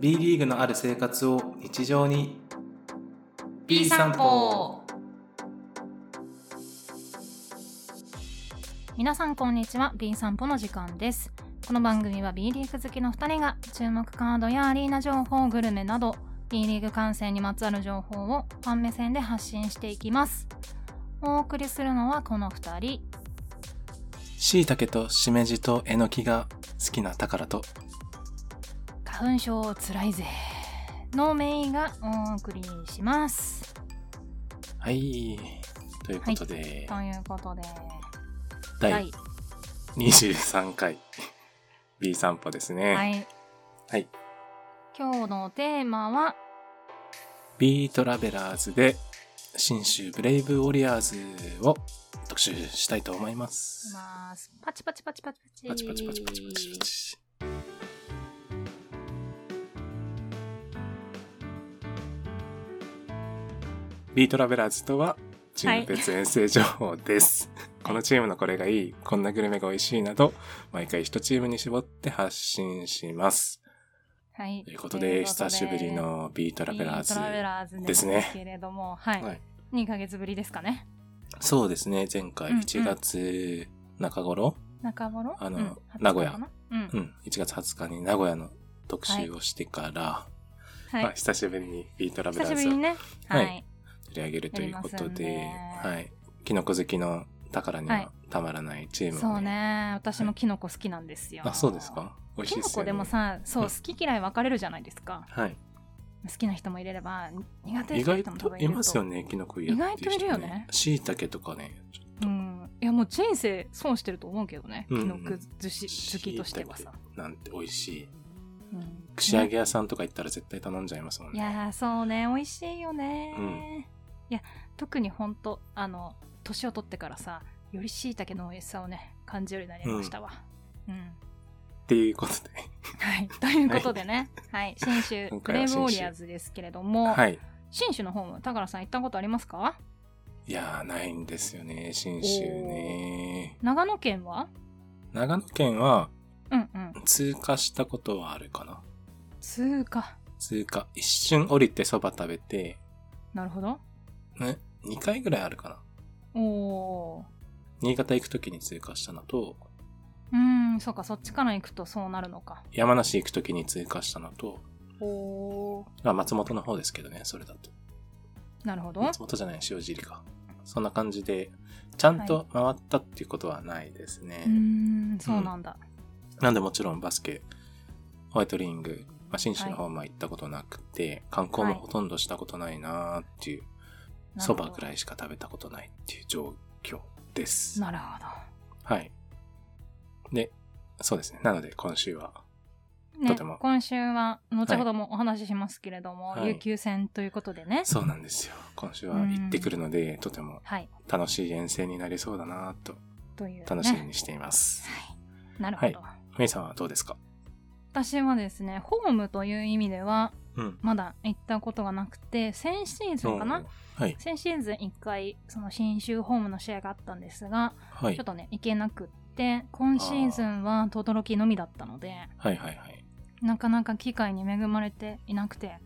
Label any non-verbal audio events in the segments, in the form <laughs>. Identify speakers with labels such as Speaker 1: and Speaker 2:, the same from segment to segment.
Speaker 1: B リーグのある生活を日常に
Speaker 2: B 散歩皆さんこんにちは B 散歩の時間ですこの番組は B リーグ好きの2人が注目カードやアリーナ情報グルメなど B リーグ観戦にまつわる情報をファン目線で発信していきますお送りするのはこの2人
Speaker 1: しいたけとしめじとえのきが好きな宝と
Speaker 2: 花粉症つらいぜのメイがお送りします
Speaker 1: はいということで、
Speaker 2: ということで
Speaker 1: 第23回 B 散歩ですね、
Speaker 2: はい、
Speaker 1: はい
Speaker 2: 今日のテーマは
Speaker 1: B トラベラーズで新州ブレイブウォリアーズを特集したいと思います
Speaker 2: ます。パチパチパチパチパチ。
Speaker 1: パチパチパチパチパチパチビートラベラーズとはチーム別遠征情報です、 <laughs> このチームのこれがいいこんなグルメが美味しいなど毎回一チームに絞って発信します
Speaker 2: はい。
Speaker 1: ということで久しぶりのビート
Speaker 2: ト
Speaker 1: ラベラーズ
Speaker 2: トラベラーズ
Speaker 1: ですね
Speaker 2: けれども、はい。
Speaker 1: はい
Speaker 2: 2ヶ月ぶりですかね。
Speaker 1: そうですね前回
Speaker 2: うんうん
Speaker 1: 1月中頃、
Speaker 2: 中頃
Speaker 1: あの
Speaker 2: うん
Speaker 1: 名古屋
Speaker 2: 20かなうん
Speaker 1: う。ん1月20日に名古屋の特集をしてから、
Speaker 2: はい。
Speaker 1: まあ、久しぶりにビートラベ
Speaker 2: 久
Speaker 1: ラ
Speaker 2: し
Speaker 1: ー
Speaker 2: ぶ
Speaker 1: ズ
Speaker 2: り
Speaker 1: を
Speaker 2: にね。
Speaker 1: は
Speaker 2: はいい。
Speaker 1: 取り上げるということで、
Speaker 2: やりますよね
Speaker 1: はい。キノコ好きの宝に
Speaker 2: はい
Speaker 1: はたまらないチームを、
Speaker 2: そうね。私もキノコ好きなんですよ。
Speaker 1: あ、そうですか。美味しい
Speaker 2: キ
Speaker 1: で
Speaker 2: ノ
Speaker 1: すよ
Speaker 2: コ
Speaker 1: ね。
Speaker 2: でもさ、そう、
Speaker 1: うん
Speaker 2: 好き嫌い分かれるじゃないですか。
Speaker 1: はい。
Speaker 2: 好きな人もいれば、苦手
Speaker 1: 意
Speaker 2: な
Speaker 1: 外
Speaker 2: 人も多
Speaker 1: と
Speaker 2: 分いる
Speaker 1: いますよ。ね、キノコ嫌っていう人、ね。
Speaker 2: 意外といるよね
Speaker 1: しいたけとかね。ちょっ
Speaker 2: うん。いや、もう人生損してると思うけどね。キ
Speaker 1: うん
Speaker 2: ノコ寿司好きとしてはさ。
Speaker 1: 椎茸なんて美味しい。
Speaker 2: うん
Speaker 1: 串揚げ屋さんとか行ったら絶対頼んじゃいますもん
Speaker 2: い
Speaker 1: ね。
Speaker 2: やーそうね美味しいよね、
Speaker 1: うん
Speaker 2: いや特にほんとあの年を取ってからさよりしいたけの美味しさをね感じるようになりましたわ、うん
Speaker 1: っていうことで。
Speaker 2: はい、 <laughs> ということでね、はい、信州
Speaker 1: 今
Speaker 2: ブ
Speaker 1: 回
Speaker 2: レ
Speaker 1: は
Speaker 2: イ
Speaker 1: 信州
Speaker 2: ブウォリアーズですけれども、
Speaker 1: <laughs> はい。
Speaker 2: 信州のホーム、高良さん行ったことありますか
Speaker 1: いやー、ないんですよね、信州ね。
Speaker 2: 長野県は
Speaker 1: 長野県は
Speaker 2: うんうん、
Speaker 1: 通過したことはあるかな。
Speaker 2: 通過。
Speaker 1: 通過。一瞬降りてそば食べて、
Speaker 2: なるほど。
Speaker 1: ね、2回ぐらいあるかな。
Speaker 2: おー。
Speaker 1: 新潟行くときに通過したのと、
Speaker 2: うーん、そうか、そっちから行くとそうなるのか。
Speaker 1: 山梨行くときに通過したのと、
Speaker 2: おー。
Speaker 1: あ、松本の方ですけどね、それだと。
Speaker 2: なるほど。
Speaker 1: 松本じゃない、塩尻か。そんな感じで、ちゃんと回ったっていうことはないですね。
Speaker 2: うーん、そうなんだ。
Speaker 1: なんでもちろんバスケ、ホワイトリング、まあ、新州の方も行ったことなくて、観光もほとんどしたことないなーっていう、
Speaker 2: なる
Speaker 1: そ
Speaker 2: ほど
Speaker 1: ばぐらいしか食べたことないっていう状況です。
Speaker 2: なるほど。
Speaker 1: はい。で、そうですね。なので今週は、
Speaker 2: ね
Speaker 1: とても、
Speaker 2: 今週は後ほどもお話ししますけれども、
Speaker 1: はい
Speaker 2: 有給戦ということでね、
Speaker 1: <laughs> そうなんですよ。今週は行ってくるので、とても
Speaker 2: はい、
Speaker 1: 楽しい遠征になりそうだなと、
Speaker 2: という、ね、
Speaker 1: 楽しみにしています。
Speaker 2: はい、なるほど、
Speaker 1: メイさんはどうですか
Speaker 2: 私はですね、ホームという意味では
Speaker 1: うん。
Speaker 2: まだ行ったことがなくて、先シーズンかな、
Speaker 1: はい。
Speaker 2: 先シーズン1回、その新州ホームの試合があったんですが、
Speaker 1: はい。
Speaker 2: ちょっとね、行けなくって、今シーズンは轟のみだったので、
Speaker 1: はいはいはい。
Speaker 2: なかなか機会に恵まれていなくて、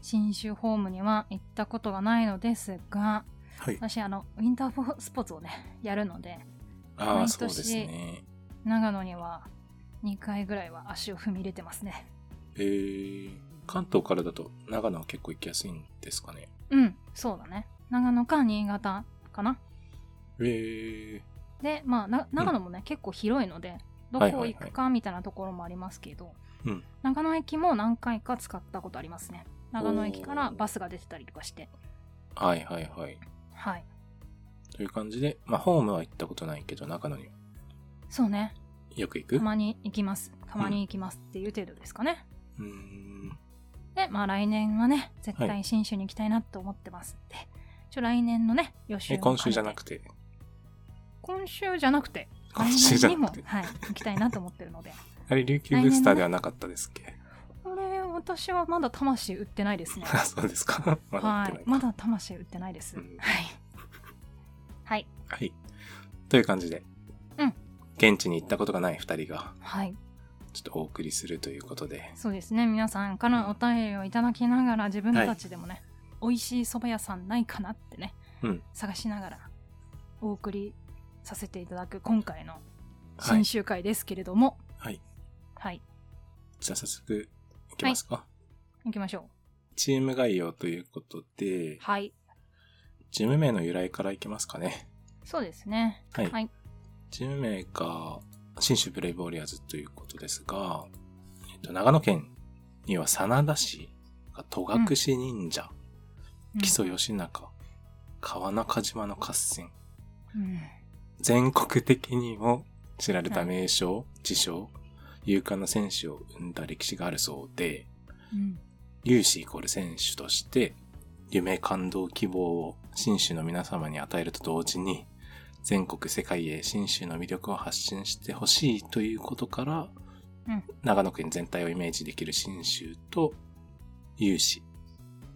Speaker 2: 新州ホームには行ったことがないのですが、
Speaker 1: はい。
Speaker 2: 私あのウィンターフォースポーツをねやるので
Speaker 1: ああ、
Speaker 2: 毎
Speaker 1: そう
Speaker 2: 年
Speaker 1: ですね。
Speaker 2: 長野には2回ぐらいは足を踏み入れてますね
Speaker 1: えー、関東からだと長野は結構行きやすいんですかね。
Speaker 2: うんそうだね長野か新潟かな
Speaker 1: えー、
Speaker 2: でまあな長野もね、結構広いのでど
Speaker 1: はい
Speaker 2: こ
Speaker 1: はい
Speaker 2: 行くかみたいなところもありますけ
Speaker 1: う
Speaker 2: ど、
Speaker 1: ん
Speaker 2: 長野駅も何回か使ったことありますね長野駅から
Speaker 1: おー
Speaker 2: バスが出てたりとかして
Speaker 1: はいはいはい。
Speaker 2: はい
Speaker 1: という感じで、まあ、ホームは行ったことないけど、長野に
Speaker 2: そうね
Speaker 1: よく行く
Speaker 2: た
Speaker 1: う
Speaker 2: まに行きますたまに行きますっていう程度ですかね、
Speaker 1: ーん。
Speaker 2: で、まあ来年はね、絶
Speaker 1: は
Speaker 2: 対新州に行きたいなと思ってますんで、ちょ来年のね、予習
Speaker 1: え、
Speaker 2: も
Speaker 1: 今週じゃ
Speaker 2: 兼ね
Speaker 1: な
Speaker 2: て
Speaker 1: くて、
Speaker 2: 今週じゃなくて、
Speaker 1: 今週じゃ
Speaker 2: 来年にも
Speaker 1: なくて。
Speaker 2: はい、行きたいなと思ってるので。
Speaker 1: あれ、琉球ブースターではなかったですっけ、
Speaker 2: これ、私はまだ魂売ってないですね。
Speaker 1: あ、そうですか。 <laughs> まだ行っ
Speaker 2: は
Speaker 1: てない
Speaker 2: い、まだ魂売ってないです。
Speaker 1: う
Speaker 2: は
Speaker 1: ん
Speaker 2: い。はい、
Speaker 1: はい。という感じで。
Speaker 2: うん
Speaker 1: 現地に行ったことがない二人が、
Speaker 2: はい、
Speaker 1: ちょっとお送りするということで、
Speaker 2: そうですね皆さんからのお便りをいただきながら自分たちでもね、美味しい蕎麦屋さんないかなってね
Speaker 1: うん、
Speaker 2: 探しながらお送りさせていただく今回の
Speaker 1: は
Speaker 2: 新
Speaker 1: い、
Speaker 2: 集会ですけれども
Speaker 1: はい、
Speaker 2: はい、
Speaker 1: じゃあ早速いきますか、
Speaker 2: 行きましょ
Speaker 1: チーム概要ということで
Speaker 2: う、はい
Speaker 1: チーム名の由来からいきますかね。
Speaker 2: そうですね
Speaker 1: はい。
Speaker 2: はい
Speaker 1: チーム名が、新州ブレイブウォリアーズということですが、えっと、長野県には真田市が戸隠忍者、
Speaker 2: うん
Speaker 1: 木曽義仲、川中島の合戦、
Speaker 2: うん
Speaker 1: 全国的にも知られた名称、地称、勇敢な選手を生んだ歴史があるそうで、
Speaker 2: うん
Speaker 1: 有志イコール選手として、夢、感動、希望を新州の皆様に与えると同時に、全国、世界へ新州の魅力を発信してほしいということから、
Speaker 2: うん
Speaker 1: 長野県全体をイメージできる新州と有志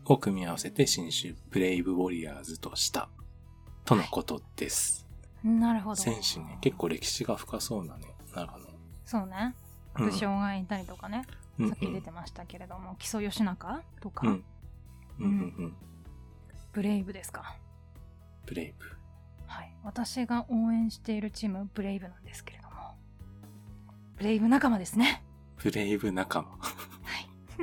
Speaker 1: を組み合わせて新州ブレイブウォリアーズとした、とのことです。
Speaker 2: なるほど
Speaker 1: 選手ね、結構歴史が深そうなね、長野。
Speaker 2: そうね
Speaker 1: うん
Speaker 2: 武将がいたりとかね、
Speaker 1: うんうん
Speaker 2: さっき出てましたけれども、木曽義仲とか、
Speaker 1: うん。うんうんうん。
Speaker 2: ブレイブですか
Speaker 1: ブレイブ。
Speaker 2: はい私が応援しているチームブレイブなんですけれどもブレイブ仲間で
Speaker 1: <laughs>
Speaker 2: すね
Speaker 1: ブレイブ仲間。 <laughs>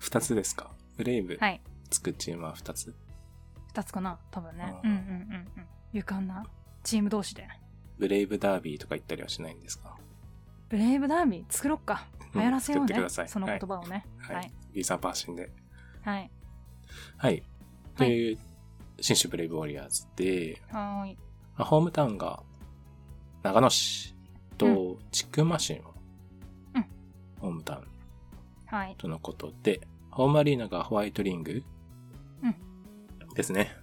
Speaker 1: 二つですかブレイブ
Speaker 2: はい
Speaker 1: つくチームは二つ、
Speaker 2: 2つかな多分ね
Speaker 1: う
Speaker 2: うんんうんうんうん勇敢なチーム同士で
Speaker 1: ブレイブダービーとか言ったりはしないんですか
Speaker 2: ブレイブダービー作ろっか流行らせよう
Speaker 1: 作って
Speaker 2: ね
Speaker 1: く、ださい
Speaker 2: その言葉をね
Speaker 1: は
Speaker 2: はいい、
Speaker 1: ビーサーパーシンで
Speaker 2: はい
Speaker 1: はいと
Speaker 2: はい
Speaker 1: いう新州ブレイブウォリアーズで、
Speaker 2: はーい
Speaker 1: まあホームタウンが長野市と千曲市の
Speaker 2: うん
Speaker 1: ホームタウン
Speaker 2: はい
Speaker 1: とのことで、ホームアリーナがホワイトリング、
Speaker 2: うん
Speaker 1: ですね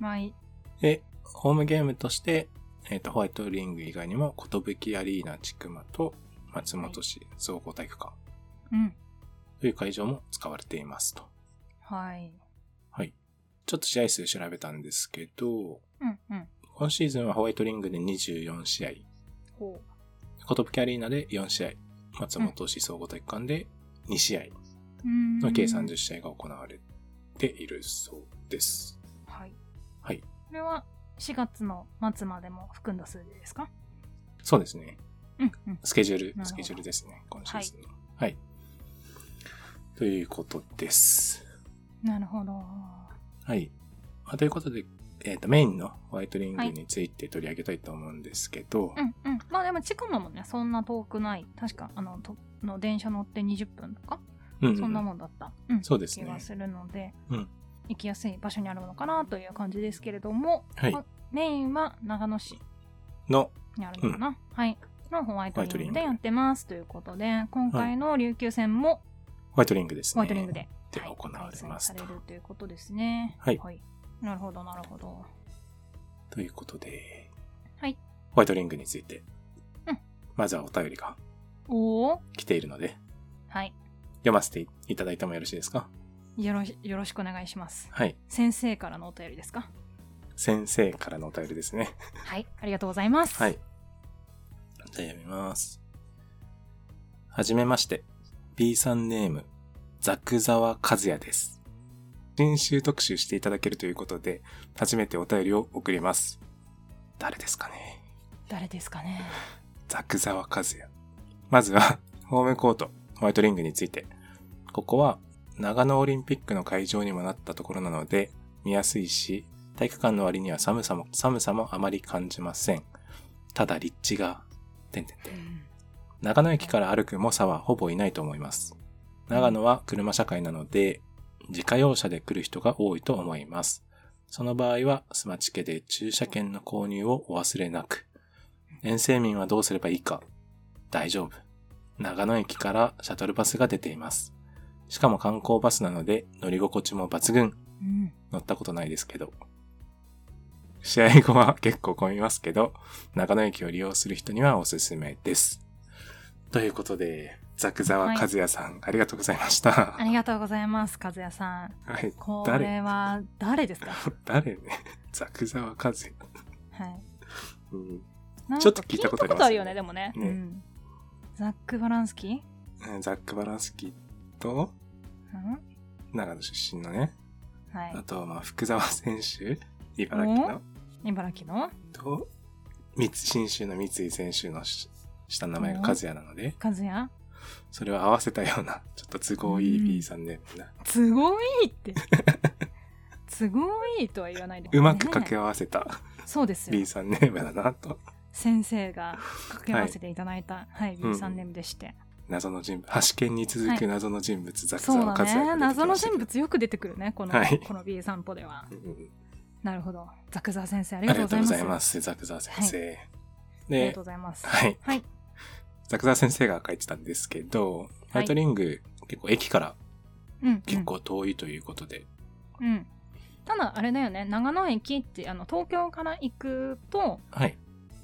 Speaker 2: はい
Speaker 1: で、ホームゲームとして、えっ、と、ホワイトリング以外にも、寿アリーナ千曲と松本市総合体育館
Speaker 2: うん
Speaker 1: という会場も使われていますと。
Speaker 2: はい
Speaker 1: はい。ちょっと試合数調べたんですけど、
Speaker 2: うんうん
Speaker 1: 今シーズンはホワイトリングで24試合、
Speaker 2: ほ
Speaker 1: 寿アリーナで4試合、松本市総合体育館で2試合
Speaker 2: ううーん
Speaker 1: の計30試合が行われているそうです。
Speaker 2: はい
Speaker 1: はい。
Speaker 2: これは4月の末までも含んだ数字ですか
Speaker 1: そうですね。
Speaker 2: うんうん
Speaker 1: スケジュー
Speaker 2: ほ
Speaker 1: ル、
Speaker 2: ど
Speaker 1: スケジュールですね、今シーズンの。はい。ということです。
Speaker 2: なるほど
Speaker 1: はい。まあということで、えっ、と、メインのホワイトリングについて取り上げたいと思うんですけど、
Speaker 2: うんうんまあでもチクマもねそんな遠くない確かあのとの電車乗って20分とか、
Speaker 1: うんうん
Speaker 2: そんなもんだった、うん
Speaker 1: そうですね
Speaker 2: 気がするので、
Speaker 1: うん
Speaker 2: 行きやすい場所にあるのかなという感じですけれども、
Speaker 1: はい
Speaker 2: まメインは長野市
Speaker 1: の、
Speaker 2: にあるのかな、はいのホワイト
Speaker 1: ホワ
Speaker 2: リングで
Speaker 1: イトリング
Speaker 2: やってますということで今回の琉球戦も
Speaker 1: ホワイトリングですね。
Speaker 2: ホワイトリングで、
Speaker 1: で
Speaker 2: はい
Speaker 1: 行われます
Speaker 2: 開催
Speaker 1: と
Speaker 2: されるということですね
Speaker 1: はい
Speaker 2: なるほどなるほど
Speaker 1: ということで、
Speaker 2: はい
Speaker 1: ホワイトリングについて、
Speaker 2: うん
Speaker 1: まずはお便りが
Speaker 2: おお
Speaker 1: 来ているので、
Speaker 2: はい
Speaker 1: 読ませていただいてもよろしいですか
Speaker 2: よろしよろしくお願いします
Speaker 1: はい。
Speaker 2: 先生からのお便りですか
Speaker 1: 先生からのお便りですね。
Speaker 2: はい、ありがとうございます。
Speaker 1: はい。。じゃあ読みます。はじめまして。B さんネーム、ザクザワカズヤです。新州特集していただけるということで、初めてお便りを送ります。誰ですかね
Speaker 2: 誰ですかね。
Speaker 1: ザクザワカズヤ。まずは、 <laughs> ホームコート、ホワイトリングについて。ここは、長野オリンピックの会場にもなったところなので、見やすいし、体育館の割には寒さも、寒さもあまり感じません。ただ、立地が、てんてんてん。長野駅から歩く猛者はほぼいないと思います。長野は車社会なので、自家用車で来る人が多いと思います。その場合は、スマチケで駐車券の購入をお忘れなく。遠征民はどうすればいいか大丈夫。長野駅からシャトルバスが出ています。しかも観光バスなので乗り心地も抜群。
Speaker 2: うん。
Speaker 1: 乗ったことないですけど。試合後は結構混みますけど、長野駅を利用する人にはおすすめです。ということで、ザクザワカズヤさん、ありがとうございました。
Speaker 2: あ
Speaker 1: は
Speaker 2: りがとうございます、和也さん。
Speaker 1: い。
Speaker 2: こ
Speaker 1: <laughs> 誰
Speaker 2: れは誰ですか。
Speaker 1: 誰ね。 <laughs> ザクザワカズヤ。
Speaker 2: はい。
Speaker 1: うん
Speaker 2: なんか
Speaker 1: ちょっと聞いたことあります
Speaker 2: 聞いたよね、でもね。
Speaker 1: ね
Speaker 2: うん。ザック・バランスキ
Speaker 1: えーザック・バランスキーと、
Speaker 2: ー、うん、
Speaker 1: 長野出身のね、
Speaker 2: は
Speaker 1: あ
Speaker 2: い。
Speaker 1: と、まあ、福沢選手、茨城の、
Speaker 2: 茨城の
Speaker 1: と、三つ新州の三井選手のし下の名前が和也なので、
Speaker 2: 和也
Speaker 1: それを合わせたような、 <laughs> ちょっと都合いい B さんで、
Speaker 2: 都合いいって
Speaker 1: <laughs>
Speaker 2: 都合いいとは言わないで
Speaker 1: うまく掛
Speaker 2: 合
Speaker 1: け合わせた
Speaker 2: そうですよ
Speaker 1: B さんネームだなと、
Speaker 2: 先生が掛け合わせていただいた、はい、B3 ネームでして、
Speaker 1: 謎の人物、橋剣に続く謎の人物、ザック
Speaker 2: そ
Speaker 1: ザ
Speaker 2: う
Speaker 1: ワ
Speaker 2: だ
Speaker 1: カズヤ
Speaker 2: ね
Speaker 1: が出て
Speaker 2: 謎
Speaker 1: きま
Speaker 2: の
Speaker 1: した
Speaker 2: 人物よく出てくるねこの,、
Speaker 1: はい
Speaker 2: この B 散歩では
Speaker 1: うんうん
Speaker 2: なるほどザクザー先生あり
Speaker 1: あ
Speaker 2: が
Speaker 1: り
Speaker 2: とう
Speaker 1: がと
Speaker 2: ござ
Speaker 1: う
Speaker 2: い
Speaker 1: ご
Speaker 2: ます
Speaker 1: ざいます、ザクザー先生。
Speaker 2: ありが
Speaker 1: で
Speaker 2: とうご、ざいます
Speaker 1: はい。
Speaker 2: はい
Speaker 1: ザクザー先生が書いてたんですけど、ファイトリング、結構駅から
Speaker 2: うんうん
Speaker 1: 結構遠いということで、
Speaker 2: うんただあれだよね長野駅ってあの東京から行くと
Speaker 1: はい。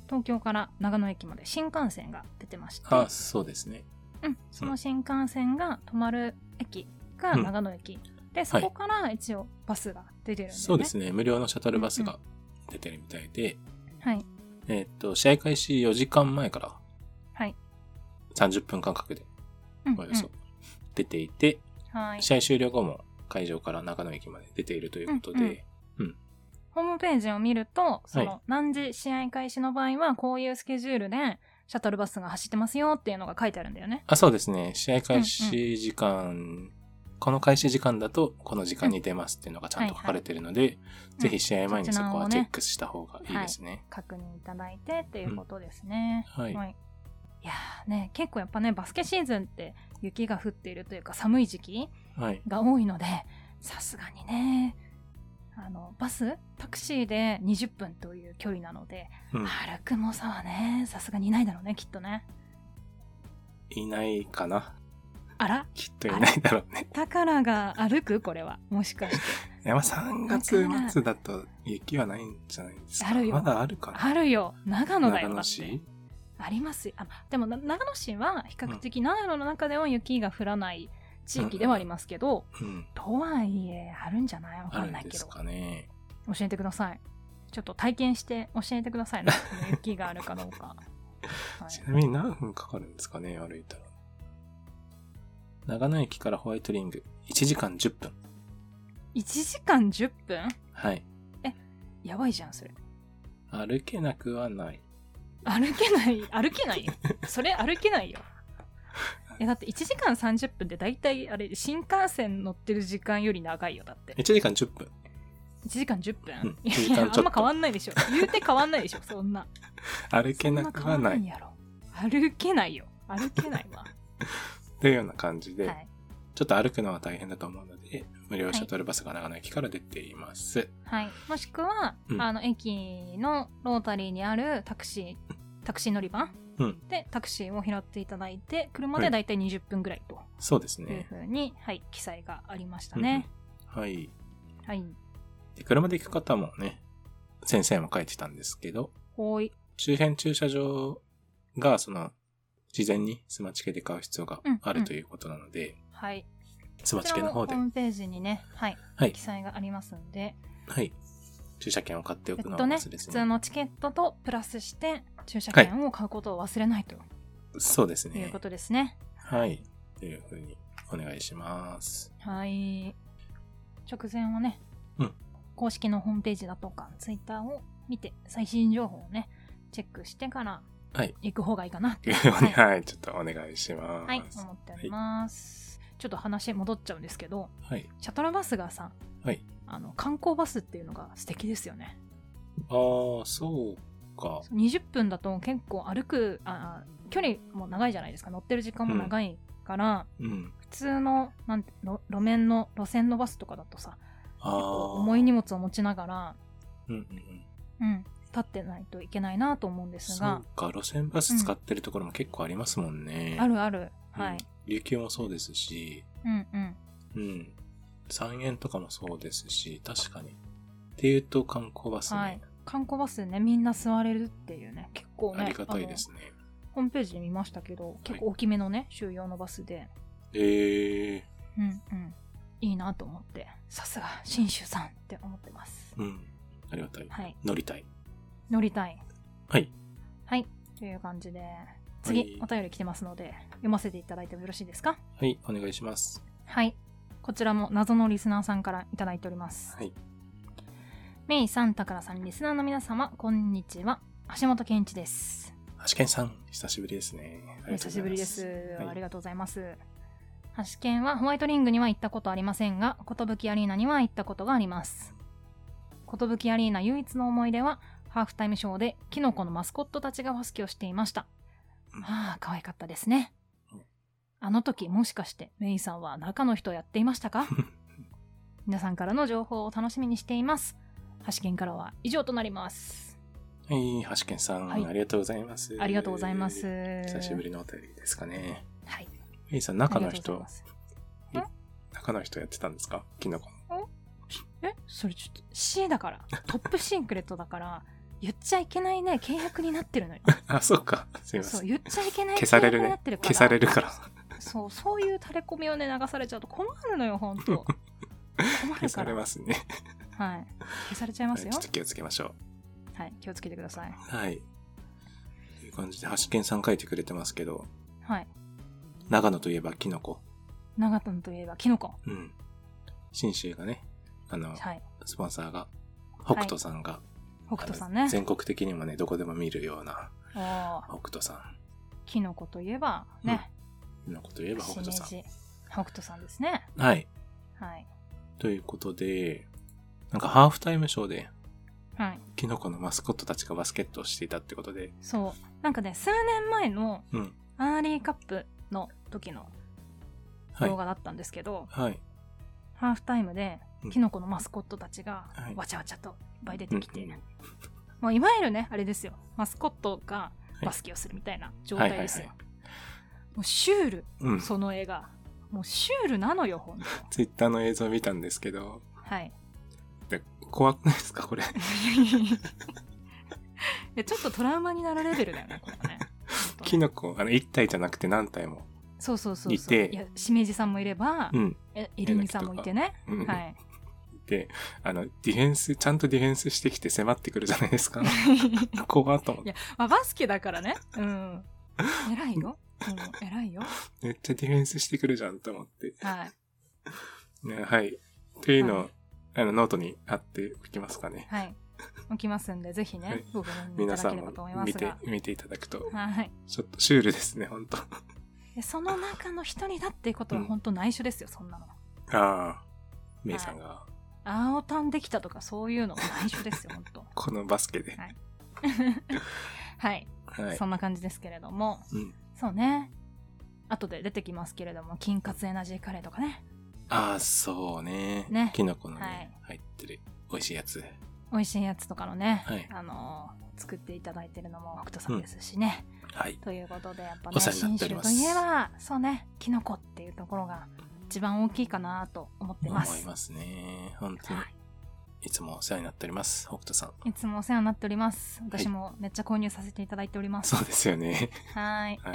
Speaker 2: 東京から長野駅まで新幹線が出てまして
Speaker 1: あ、そうですね。
Speaker 2: うん、その新幹線が止まる駅が長野駅、でそこから一応バスが出てるんだよね、
Speaker 1: そうですね。無料のシャトルバスが出てるみたいで、
Speaker 2: はい
Speaker 1: えーっと、試合開始4時間前から
Speaker 2: はい、
Speaker 1: 30分間隔で、
Speaker 2: うんうん
Speaker 1: およそ出ていて、
Speaker 2: はい
Speaker 1: 試合終了後も会場から長野駅まで出ているということで、
Speaker 2: ホームページを見るとそ
Speaker 1: は
Speaker 2: の何時試合開始の場合はこういうスケジュールでシャトルバスが走ってますよっていうのが書いてあるんだよね
Speaker 1: あ、そうですね。試合開始時間、この開始時間だと、この時間に出ますっていうのがちゃんと書かれてるので、
Speaker 2: い
Speaker 1: ぜひ試合前にそこ
Speaker 2: う
Speaker 1: は
Speaker 2: ん
Speaker 1: チェックした方がいいですね。
Speaker 2: 確認いただいてっていうことですね、
Speaker 1: うんはい
Speaker 2: い、いやーね結構やっぱねバスケシーズンって雪が降っているというか寒い時期
Speaker 1: はい。
Speaker 2: が多いのでさすがにねあのバスタクシーで20分という距離なので、
Speaker 1: うん
Speaker 2: 歩くもさはねさすがにいないだろうねきっとね
Speaker 1: いないかな。
Speaker 2: あら
Speaker 1: きっといないだろうね。
Speaker 2: 宝が歩くこれはもし
Speaker 1: <laughs>
Speaker 2: かして
Speaker 1: いや、まあ3月末だと雪はないんじゃないですか。
Speaker 2: あるよ
Speaker 1: まだあるかな。
Speaker 2: あるよ長野だよ
Speaker 1: 長野
Speaker 2: だって
Speaker 1: 市
Speaker 2: ありますよあでもな長野市は比較的長野の中では雪が降らない地域ではありますけど、
Speaker 1: うん。
Speaker 2: とはいえあるんじゃないわ
Speaker 1: あ
Speaker 2: かん
Speaker 1: る
Speaker 2: ない
Speaker 1: んで
Speaker 2: け
Speaker 1: す
Speaker 2: ど
Speaker 1: かね。
Speaker 2: 教えてくださいちょっと体験して教えてく
Speaker 1: <laughs>
Speaker 2: ださいねこの雪があるかどうか、はい
Speaker 1: ちなみに何分かかるんですかね、歩いたら。長野駅からホワイトリング、1時間10分。
Speaker 2: 1時間10分
Speaker 1: はい。
Speaker 2: やばいじゃんそれ
Speaker 1: 歩けなくはない。
Speaker 2: 歩けない歩けないよそれ歩
Speaker 1: <laughs>
Speaker 2: けないよいやだって1時間30分って大体あれ新幹線乗ってる時間より長いよだって
Speaker 1: 1時間10分。
Speaker 2: 1時間10分、
Speaker 1: うん1
Speaker 2: い
Speaker 1: 時間ちょ
Speaker 2: や
Speaker 1: っと
Speaker 2: あんま変わんないでしょ言うて変わんないでしょそんな
Speaker 1: 歩 <laughs> けなく
Speaker 2: そん
Speaker 1: は
Speaker 2: な変わ
Speaker 1: なんい。
Speaker 2: やろ歩けないよ歩けないわ
Speaker 1: というような感 <laughs> じで、
Speaker 2: はい
Speaker 1: ちょっと歩くのは大変だと思うので、無料シャトルバスが長野駅から出ています。
Speaker 2: はい、もしくは、
Speaker 1: うん
Speaker 2: あの駅のロータリーにあるタクシータクシー乗り場、
Speaker 1: うん
Speaker 2: でタクシーを拾っていただいて車
Speaker 1: は
Speaker 2: で
Speaker 1: い
Speaker 2: だいたい20分ぐらいと
Speaker 1: そうです
Speaker 2: いう
Speaker 1: ね。
Speaker 2: ふうに、はい、記載がありましたね。
Speaker 1: うんはい。
Speaker 2: はい、
Speaker 1: で車で行く方もね、先生も書いてたんですけど、
Speaker 2: ほい、
Speaker 1: 周辺駐車場が、その、事前にスマチケで買う必要があ
Speaker 2: うんう
Speaker 1: る
Speaker 2: ん
Speaker 1: ということなので、
Speaker 2: はい、
Speaker 1: スマ
Speaker 2: こ
Speaker 1: チ
Speaker 2: ち
Speaker 1: ケ
Speaker 2: ら
Speaker 1: の
Speaker 2: もホ
Speaker 1: 方で
Speaker 2: ー、ムページにね、はい、
Speaker 1: はい
Speaker 2: 記、載がありますんで、
Speaker 1: はい、駐車券を買ってお
Speaker 2: えっ
Speaker 1: くの
Speaker 2: と
Speaker 1: は
Speaker 2: ね、
Speaker 1: まずで
Speaker 2: 普
Speaker 1: す
Speaker 2: 通
Speaker 1: ね。
Speaker 2: のチケットとプラスして駐車券を買うことを忘れないと
Speaker 1: そうです
Speaker 2: いう
Speaker 1: ね
Speaker 2: こ。とですね。
Speaker 1: はい。というふうにお願いします。
Speaker 2: はい、直前はね、
Speaker 1: うん
Speaker 2: 公式のホームページだとか、ツイッターを見て最新情報をね、チェックしてから
Speaker 1: はい
Speaker 2: 行く方がいいかなって、
Speaker 1: というふうに <laughs> はい、ちょっとお願いします。
Speaker 2: はい、思っております。ちょっと話戻っちゃうんですけど、
Speaker 1: はい。
Speaker 2: シャトルバスがさ、
Speaker 1: はい
Speaker 2: あの観光バスっていうのが素敵ですよね
Speaker 1: ああ、そうか。
Speaker 2: そう20分だと結構歩くああ距離も長いじゃないですか乗ってる時間も長いから、
Speaker 1: うん。
Speaker 2: 普通のなんての路面の路線のバスとかだと
Speaker 1: あ
Speaker 2: さ結
Speaker 1: あ。
Speaker 2: 構重い荷物を持ちながら、
Speaker 1: うんうんうん。
Speaker 2: うん、立ってないといけないなと思うんです
Speaker 1: そ
Speaker 2: が
Speaker 1: うか、路線バス使ってるところも結構ありますもんね。
Speaker 2: あるある
Speaker 1: うん
Speaker 2: はい、
Speaker 1: 琉球もそうですし、
Speaker 2: うんうん
Speaker 1: うん。三円とかもそうですし、確かに。っていうと観光バスね、
Speaker 2: はい観光バスねみんな座れるっていうね結構ね
Speaker 1: ありがたいですね。
Speaker 2: あのホームページで見ましたけど結構大きめのね収容のバスで
Speaker 1: ええ
Speaker 2: うんうんいいなと思ってさすが信州さんって思ってます
Speaker 1: ー、うん。ありがたい。
Speaker 2: はい
Speaker 1: 乗りたい。
Speaker 2: 乗りたい
Speaker 1: はい。
Speaker 2: はいという感じで次、
Speaker 1: は
Speaker 2: お便り来てますので、読ませていただいてもよろしいですか
Speaker 1: はい、お願いします。
Speaker 2: はい。こちらも謎のリスナーさんからいただいております。
Speaker 1: はい。
Speaker 2: メイさん、宝さん、リスナーの皆様、こんにちは。橋本健一です。
Speaker 1: 橋健さん、久しぶりですね。あ
Speaker 2: お
Speaker 1: りがと
Speaker 2: 久
Speaker 1: うございます
Speaker 2: しぶりです。
Speaker 1: はい
Speaker 2: ありがとうございます。ハシケンはホワイトリングには行ったことありませんが、寿アリーナには行ったことがあります。寿アリーナ唯一の思い出は、ハーフタイムショーでキノコのマスコットたちがファスキをしていました。
Speaker 1: うん
Speaker 2: ああ、可愛かったですね
Speaker 1: うん。
Speaker 2: あの時もしかしてメイさんは中の人をやっていましたか
Speaker 1: <laughs>
Speaker 2: 皆さんからの情報を楽しみにしています。ハシケンからは以上となります。
Speaker 1: はい、橋健さん、
Speaker 2: はい
Speaker 1: ありがとうございます。
Speaker 2: ありがとうございます。。
Speaker 1: 久
Speaker 2: 久
Speaker 1: しぶ。りのお便りですかね。
Speaker 2: はい。
Speaker 1: メイさん、中の
Speaker 2: ありがとうござい
Speaker 1: 人
Speaker 2: ま、す
Speaker 1: 中の人やってたんですかキノコの。
Speaker 2: えそれちょっと C だからトップシークレットだから言っちゃいけないね契約になってるのよ
Speaker 1: あ、そうか。すいま
Speaker 2: そ
Speaker 1: せ。
Speaker 2: うん言っちゃいけない
Speaker 1: 消される
Speaker 2: 契約にな
Speaker 1: ね
Speaker 2: ってる。から
Speaker 1: 消されるから。
Speaker 2: そうそういう垂れ込みをね流されちゃうと困るのよ本当困
Speaker 1: 消
Speaker 2: るか
Speaker 1: さ
Speaker 2: ら
Speaker 1: れますね。
Speaker 2: はい、消されちゃい
Speaker 1: は
Speaker 2: ま
Speaker 1: い
Speaker 2: す
Speaker 1: ち
Speaker 2: よ
Speaker 1: ょっと気をつけましょう。
Speaker 2: はい気をつけてください
Speaker 1: はい。という感じで、橋健さん書いてくれてますけど、
Speaker 2: はい
Speaker 1: 長野といえばキノコ。
Speaker 2: 長野といえばキノコ
Speaker 1: うん。信州がね、あの、
Speaker 2: はい
Speaker 1: スポンサーが、北斗さんが、
Speaker 2: 北斗さんね
Speaker 1: あの全国的にもね、どこでも見るような
Speaker 2: おー
Speaker 1: 北斗さん。
Speaker 2: キノコといえばね、
Speaker 1: キノコといえば北
Speaker 2: しめ
Speaker 1: 斗
Speaker 2: じ
Speaker 1: さん。
Speaker 2: 北斗さんですね
Speaker 1: はい。
Speaker 2: はい
Speaker 1: ということで、なんかハーフタイムショーで、
Speaker 2: はい
Speaker 1: キノコのマスコットたちがバスケットをしていたってことで、
Speaker 2: そうなんかね数年前の
Speaker 1: うん。
Speaker 2: アーリーカップの時の
Speaker 1: はい
Speaker 2: 動。画だったんですけど、
Speaker 1: はい。
Speaker 2: ハーフタイムで
Speaker 1: うん
Speaker 2: キノコのマスコットたちが
Speaker 1: はい
Speaker 2: わちゃわちゃといっぱい出てきて、
Speaker 1: うんうん
Speaker 2: もういわゆるねあれですよマスコットが
Speaker 1: い
Speaker 2: バスケをするみたいな状
Speaker 1: はい
Speaker 2: 態
Speaker 1: はいは
Speaker 2: ですよ、
Speaker 1: い。
Speaker 2: もうシュール
Speaker 1: うん。
Speaker 2: その絵がもうシュールなのよほんと
Speaker 1: ツイッターの映像見たんですけど、
Speaker 2: はい <laughs>
Speaker 1: で怖くないですかこれ。
Speaker 2: いやちょっとトラウマになるレベルだよねこれはねほんと
Speaker 1: キノコ、あの、一体じゃなくて何体も。
Speaker 2: そうそうそう
Speaker 1: い
Speaker 2: そう
Speaker 1: て
Speaker 2: いやしめじさんもいれば、
Speaker 1: うん。
Speaker 2: えエリンギさんもいてね、
Speaker 1: うん
Speaker 2: はい
Speaker 1: で、あの、ディフェンス、ちゃんとディフェンスしてきて迫ってくるじゃないです
Speaker 2: <laughs>
Speaker 1: か。怖っと思っ
Speaker 2: い
Speaker 1: て。
Speaker 2: や、まあ、バスケだからね。
Speaker 1: <laughs>
Speaker 2: うん。偉いよ。うん、偉いよ。
Speaker 1: めっちゃディフェンスしてくるじゃんと思って。
Speaker 2: はい。
Speaker 1: ね、はい。というのを、
Speaker 2: は
Speaker 1: あの、ノートに貼っておきますかね。
Speaker 2: はい。起きますんで、ぜひね、
Speaker 1: はい
Speaker 2: ごご覧い
Speaker 1: 皆
Speaker 2: た
Speaker 1: さ
Speaker 2: だけ
Speaker 1: ん
Speaker 2: れば
Speaker 1: も
Speaker 2: と思いま
Speaker 1: 見
Speaker 2: す
Speaker 1: て
Speaker 2: が、。
Speaker 1: 見ていただくと、
Speaker 2: はい。
Speaker 1: ちょっと <laughs> シュールですね、本当あ
Speaker 2: でその中の一人だっていうことは
Speaker 1: うん
Speaker 2: 本当内緒ですよ、そんなの。
Speaker 1: あ、メイさんが、
Speaker 2: 青タンできたとかそういうの内緒ですよ、本当。 <laughs>
Speaker 1: このバスケで。
Speaker 2: はい、
Speaker 1: はい
Speaker 2: そ。んな感じですけれども、
Speaker 1: うん、
Speaker 2: そうね。後で出てきますけれども、金活エナジーカレーとかね、
Speaker 1: ああ、そうね。
Speaker 2: ね
Speaker 1: キノコのね、入ってる、美味しいやつ。
Speaker 2: 美味しいやつとかのね、
Speaker 1: はい
Speaker 2: あのー作っていただいてるのも北斗さんですしね。
Speaker 1: はい。
Speaker 2: ということでやっぱ
Speaker 1: お
Speaker 2: ね
Speaker 1: 世話にな
Speaker 2: 信
Speaker 1: ってお
Speaker 2: 州
Speaker 1: ります
Speaker 2: といえばそうねキノコっていうところが一番大きいかなと思ってま
Speaker 1: 思
Speaker 2: す
Speaker 1: いますね。本当に
Speaker 2: は。
Speaker 1: いつもお世話になっております、北斗さん。
Speaker 2: い、いつもお世話になっております私もめっちゃ購入させていただいております
Speaker 1: そうですよね。
Speaker 2: はい
Speaker 1: は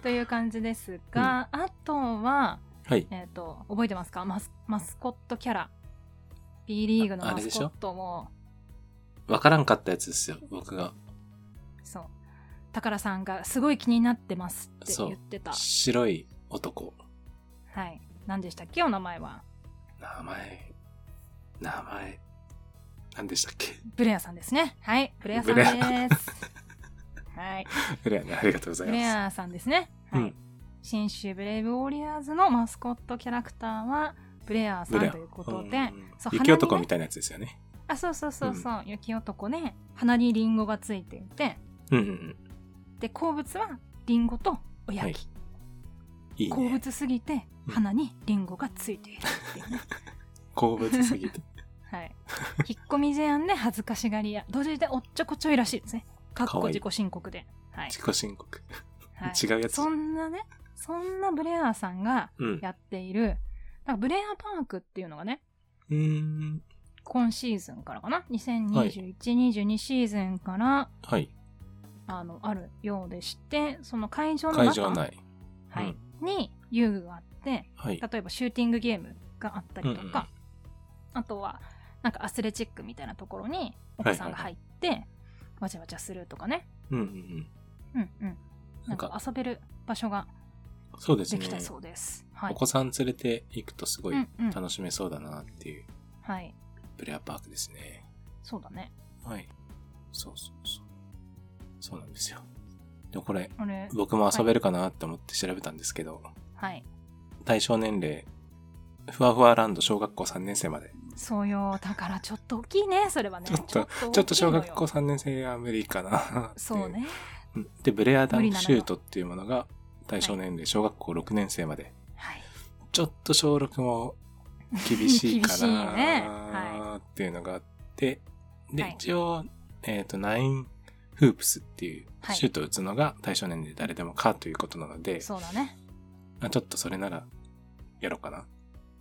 Speaker 2: という感じですが、あとは
Speaker 1: はい。
Speaker 2: えっ、と覚えてますかマスマスコットキャラ B リーグの
Speaker 1: ああ
Speaker 2: マ
Speaker 1: れ
Speaker 2: ス
Speaker 1: でし
Speaker 2: コ
Speaker 1: ょ
Speaker 2: ットも
Speaker 1: わからんかったやつですよ、僕が。
Speaker 2: そう宝さんがすごい気になってますって
Speaker 1: そう
Speaker 2: 言ってた
Speaker 1: 白い男。
Speaker 2: はい何でしたっけお名前は
Speaker 1: 名前。名前。何でしたっけ <laughs>
Speaker 2: ブレアさんですねはいブレアさ
Speaker 1: ブ
Speaker 2: んで
Speaker 1: レ
Speaker 2: す
Speaker 1: ア
Speaker 2: はい
Speaker 1: フレアね、ありがとうござい
Speaker 2: ブ
Speaker 1: ます。
Speaker 2: レアさんですね。はい。
Speaker 1: うん
Speaker 2: 新州ブレイブウォリアーズのマスコットキャラクターはブレアさんということ
Speaker 1: う
Speaker 2: で、
Speaker 1: ん
Speaker 2: そう
Speaker 1: 雪男
Speaker 2: 鼻
Speaker 1: み
Speaker 2: にね
Speaker 1: たいなやつですよね。
Speaker 2: あ、そうそうそうそう、雪男ね、鼻にリンゴがついていて、
Speaker 1: うんうんうん。
Speaker 2: で、好物はリンゴとおやき。
Speaker 1: はいいい
Speaker 2: 好
Speaker 1: ね。
Speaker 2: 物すぎて
Speaker 1: うん
Speaker 2: 鼻にリンゴがついているっていう
Speaker 1: <laughs>
Speaker 2: ね。
Speaker 1: 好物すぎて。
Speaker 2: <laughs> はい。引っ込み思案で恥ずかしがり屋。同時でおっちょこちょいらしいですね。かっ
Speaker 1: か
Speaker 2: こ
Speaker 1: わいい
Speaker 2: 自己申告で。はい。
Speaker 1: 自己申告。
Speaker 2: はい、
Speaker 1: 違うやつ
Speaker 2: そんなね、そんなブレアさんが
Speaker 1: うん。
Speaker 2: やっている、なんかブレアパークっていうのがね、
Speaker 1: うーん。
Speaker 2: 今シーズンからかな
Speaker 1: はい
Speaker 2: 2021、22シーズンから
Speaker 1: はい。
Speaker 2: あのあるようでしてその会場の
Speaker 1: 会
Speaker 2: 中
Speaker 1: 場内。
Speaker 2: はい
Speaker 1: うん
Speaker 2: に遊具があって
Speaker 1: はい。
Speaker 2: 例えばシューティングゲームがあったりと
Speaker 1: うんうん
Speaker 2: か、あとはなんかアスレチックみたいなところにお子さんが入ってわちゃわちゃするとかね、
Speaker 1: うんうんうん。
Speaker 2: うんうんなん
Speaker 1: なん
Speaker 2: か遊べる場所が
Speaker 1: そうです
Speaker 2: で
Speaker 1: ね
Speaker 2: きたそうです。は
Speaker 1: お
Speaker 2: い。
Speaker 1: 子さん連れて行くとすごい
Speaker 2: うんうん
Speaker 1: 楽しめそうだなっていう
Speaker 2: はい。
Speaker 1: プレアパークですね。
Speaker 2: そうだね。
Speaker 1: はい。そうそうそう。そうなんですよ。でもこれ、
Speaker 2: あれ、
Speaker 1: 僕も遊べるかなって思って調べたんですけど、
Speaker 2: はい。
Speaker 1: 対象年齢、ふわふわランド小学校3年生まで。
Speaker 2: そうよ。だからちょっと大きいね、それはね。
Speaker 1: ちょっと
Speaker 2: 大きいのよ
Speaker 1: ちょっと小学校。3年生は無理かなってい
Speaker 2: そう。ね。
Speaker 1: うんで、ブレアダンクシュートっていうものが対象年齢小学校6年生まで。
Speaker 2: はい。
Speaker 1: ちょっと小6も厳しいか
Speaker 2: 厳しいね
Speaker 1: な
Speaker 2: は
Speaker 1: っていうのがあって、で、
Speaker 2: はい
Speaker 1: 一応、えっ、と、ナインフープスっていう
Speaker 2: はい
Speaker 1: シュートを打つのが対象年齢誰でもかということなので、
Speaker 2: そうだね。
Speaker 1: あちょっとそれならやろうかな。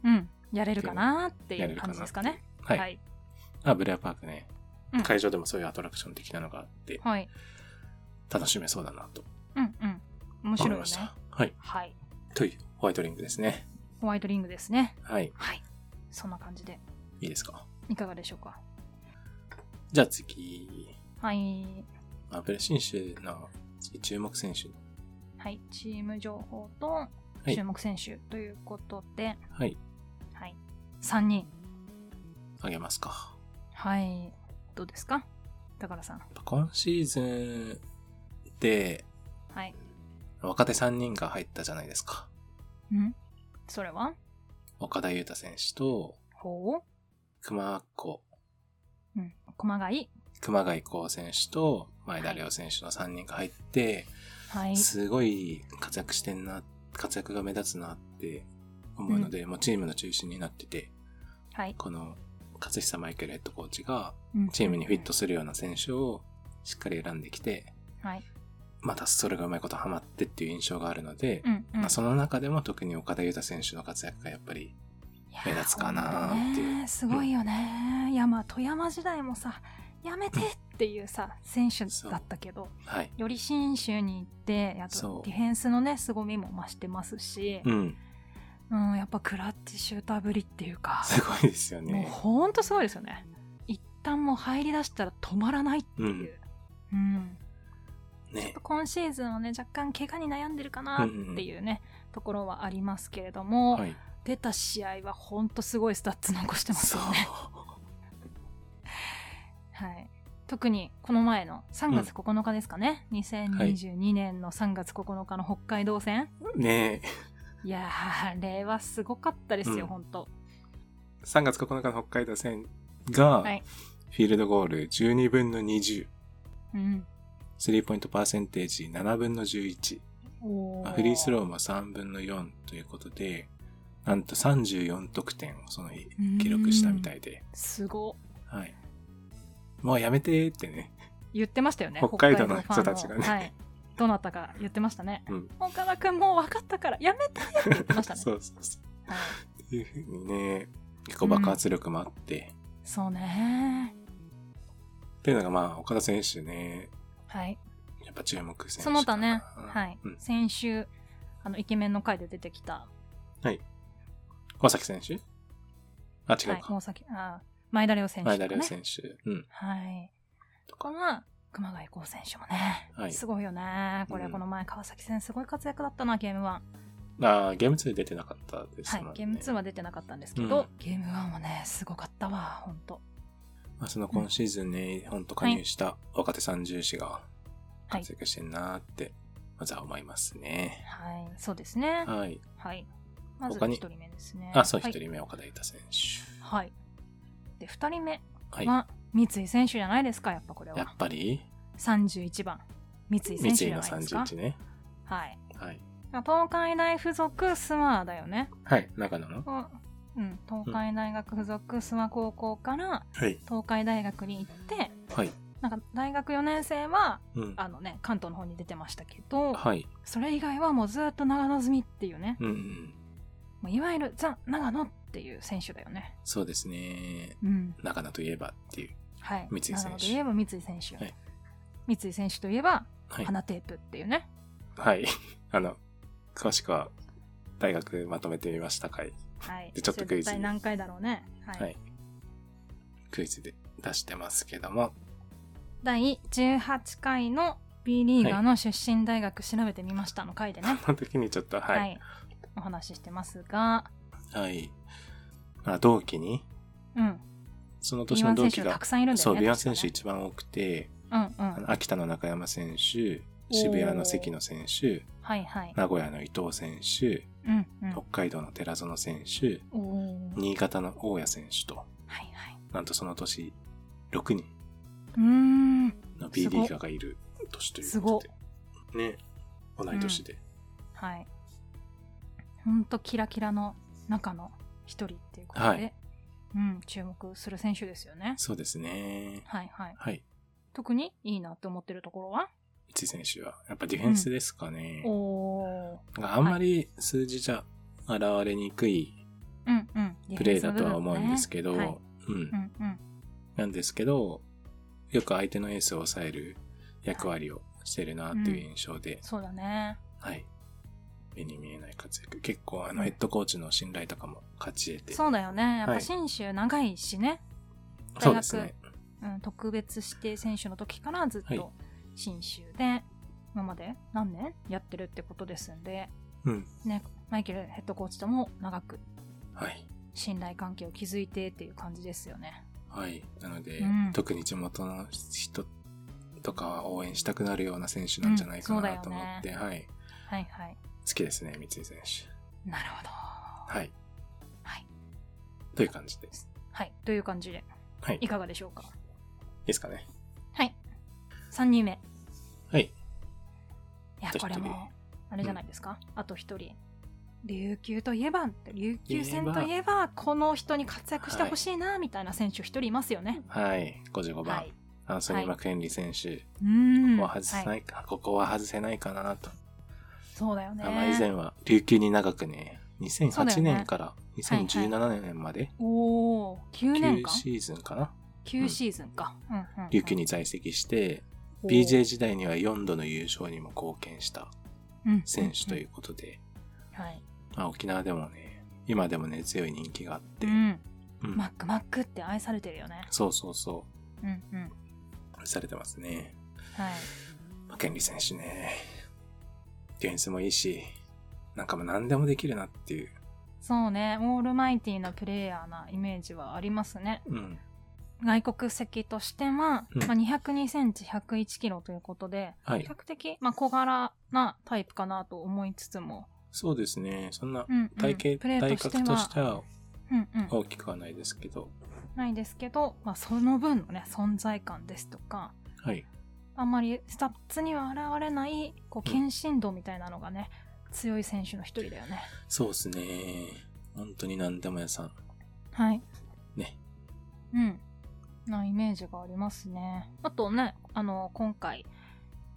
Speaker 2: うん。やれるかなってい
Speaker 1: やれ
Speaker 2: う
Speaker 1: るか
Speaker 2: 感
Speaker 1: な。
Speaker 2: じですかね。
Speaker 1: はい。
Speaker 2: はい。
Speaker 1: あ、ブレアパークね、
Speaker 2: うん
Speaker 1: 会場でもそういうアトラクション的なのがあって、
Speaker 2: はい。
Speaker 1: 楽しめそうだなと
Speaker 2: うんうん。面
Speaker 1: 思
Speaker 2: 白
Speaker 1: い
Speaker 2: いよ
Speaker 1: ま
Speaker 2: ね
Speaker 1: し。た。はい。
Speaker 2: はい。
Speaker 1: というホワイトリングですね。
Speaker 2: ホワイトリングですね。
Speaker 1: はい。
Speaker 2: はい。そんな感じで、
Speaker 1: いいですか。
Speaker 2: いかがでしょうか。
Speaker 1: じゃあ次、
Speaker 2: はい。
Speaker 1: アプレ新州の次注目選手の
Speaker 2: はい。チーム情報と
Speaker 1: い
Speaker 2: 注目選手ということで、
Speaker 1: はい、
Speaker 2: はい。3人。
Speaker 1: あげますか。
Speaker 2: はい。どうですか高田さん。
Speaker 1: 今シーズンで
Speaker 2: はい。
Speaker 1: 若手3人が入ったじゃないですか。
Speaker 2: んそれは
Speaker 1: 岡田優太選手と
Speaker 2: ほ
Speaker 1: 熊子、
Speaker 2: う。うん。熊谷。
Speaker 1: 熊谷光選手と前田亮選手の3人が入って、
Speaker 2: はい。
Speaker 1: すごい活躍してんな、活躍が目立つなって思うので、もうチームの中心になってて、
Speaker 2: はい。
Speaker 1: この勝久マイケルヘッドコーチが
Speaker 2: うん
Speaker 1: チームにフィットするような選手をしっかり選んできて、
Speaker 2: はい。
Speaker 1: またそれがうまいことハマってっていう印象があるので、
Speaker 2: うん、うん。
Speaker 1: まあ、その中でも特に岡田優太選手の活躍がやっぱり、目立つかなーっていう
Speaker 2: いやーほんとねすごいよね。いや、まあ、富山時代もさ、やめてっていうさ、選手だったけど、
Speaker 1: はい。
Speaker 2: より信州に行って、あ
Speaker 1: そ
Speaker 2: と
Speaker 1: う
Speaker 2: ディフェンスのね、凄みも増してますし、
Speaker 1: うん。
Speaker 2: うん、やっぱクラッチシューターぶりっていうか、
Speaker 1: すごいですよ
Speaker 2: もう
Speaker 1: ね。
Speaker 2: ほんとすごいですよね。一旦もう入り出したら止まらないっていう。うん。
Speaker 1: ね。
Speaker 2: 今シーズンはね、若干怪我に悩んでるかなっていうね、ところはありますけれども、
Speaker 1: はい。
Speaker 2: 出た試合はほんとすごいスタッツ残してます
Speaker 1: そう
Speaker 2: よ。ね。はい、特にこの前の3月9日ですかね、2022年の3月9日の北海道戦、
Speaker 1: <laughs> ね
Speaker 2: い、やーあれはすごかったですよ、
Speaker 1: うん
Speaker 2: ほんと
Speaker 1: 3月9日の北海道戦が、
Speaker 2: はい
Speaker 1: フィールドゴール12分の20、
Speaker 2: うん
Speaker 1: スリーポイントパーセンテージ7分の11、
Speaker 2: お
Speaker 1: フリースロ
Speaker 2: ー
Speaker 1: ーも3分の4ということで、なんと34得点をその日記録したみたいで、
Speaker 2: すご
Speaker 1: はい。もうやめてーってね。
Speaker 2: 言ってましたよね
Speaker 1: 北海道の
Speaker 2: 北海道ファ
Speaker 1: 人た
Speaker 2: ン
Speaker 1: ちがね
Speaker 2: はい、どなたか言ってましたね、
Speaker 1: うん
Speaker 2: 岡田君もう分かったからやめてって言ってました
Speaker 1: <laughs>
Speaker 2: ね
Speaker 1: そうそうそう。
Speaker 2: はい、
Speaker 1: っていうふうにね、結構爆発力もあって、
Speaker 2: そうね
Speaker 1: っていうのがまあ、岡田選手ね、
Speaker 2: はい
Speaker 1: やっぱ注目選手
Speaker 2: そ
Speaker 1: かな。
Speaker 2: の他ね、はい
Speaker 1: うん。
Speaker 2: 先週あのイケメンの回で出てきた
Speaker 1: 小崎選手あ、違
Speaker 2: は
Speaker 1: う
Speaker 2: い、
Speaker 1: か。
Speaker 2: 大崎あー前田亮選手
Speaker 1: 前
Speaker 2: と
Speaker 1: 田
Speaker 2: か、
Speaker 1: 亮
Speaker 2: ね、
Speaker 1: 選手。うん。
Speaker 2: はい。とかは、熊谷光選手もね、
Speaker 1: はい
Speaker 2: すごいよね。これ、
Speaker 1: うん
Speaker 2: この前、川崎戦すごい活躍だったな、ゲーム1。
Speaker 1: あーゲーム2出てなかったです
Speaker 2: はい
Speaker 1: もんね。、
Speaker 2: ゲーム2は出てなかったんですけど、
Speaker 1: うん
Speaker 2: ゲーム1はね、すごかったわ、ほんと。
Speaker 1: まあ、その今シーズンね、ほんと加入した若手三重士が
Speaker 2: はい
Speaker 1: 活躍してんなーって、まずは思いますね。
Speaker 2: はい、そうですね。
Speaker 1: はい。
Speaker 2: はい。まず
Speaker 1: 他
Speaker 2: 1
Speaker 1: に
Speaker 2: 人目ですね。
Speaker 1: あ、そう、
Speaker 2: は
Speaker 1: 一
Speaker 2: い
Speaker 1: 人目、岡田優太選手。
Speaker 2: はい。で、2人目
Speaker 1: はい。や
Speaker 2: は、三井選手じゃないですか、やっぱこれは
Speaker 1: っ。ぱり、
Speaker 2: 31番、三井
Speaker 1: 三
Speaker 2: 選手じ
Speaker 1: 井
Speaker 2: ゃ
Speaker 1: の
Speaker 2: ないですか。
Speaker 1: 31ね。
Speaker 2: はい。
Speaker 1: はい。
Speaker 2: 東海大附属スワーだよね。
Speaker 1: はい、長野の
Speaker 2: こううん、東海大学附属諏訪高校から
Speaker 1: はい。
Speaker 2: 東海大学に行って
Speaker 1: はい。
Speaker 2: なんか大学4年生は
Speaker 1: うん。
Speaker 2: あの、ね、関東の方に出てましたけど
Speaker 1: はい。
Speaker 2: それ以外はもうずっと長野住みっていうね
Speaker 1: うんうん。
Speaker 2: もういわゆるザ・長野っていう選手だよね。
Speaker 1: そうですね。
Speaker 2: うん
Speaker 1: 長野といえばっていう。
Speaker 2: はい、
Speaker 1: 三井選手
Speaker 2: 長野といえば三井選手、
Speaker 1: はい
Speaker 2: 三井選手といえば
Speaker 1: はい。
Speaker 2: 花テープっていうね。
Speaker 1: はい。 <laughs> あの、詳しくは、大学まとめてみました回。
Speaker 2: はい、
Speaker 1: でちょっとクイズ
Speaker 2: それ絶対何回だろうね。はい
Speaker 1: はい。クイズで出してますけども。
Speaker 2: 第18回の B B リーガーの出身大学調べてみましたの回でね、
Speaker 1: その時にちょっと、
Speaker 2: は
Speaker 1: <laughs>
Speaker 2: い、
Speaker 1: はい。
Speaker 2: お話ししてますが、
Speaker 1: はい。まあ、同期に、
Speaker 2: うん、
Speaker 1: その年の
Speaker 2: B1
Speaker 1: 同
Speaker 2: 選
Speaker 1: 期
Speaker 2: 手た
Speaker 1: が
Speaker 2: く、さんいるんだ
Speaker 1: そ
Speaker 2: よ
Speaker 1: う、
Speaker 2: ね。
Speaker 1: ビア
Speaker 2: 確か
Speaker 1: 選
Speaker 2: ね
Speaker 1: 手一番多くて、
Speaker 2: うん
Speaker 1: あ
Speaker 2: うん。
Speaker 1: の秋田の中山選手、渋谷の関野選手、
Speaker 2: はいはい。
Speaker 1: 名古屋の伊藤選手、
Speaker 2: うんうん。
Speaker 1: 北海道の寺園選手、
Speaker 2: おおー。
Speaker 1: 新潟の大谷選手と、
Speaker 2: はいはい。
Speaker 1: なんとその年、6人
Speaker 2: うーん。
Speaker 1: の B
Speaker 2: す
Speaker 1: リ
Speaker 2: ご
Speaker 1: ーガーがいる年ということで。ね。同い年で。
Speaker 2: はい。ほんとキラキラの中の一人っていうことで、
Speaker 1: はい
Speaker 2: うん、注目する選手ですよね。
Speaker 1: そうですね。
Speaker 2: はいはい。
Speaker 1: はい。
Speaker 2: 特にいいなって思ってるところは
Speaker 1: 一井選手は、やっぱディフェンスですかね。
Speaker 2: おお
Speaker 1: あんまり数字じゃ現れにくい
Speaker 2: ー。うんうん。
Speaker 1: プレーだとは思うんですけど、
Speaker 2: ディフェンス
Speaker 1: うん
Speaker 2: の部。分ねはい、
Speaker 1: なんですけど、よく相手のエースを抑える役割をしてるなっていう印象で
Speaker 2: うんうん。、そうだね。
Speaker 1: はい。目に見えない活躍。結構、あの、ヘッドコーチの信頼とかも勝ち得て。
Speaker 2: そうだよね。や
Speaker 1: は
Speaker 2: っぱ
Speaker 1: い
Speaker 2: 信州長いしね。
Speaker 1: そうですね。
Speaker 2: うん、特別指定選手の時からずっ
Speaker 1: はい
Speaker 2: と信州で今まで何年やってるってことですんで、
Speaker 1: うん。
Speaker 2: ね、マイケルヘッドコーチとも長く
Speaker 1: はい。
Speaker 2: 信頼関係を築いてっていう感じですよね。
Speaker 1: はい。なので、
Speaker 2: うん
Speaker 1: 特に地元の人とかは応援したくなるような選手なんじゃないかな
Speaker 2: うん
Speaker 1: と
Speaker 2: そうだ
Speaker 1: 思
Speaker 2: よね
Speaker 1: って、はい。
Speaker 2: はいはい。
Speaker 1: 好きですね、三井選手。
Speaker 2: なるほど。
Speaker 1: はい。
Speaker 2: はい。
Speaker 1: という感じです。
Speaker 2: はい。という感じで、
Speaker 1: はい。い
Speaker 2: い
Speaker 1: い
Speaker 2: かがでしょうか
Speaker 1: ですかね。
Speaker 2: はい。3人目。
Speaker 1: はい。
Speaker 2: いや
Speaker 1: あと、一
Speaker 2: これ
Speaker 1: 人
Speaker 2: も、あれじゃないですか、あと1人。琉球といえばって、琉球戦といえば、この人に活躍してほしいな、みたいな選手1人いますよね。
Speaker 1: はい。55番、
Speaker 2: はい。
Speaker 1: アンソニ
Speaker 2: はい
Speaker 1: ー・マクヘンリー選手。
Speaker 2: うーん。
Speaker 1: ここは外せない
Speaker 2: はい。
Speaker 1: か、ここは外せないかなと。
Speaker 2: そうだよね。
Speaker 1: あまあ以前は琉球に長くね、
Speaker 2: そうだよ
Speaker 1: 2008
Speaker 2: ね
Speaker 1: 年から2017年まで、
Speaker 2: おお、9年
Speaker 1: 9
Speaker 2: 間
Speaker 1: シーズンかな、
Speaker 2: ?9 シーズンか。うんうんうん
Speaker 1: 琉球に在籍して、
Speaker 2: おー。
Speaker 1: BJ 時代には4度の優勝にも貢献した選手といううことで、
Speaker 2: んうんはい。
Speaker 1: まあ、沖縄でもね、今でもね、強い人気があって、
Speaker 2: うん。
Speaker 1: うん
Speaker 2: マックマックって愛されてるよね。
Speaker 1: そうそうそ
Speaker 2: うんうん。
Speaker 1: う、されてますね。
Speaker 2: はい。
Speaker 1: まあ、権利選手ね、ディフェンスもいいし、なんかもう何でもできるなっていう、
Speaker 2: そうね、オールマイティなプレイヤーなイメージはありますね。
Speaker 1: うん、
Speaker 2: 外国籍としては、まあ、
Speaker 1: うん
Speaker 2: 202センチ101キロということで、
Speaker 1: はい
Speaker 2: 比較的、まあ、小柄なタイプかなと思いつつも、
Speaker 1: そうですね、そんな
Speaker 2: うんうん
Speaker 1: 体
Speaker 2: プ
Speaker 1: 型、
Speaker 2: レー
Speaker 1: 体
Speaker 2: として
Speaker 1: 格として
Speaker 2: は、
Speaker 1: は
Speaker 2: うんうん、
Speaker 1: 大きくはないですけど、
Speaker 2: ないですけど、まあ、その分のね、存在感ですとか、
Speaker 1: はい、
Speaker 2: あんまりスタッツには現れない、こう、
Speaker 1: うん
Speaker 2: 献身度みたいなのがね、強い選手の一人だよね。
Speaker 1: そうですね、本当に何でも屋さん、
Speaker 2: はい。
Speaker 1: ね、
Speaker 2: うん。なイメージがありますね。あとね、あの、今回、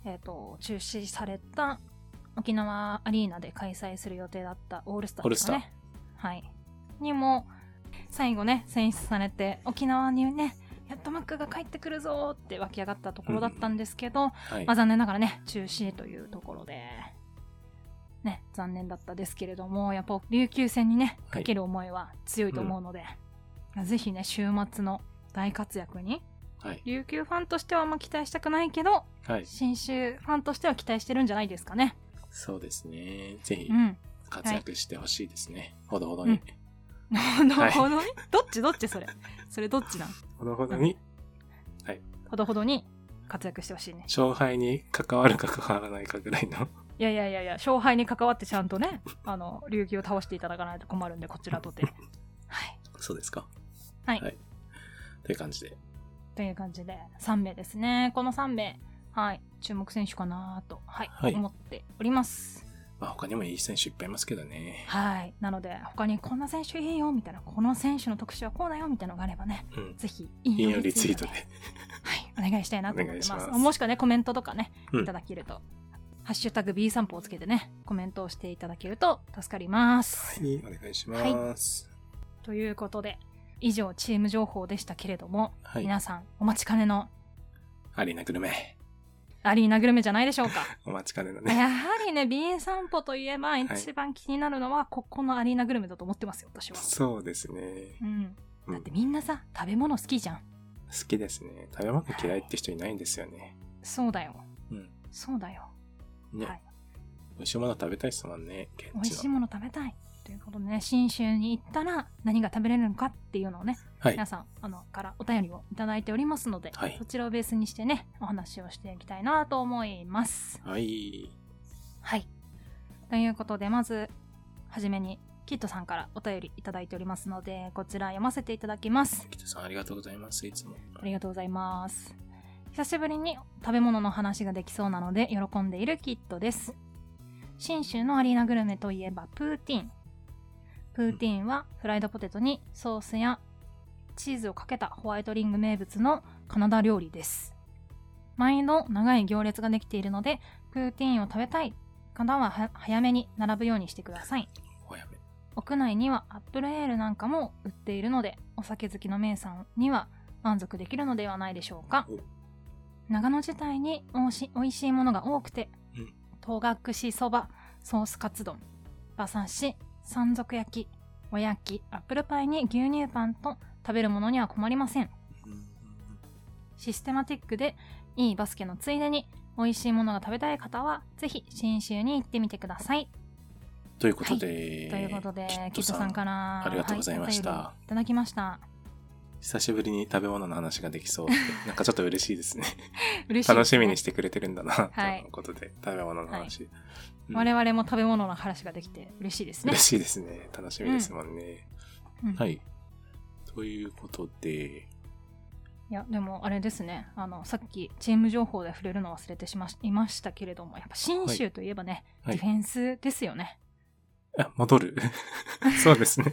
Speaker 2: えっ、と、中止された沖縄アリーナで開催する予定だったオールスターですか
Speaker 1: オール
Speaker 2: ね。はい。にも、最後ね、選出されて、沖縄にね、やっとマックが帰ってくるぞーって湧き上がったところだったんですけど、
Speaker 1: はい
Speaker 2: まあ、、残念ながらね、中止というところで、ね、残念だったですけれども、やっぱ琉球戦にね、
Speaker 1: は
Speaker 2: か
Speaker 1: い
Speaker 2: ける思いは強いと思うので、ぜひね、週末の大活躍に、
Speaker 1: はい、
Speaker 2: 琉球ファンとしてはあんま期待したくないけど、
Speaker 1: はい、
Speaker 2: 新州ファンとしては期待してるんじゃないですかね。
Speaker 1: そうですね、ぜひ
Speaker 2: うん。
Speaker 1: 活躍してほしいですね、ほどほどに、
Speaker 2: うんほど
Speaker 1: はい
Speaker 2: ほどに、 <laughs> どっちどっちそれ。それどっちなん
Speaker 1: ほどほどに、
Speaker 2: ほどほどに活躍してほしいね。
Speaker 1: 勝敗に関わるか関わらないかぐらいの、
Speaker 2: いやいやいやいや、勝敗に関わってちゃんとね、あの、琉球を倒していただかないと困るんで、こちら
Speaker 1: <laughs>
Speaker 2: とて。はい。
Speaker 1: そうですか、
Speaker 2: はい
Speaker 1: という感じで、
Speaker 2: という感じで3名ですねこの3名はい注目選手かなと、はい
Speaker 1: はい
Speaker 2: 思っております
Speaker 1: まあ、他にもいい選手いっぱいいますけどね、
Speaker 2: はいなので他にこんな選手いいよみたいなこの選手の特集はこうだよみたいなのがあればね
Speaker 1: うん、
Speaker 2: ぜひ引
Speaker 1: 引用リツイートで、
Speaker 2: はいお願いしたいなと思っ
Speaker 1: お願
Speaker 2: てま
Speaker 1: い
Speaker 2: す
Speaker 1: します
Speaker 2: もしくはねコメントとかね
Speaker 1: うん
Speaker 2: いただけると、ハッシュタグ B 散歩をつけてねコメントをしていただけると助かります、
Speaker 1: はい、お願いします。
Speaker 2: ということで以上チーム情報でしたけれども、
Speaker 1: はい、
Speaker 2: 皆さんお待ちかねの
Speaker 1: アリーナグルメ、
Speaker 2: アリーナグルメじゃないでしょうか
Speaker 1: お待ちかねの <laughs> ね、
Speaker 2: やはりね、BA 散歩といえば、一番気になるのは、ここのアリーナグルメだと思ってますよ、私は。
Speaker 1: そうですね、
Speaker 2: うん。
Speaker 1: うん
Speaker 2: だってみんなさ、食べ物好きじゃん。
Speaker 1: 好きですね、食べ物嫌いって人いないんですよね。
Speaker 2: そうだよ。
Speaker 1: うん、
Speaker 2: そうだよ。
Speaker 1: ね、
Speaker 2: はい
Speaker 1: 美味しいもの食べたいっすもんね、現
Speaker 2: 美味し
Speaker 1: 地
Speaker 2: い
Speaker 1: の。
Speaker 2: もの食べたいということでね、信州に行ったら何が食べれるのかっていうのをね、
Speaker 1: はい
Speaker 2: 皆。さんあのからお便りをいただいておりますので、
Speaker 1: はい
Speaker 2: そちらをベースにしてね、お話をしていきたいなと思います。
Speaker 1: はい。
Speaker 2: はい。ということで、まず、はじめに、キットさんからお便りいただいておりますので、こちら読ませていただきます。
Speaker 1: キトさん、ありがとうございます、いつも。
Speaker 2: ありがとうございます。久しぶりに食べ物の話ができそうなので、喜んでいるキットです。信州のアリーナグルメといえば、プーティン。プーティンは、フライドポテトにソースやチーズをかけたホワイトリング名物のカナダ料理です。毎度長い行列ができているので、プーティンを食べたい方はは早めに並ぶようにしてください。
Speaker 1: おやめ。
Speaker 2: 屋内にはアップルエールなんかも売っているのでお酒好きのメイさんには満足できるのではないでしょうか
Speaker 1: お
Speaker 2: 長野自体においしおいしいものが多くて
Speaker 1: うん
Speaker 2: 唐辛子そばソースカツ丼馬刺し山賊焼きおやきアップルパイに牛乳パンと食べるものには困りませんシステマティックでいいバスケのついでに美味しいものが食べたい方はぜひ信州に行ってみてください
Speaker 1: ということで、
Speaker 2: ということで、キ
Speaker 1: キ
Speaker 2: ッ
Speaker 1: ッ
Speaker 2: ト
Speaker 1: ト
Speaker 2: さ
Speaker 1: さん
Speaker 2: んか
Speaker 1: から
Speaker 2: ら
Speaker 1: ありがとうございました
Speaker 2: はお便りいただきました。
Speaker 1: 久しぶりに食べ物の話ができ
Speaker 2: <laughs>
Speaker 1: そうで、なんかちょっと嬉しいですね。
Speaker 2: 嬉しいですね
Speaker 1: 楽しみにしてくれてるんだな、
Speaker 2: はい
Speaker 1: ということで、食べ物の話。うん
Speaker 2: 我々も食べ物の話ができて嬉しいですね
Speaker 1: 嬉。しいですね。楽しみですもんね。
Speaker 2: うん
Speaker 1: はい。ということで、
Speaker 2: いやでもあれですねあのさっきチーム情報で触れるの忘れてしましいましたけれどもやっぱ信州といえばね、
Speaker 1: はい
Speaker 2: ディフェンスです
Speaker 1: <laughs>
Speaker 2: よね。
Speaker 1: あ、戻
Speaker 2: <laughs>
Speaker 1: る。そうですね。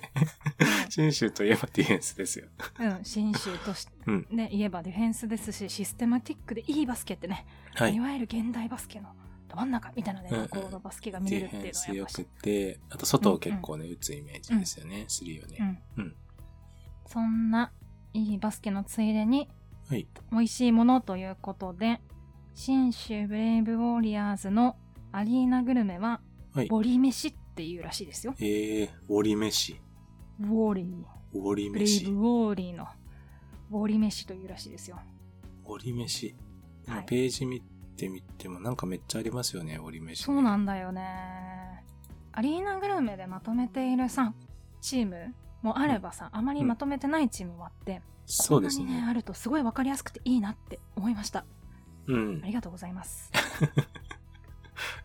Speaker 1: 信州といえばディフェンスですよ。
Speaker 2: うん、信州とし、
Speaker 1: うん
Speaker 2: ね言えばディフェンスですしシステマティックでいいバスケってね、、
Speaker 1: はいい。
Speaker 2: わゆる現代バスケのど真ん中みたいなね、
Speaker 1: うんうん
Speaker 2: 高度バスケが見れ
Speaker 1: デ
Speaker 2: るっ
Speaker 1: ィ
Speaker 2: て
Speaker 1: フ
Speaker 2: い
Speaker 1: ェ
Speaker 2: うのは
Speaker 1: ンス
Speaker 2: や
Speaker 1: 良
Speaker 2: っぱし
Speaker 1: くて、あと外を結構ね、打つイメージですよね。スリーを
Speaker 2: う
Speaker 1: ね。
Speaker 2: ん
Speaker 1: うん。
Speaker 2: そんないいバスケのついでに
Speaker 1: はい。
Speaker 2: 美味しいものということで信州ブレイブウォリアーズのアリーナグルメは
Speaker 1: はい
Speaker 2: ボリ飯っていうらしいですよ
Speaker 1: えー、ウォリ飯。
Speaker 2: ウォーリー
Speaker 1: ウォリ
Speaker 2: ブレイ
Speaker 1: 飯。
Speaker 2: ブ
Speaker 1: ウ
Speaker 2: ウォーリーのウォーリ飯というらしいですよ
Speaker 1: ォリ飯。今
Speaker 2: はい
Speaker 1: ページ見てみても、なんかめっちゃありますよね、ウォリ飯。
Speaker 2: そうなんんだよねアリーナグルメでまとめているさチームもあればさ、あまりまとめてないチームもあって、
Speaker 1: そうです
Speaker 2: こんなにね
Speaker 1: ね。
Speaker 2: あるとすごい分かりやすくていいなって思いました
Speaker 1: うん
Speaker 2: あ。りがとうございます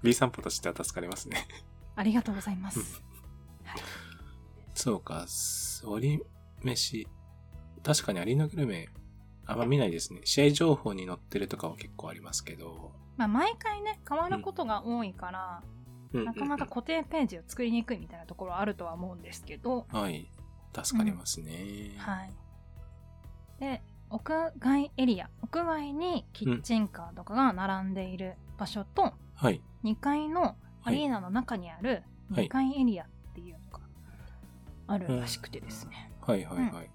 Speaker 1: B 散歩としては助かりますね。
Speaker 2: ありがとうございます、
Speaker 1: そうか、す折り飯。確かにアリーナグルメ、あんま見ないですね。試合情報に載ってるとかは結構ありますけど。
Speaker 2: まあ、毎回ね変わることが多いから、
Speaker 1: うん
Speaker 2: なかなか固定ページを作りにくいみたいなところはあるとは思うんですけど、
Speaker 1: はい。助かりますね。
Speaker 2: はいで屋外エリア屋外にキッチンカーとかが並んでいる場所と、
Speaker 1: はい。
Speaker 2: 2階のア
Speaker 1: は
Speaker 2: リー
Speaker 1: い。
Speaker 2: ナの中にある
Speaker 1: はい
Speaker 2: 2階エリアっていうのがあるらしくてですね、
Speaker 1: はいはいはい。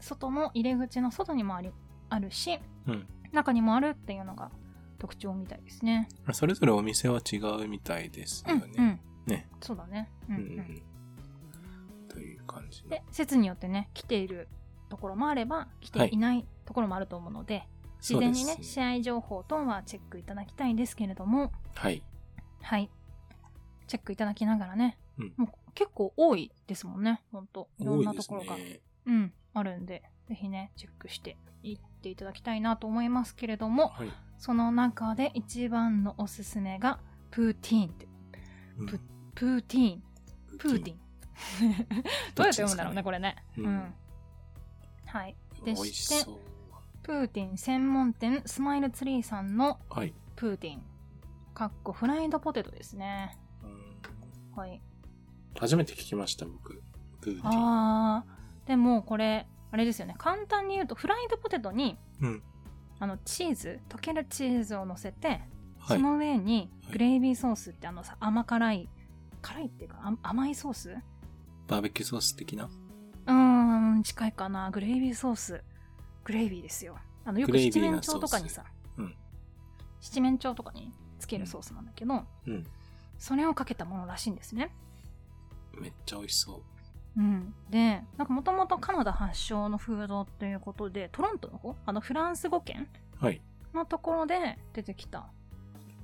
Speaker 2: 外の入り口の外にもありあるし
Speaker 1: うん。
Speaker 2: 中にもあるっていうのが特徴みたいですね。
Speaker 1: それぞれお店は違うみたいです
Speaker 2: う
Speaker 1: よ
Speaker 2: ん
Speaker 1: ね。
Speaker 2: うん、
Speaker 1: ね
Speaker 2: そうだね、うん
Speaker 1: う
Speaker 2: うん
Speaker 1: うんん。という感じの
Speaker 2: で。説によってね来ているところもあれば来ていないところもあると思うので、事前にね
Speaker 1: そうです
Speaker 2: 試合情報等はチェックいただきたいんですけれども
Speaker 1: はい。
Speaker 2: はいチェックいただきながらね、
Speaker 1: うん
Speaker 2: もう結構多いですもんねほんといろ
Speaker 1: 多
Speaker 2: ん
Speaker 1: い
Speaker 2: な
Speaker 1: で
Speaker 2: と
Speaker 1: す
Speaker 2: ころが、
Speaker 1: ね。
Speaker 2: うん、あるんでぜひねチェックしていっていただきたいなと思いますけれども
Speaker 1: はい。
Speaker 2: その中で一番のおすすめがプーティーンって
Speaker 1: うん
Speaker 2: プーティーンプーティーン <laughs> どうやって読むんだろうねこれね
Speaker 1: うん
Speaker 2: うん、はい
Speaker 1: 美
Speaker 2: で
Speaker 1: 味しそう。
Speaker 2: プーティン専門店スマイルツリーさんの
Speaker 1: はい。
Speaker 2: プーティンかっこフライドポテトですね
Speaker 1: うん
Speaker 2: はい
Speaker 1: 初めて聞きました、僕。プーティー。
Speaker 2: あーでもこれあれですよね簡単に言うとフライドポテトに
Speaker 1: うん。
Speaker 2: あのチーズ溶けるチーズを乗せて、
Speaker 1: はい
Speaker 2: そ。の上に
Speaker 1: はい
Speaker 2: グレイビーソースってあのさ甘辛い辛いっていうかあ甘いソース
Speaker 1: バーベキューソース的な
Speaker 2: うーん近いかなグレイビーソースグレイビーですよあのよ
Speaker 1: グ
Speaker 2: く
Speaker 1: レイビー
Speaker 2: 七面
Speaker 1: なソ
Speaker 2: 鳥
Speaker 1: ース
Speaker 2: とかにさ、
Speaker 1: うん
Speaker 2: 七面鳥とかにつけるソースなんだけど、
Speaker 1: うん。
Speaker 2: それをかけたものらしいんですね。
Speaker 1: めっちゃ美味しそう。
Speaker 2: うん、でなんかもともとカナダ発祥のフードということでトロントの方あのフランス語圏
Speaker 1: はい。
Speaker 2: のところで出てきた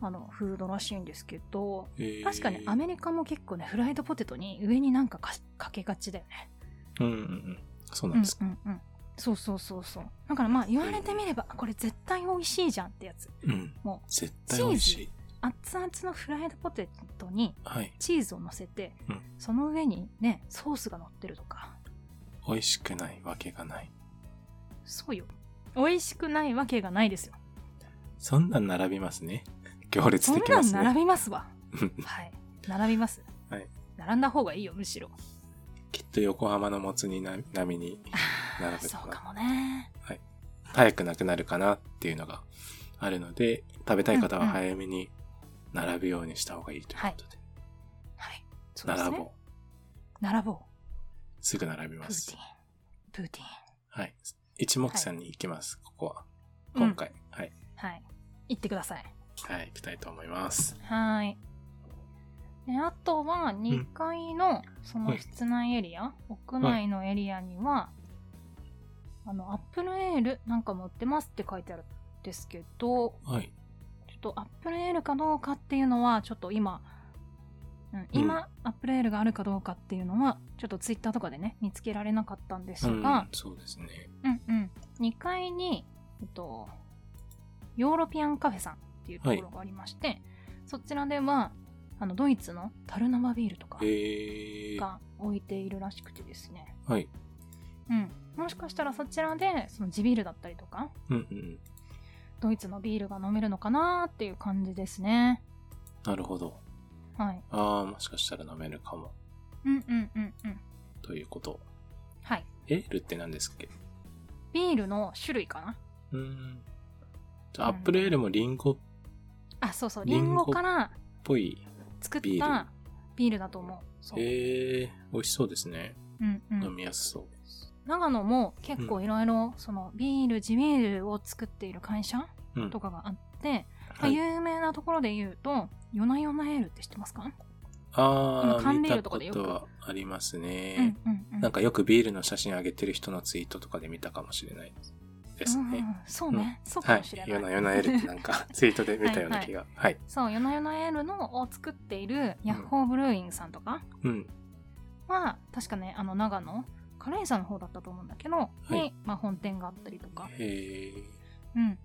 Speaker 2: あのフードらしいんですけど
Speaker 1: えー
Speaker 2: 確かにアメリカも結構ねフライドポテトに上になんかかかけがちだよね
Speaker 1: うんうんうん。そう
Speaker 2: う
Speaker 1: なんんです。
Speaker 2: うんうんそうそうそうそうだからまあ言われてみればあこれ絶対美味しいじゃんってやつ
Speaker 1: うん。
Speaker 2: もう
Speaker 1: 絶対美味しい。
Speaker 2: 熱々のフライドポテトに
Speaker 1: はい。
Speaker 2: チーズを乗せて、
Speaker 1: うん
Speaker 2: その上にねソースが乗ってるとか
Speaker 1: 美味しくないわけがない。
Speaker 2: そうよ美味しくないわけがないですよ
Speaker 1: そんなん並びますね。 <laughs> 行列
Speaker 2: そん
Speaker 1: でき
Speaker 2: な
Speaker 1: ま
Speaker 2: ん
Speaker 1: す
Speaker 2: 並
Speaker 1: ね。
Speaker 2: びますわはい並びます、
Speaker 1: はい
Speaker 2: 並んだ方がいいよむしろ
Speaker 1: きっと横浜のもつ煮な並みに並
Speaker 2: あ
Speaker 1: べた
Speaker 2: ー <laughs> そう
Speaker 1: ら
Speaker 2: かもね
Speaker 1: 早くなくなるかなっていうのがあるので、食べたい方は早めに並ぶようにした方がいいということで。
Speaker 2: はいそうですね
Speaker 1: 並ぼう。
Speaker 2: 並ぼう
Speaker 1: すぐ並び
Speaker 2: プ
Speaker 1: ま
Speaker 2: ー
Speaker 1: す
Speaker 2: ティ。ンプーティン
Speaker 1: はい。一目散に行きます、ここは。
Speaker 2: うん
Speaker 1: 今回。はい。
Speaker 2: はい行ってください
Speaker 1: はい、行きたいと思います。
Speaker 2: はい。であとは2階のその室内エリア、屋内のエリアには、あのアップルエールなんかも売ってますって書いてあるんですけど、
Speaker 1: はい。
Speaker 2: ちょっとアップルエールかどうかっていうのはちょっと今、うん、今アップルエールがあるかどうかっていうのはちょっとツイッターとかでね見つけられなかったんです
Speaker 1: うん
Speaker 2: が、、
Speaker 1: そうですね。
Speaker 2: うん、うん2階に、えっと、ヨーロピアンカフェさんっていうところがありまして、そちらではあのドイツの樽生ビールとか
Speaker 1: えー。
Speaker 2: が置いているらしくてですね、
Speaker 1: はい。
Speaker 2: うん、もしかしたらそちらでその地ビールだったりとか
Speaker 1: うんうん。
Speaker 2: ドイツのビールが飲めるのかなっていう感じですね
Speaker 1: なるほど。
Speaker 2: はい
Speaker 1: ああ、もしかしたら飲めるかも。
Speaker 2: うんうんうんうん
Speaker 1: ということ。
Speaker 2: はい
Speaker 1: エールって何ですっけ
Speaker 2: ビールの種類かな
Speaker 1: うーん。じゃあ、アップルエールもリンゴっ
Speaker 2: あそうそう
Speaker 1: リ
Speaker 2: リ
Speaker 1: ン
Speaker 2: ン
Speaker 1: ゴ
Speaker 2: ゴから
Speaker 1: ぽい。
Speaker 2: 作っ
Speaker 1: ビー
Speaker 2: たビールだと思うそう、
Speaker 1: えー、美味しそうですね。
Speaker 2: うんうん、
Speaker 1: 飲みやすそう。
Speaker 2: 長野も結構いろいろそのビール地ビールを作っている会社
Speaker 1: うん。
Speaker 2: とかがあって、まあ
Speaker 1: はい、
Speaker 2: 有名なところで言うと夜な夜なエールって知ってますか、
Speaker 1: あ
Speaker 2: あ
Speaker 1: あ、
Speaker 2: の
Speaker 1: 見
Speaker 2: 缶ビー
Speaker 1: た
Speaker 2: ルとか
Speaker 1: こ
Speaker 2: でよく
Speaker 1: とはあります
Speaker 2: う
Speaker 1: ね
Speaker 2: ん。うんうん
Speaker 1: なんかよくビールの写真上げてる人のツイートとかで見たかもしれないです
Speaker 2: うんうん
Speaker 1: ね。
Speaker 2: そうね、そうか
Speaker 1: は
Speaker 2: も
Speaker 1: い
Speaker 2: しれ。ない、
Speaker 1: ヨナヨナエルってなんかツイートで見たような気が。はい。
Speaker 2: <laughs> そう夜な夜なエールのを作っているヤッホーブルーイングさんとか
Speaker 1: うん。
Speaker 2: は確かねあの長野軽井沢の方だったと思うんだけど、
Speaker 1: い
Speaker 2: に、まあ、本店があったりとか
Speaker 1: へえ。
Speaker 2: うんや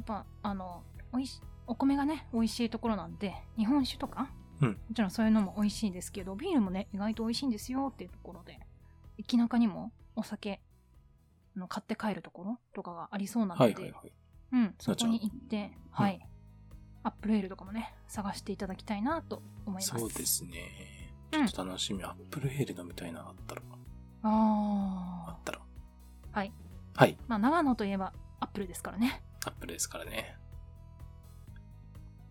Speaker 2: っぱあのおいしお米がね美味しいところなんで日本酒とか、
Speaker 1: うん
Speaker 2: もちろんそういうのも美味しいですけどビールもね意外と美味しいんですよっていうところで駅中にもお酒あの買って帰るところとかがありそうなので、
Speaker 1: はいはいはい。
Speaker 2: うん、
Speaker 1: そ
Speaker 2: そう
Speaker 1: ち
Speaker 2: こ
Speaker 1: ゃん
Speaker 2: に行って、はいアップルエールとかもね探していただきたいなと思います
Speaker 1: そうですね。
Speaker 2: うん
Speaker 1: ちょっと楽しみ。アップルエール飲みたいなあったら。あ
Speaker 2: あ
Speaker 1: ったら。
Speaker 2: はい。
Speaker 1: はい。
Speaker 2: ーまあ長野といえばアップルですからね
Speaker 1: アップルですからね。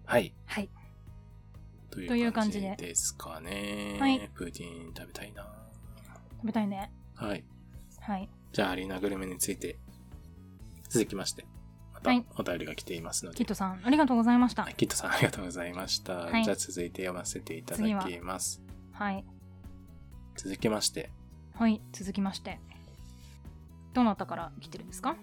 Speaker 1: はい。
Speaker 2: はい
Speaker 1: と
Speaker 2: と
Speaker 1: い
Speaker 2: いうう
Speaker 1: 感
Speaker 2: 感
Speaker 1: じ
Speaker 2: じで
Speaker 1: ですかね。
Speaker 2: はい
Speaker 1: プーティン食べたいな。
Speaker 2: 食べたいね
Speaker 1: はい。
Speaker 2: はい
Speaker 1: じゃあ、アリーナグルメについて、続きまして、また
Speaker 2: はい
Speaker 1: お便りが来ていますので、
Speaker 2: キットさんありがとうございました、
Speaker 1: あキットさんありがとうございました。
Speaker 2: はい
Speaker 1: じゃあ、続いて読ませていただきます。
Speaker 2: はい
Speaker 1: 続きまして、
Speaker 2: はい、続きまして。どなたから来てるんですか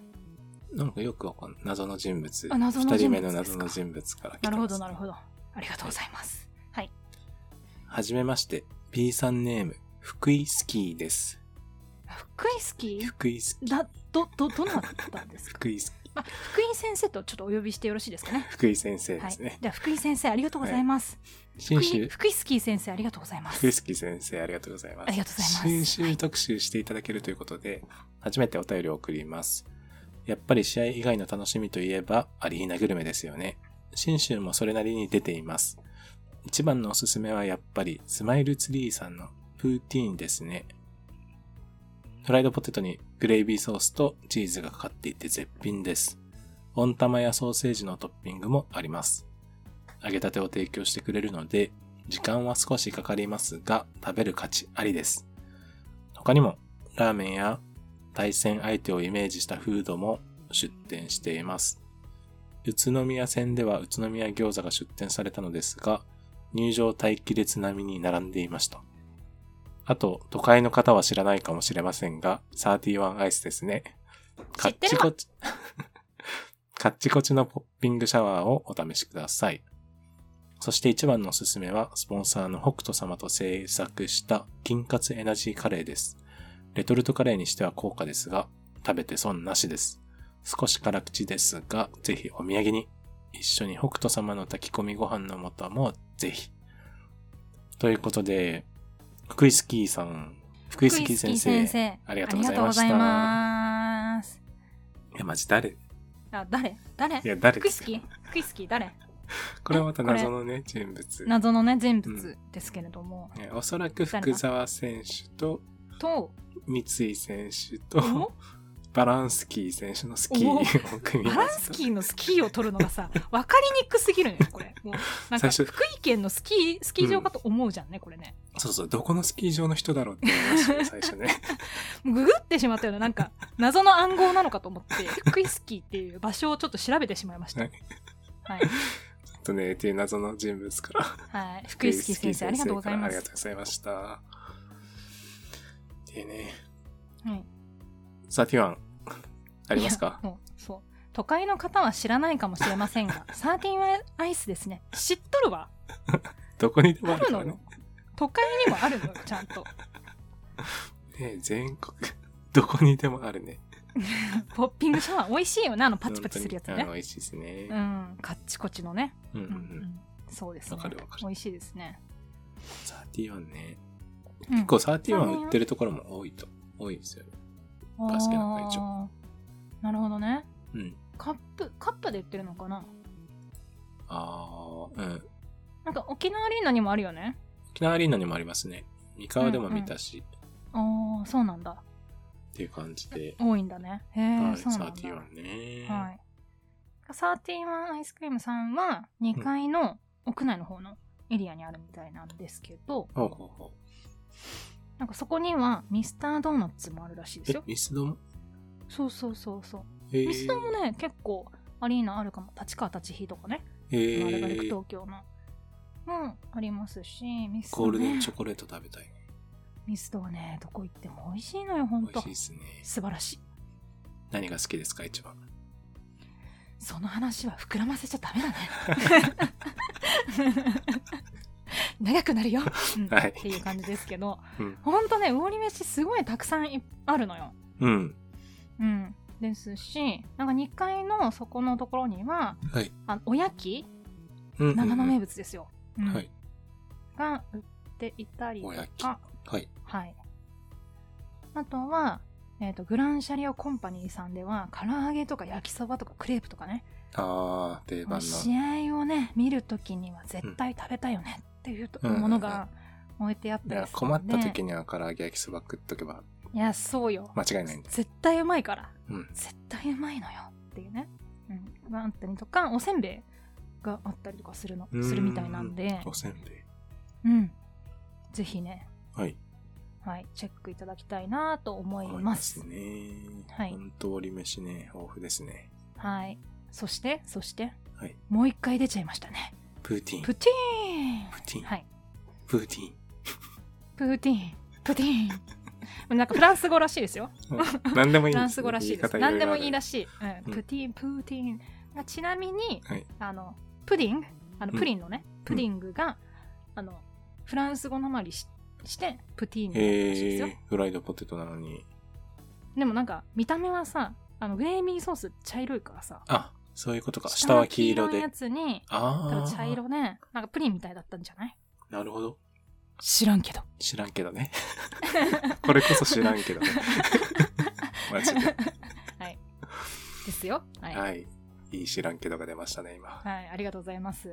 Speaker 1: なんかよくわかんない。謎の人物。
Speaker 2: あ謎の人
Speaker 1: 二
Speaker 2: 物
Speaker 1: 人目の
Speaker 2: ですか
Speaker 1: 謎の人物から来てます。
Speaker 2: なるほど、なるほど。ありがとうございます。はい。
Speaker 1: はじめまして、B さんネーム、福井スキーです。
Speaker 2: 福井スキ
Speaker 1: 福井ス
Speaker 2: ーだ、ど、ど、どなたですか
Speaker 1: 福井スキー、
Speaker 2: まあ、 <laughs> 福井先生とちょっとお呼びしてよろしいですかね。
Speaker 1: 福井先生
Speaker 2: は
Speaker 1: で
Speaker 2: い。
Speaker 1: す
Speaker 2: じ
Speaker 1: ね。
Speaker 2: ゃあ、福井先生、ありがとうございます。
Speaker 1: 新
Speaker 2: 福井、
Speaker 1: 州、
Speaker 2: 福井スキー先生、ありがとうございます。
Speaker 1: 福井スキー先生、ありがとうございます。
Speaker 2: ありがとうございます
Speaker 1: 新州特集していただけるということで、初めてお便りを送ります。やっぱり試合以外の楽しみといえば、アリーナグルメですよね。新州もそれなりに出ています。一番のおすすめはやっぱり、スマイルツリーさんのプーティーンですね。フライドポテトにグレイビーソースとチーズがかかっていて絶品です。温玉やソーセージのトッピングもあります。揚げたてを提供してくれるので、時間は少しかかりますが、食べる価値ありです。他にも、ラーメンや対戦相手をイメージしたフードも出店しています。宇都宮線では宇都宮餃子が出店されたのですが、入場待機列並みに並んでいました。あと、都会の方は知らないかもしれませんが、31アイスですね。
Speaker 2: 知ってるわ
Speaker 1: <laughs> カッチコチカッチコチのポッピングシャワーをお試しください。そして一番のおすすめは、スポンサーの北斗様と制作した金カツエナジーカレーです。レトルトカレーにしては高価ですが、食べて損なしです。少し辛口ですが、ぜひお土産に。一緒に北斗様の炊き込みご飯の素もぜひ。ということで、福井スキーさん、福井スキー先生、ありがとうございました
Speaker 2: ありがとうございます
Speaker 1: いや、マジ誰い
Speaker 2: あ誰誰
Speaker 1: や、誰
Speaker 2: ク
Speaker 1: で
Speaker 2: イ
Speaker 1: す
Speaker 2: ス
Speaker 1: か
Speaker 2: キークイスキー誰
Speaker 1: これはまた
Speaker 2: えこれ
Speaker 1: 謎のね、人物。
Speaker 2: 謎のね人
Speaker 1: う
Speaker 2: 物ですけれども、
Speaker 1: ねおそらく福沢選手と
Speaker 2: と
Speaker 1: 三井選手
Speaker 2: お
Speaker 1: とバランスキー選手のスキーを組み
Speaker 2: バ
Speaker 1: 合わ
Speaker 2: ラン
Speaker 1: せ
Speaker 2: ス
Speaker 1: た。
Speaker 2: キーのスキーを取るの
Speaker 1: <laughs>
Speaker 2: がさ分かりにくすぎるねこれもうなんか
Speaker 1: 最初
Speaker 2: 福井県のスキースキー場かと思うじゃんね、これね
Speaker 1: そうそう、どこのスキー場の人だろうって思いましたね、最初ね。 <laughs>
Speaker 2: もうググってしまったようななんか謎の暗号なのかと思って福井スキーっていう場所をちょっと調べてしまいました
Speaker 1: は
Speaker 2: は
Speaker 1: い、
Speaker 2: いはい
Speaker 1: ちょっとね、っていう謎の人物から。
Speaker 2: 福井スキー先生ありがとうございま
Speaker 1: ありが
Speaker 2: す
Speaker 1: とうございました。でね、
Speaker 2: はい
Speaker 1: サティワン、ありますか
Speaker 2: いやもうそう都会の方は知らないかもしれませ
Speaker 1: <laughs>
Speaker 2: んがサーティンアイスですね知っとるわ
Speaker 1: どこにでも
Speaker 2: あ
Speaker 1: ある
Speaker 2: る
Speaker 1: から
Speaker 2: の
Speaker 1: ね
Speaker 2: よ。都会にもあるのよちゃんと
Speaker 1: ね全国、 <laughs> どこにでもあるね。
Speaker 2: ポッピングシャワー美味しいよねあのパチパチするやつ
Speaker 1: 本当に
Speaker 2: ね
Speaker 1: うん美味しいですね。
Speaker 2: うんカッチコチのね
Speaker 1: うんう
Speaker 2: うんうんんそうですね
Speaker 1: わかるわかる
Speaker 2: 美味しいですね
Speaker 1: サティワンね。
Speaker 2: うん
Speaker 1: 結構サーティワン売ってるところも多いと。多いですよね。バスケなんか一
Speaker 2: あーなるほどね
Speaker 1: うん。
Speaker 2: カップカップで売ってるのかな
Speaker 1: ああ、うん。
Speaker 2: なんか沖縄アリーナにもあるよね
Speaker 1: 沖縄アリーナにもありますね。三河でも見たし、
Speaker 2: ああそうなんだ
Speaker 1: っていう感じで。
Speaker 2: 多いんだねへ
Speaker 1: は
Speaker 2: え
Speaker 1: い、サ
Speaker 2: そうなんだ
Speaker 1: ーティワンね。
Speaker 2: はい。サーティワンアイスクリームさんは2階の屋内の方のエリアにあるみたいなんですけど、
Speaker 1: ほうほうほう。
Speaker 2: なんかそこにはミスタードーナツもあるらしいです
Speaker 1: え
Speaker 2: よ、。
Speaker 1: ミスドも
Speaker 2: そうそうそうそう。
Speaker 1: えー
Speaker 2: ミスターもね、結構アリーナあるかも。立川立飛とかね、
Speaker 1: え
Speaker 2: マルガレク
Speaker 1: ー
Speaker 2: 東京の。もありますし、ミス
Speaker 1: ゴー
Speaker 2: ド、
Speaker 1: ルデン
Speaker 2: ね
Speaker 1: チ、ョコレート食べたいね。
Speaker 2: ミスドはね、どこ行っても美味しいのよ、ほん
Speaker 1: 美味
Speaker 2: と
Speaker 1: しい。ですね。
Speaker 2: 素晴らしい。
Speaker 1: 何が好きですか、一番。
Speaker 2: その話は膨らませちゃダメだね。
Speaker 1: <laughs>
Speaker 2: 長くなるよ、うん
Speaker 1: はい
Speaker 2: っていう感じですけど、
Speaker 1: うん
Speaker 2: ほんとね魚り飯すごいたくさんいあるのよ。
Speaker 1: うん。
Speaker 2: うん、ですしなんか2階のそこのところには
Speaker 1: はい。
Speaker 2: あおやき
Speaker 1: うんうんうん
Speaker 2: 長野名物ですよ、うん
Speaker 1: はい。
Speaker 2: が売っていたりと
Speaker 1: おやき
Speaker 2: か、
Speaker 1: はい。
Speaker 2: はい、あとは、えー、とグランシャリオコンパニーさんでは唐揚げとか焼きそばとかクレープとかね
Speaker 1: あー、定
Speaker 2: もう
Speaker 1: 番の。
Speaker 2: 試合をね見るときには絶対食べたいよねっていうと
Speaker 1: うんうんうん
Speaker 2: ものが置いてあっ
Speaker 1: い
Speaker 2: たり
Speaker 1: や
Speaker 2: する
Speaker 1: 困った時
Speaker 2: に
Speaker 1: には唐揚げ焼きそば食っとけば
Speaker 2: いやそうよ
Speaker 1: 間違いないんだ。
Speaker 2: 絶対うまいから
Speaker 1: うん。
Speaker 2: 絶対うまいのよっていうね、うん、があったりとかおせんべいがあったりとかするの
Speaker 1: うーん
Speaker 2: するみたいなんで
Speaker 1: おせんべい。
Speaker 2: うんぜひね、
Speaker 1: はい。
Speaker 2: はい、チェックいただきたいなと思い
Speaker 1: あり
Speaker 2: ます
Speaker 1: ますね。
Speaker 2: はい
Speaker 1: 本当折飯ね、豊富ですね。
Speaker 2: はいそしてそして、
Speaker 1: はい
Speaker 2: もう一回出ちゃいましたね
Speaker 1: プーティン。
Speaker 2: プ
Speaker 1: プ
Speaker 2: ティーン
Speaker 1: ーティン。
Speaker 2: はい
Speaker 1: プーティン。
Speaker 2: プーティーンプーティ
Speaker 1: <laughs>
Speaker 2: ーンなんかフランス語らしいですよ
Speaker 1: 何でもいい
Speaker 2: フ
Speaker 1: ん
Speaker 2: ラ
Speaker 1: で
Speaker 2: ン
Speaker 1: す
Speaker 2: ス
Speaker 1: ね
Speaker 2: 語らしいです。
Speaker 1: 言方
Speaker 2: 何でも
Speaker 1: ろろある
Speaker 2: いいらしい。う、
Speaker 1: うんん
Speaker 2: プティーン、プーティーン。あちなみに、
Speaker 1: はい
Speaker 2: あの、プディング、あの
Speaker 1: うん
Speaker 2: プリンのね、
Speaker 1: う
Speaker 2: プ
Speaker 1: ん
Speaker 2: ディングが、あの、フランス語なまりしして、プティーン
Speaker 1: え
Speaker 2: らしいですよ。
Speaker 1: ー、フライドポテトなのに。
Speaker 2: でもなんか、見た目はさ、あの、グレーミーソース茶色いからさ、
Speaker 1: あ、そういうことか。下は黄色
Speaker 2: の
Speaker 1: で。
Speaker 2: やつに、多
Speaker 1: あ
Speaker 2: 分
Speaker 1: あ。
Speaker 2: 茶色で、なんかプリンみたいだったんじゃない
Speaker 1: なるほど。
Speaker 2: 知らんけど。
Speaker 1: 知らんけどね。 <laughs> これこそ知らんけ
Speaker 2: <laughs>
Speaker 1: どね。マジで。
Speaker 2: はい。ですよ。はい。はい
Speaker 1: はい。いい知らんけどが出ましたね、今。
Speaker 2: ありがとうございます。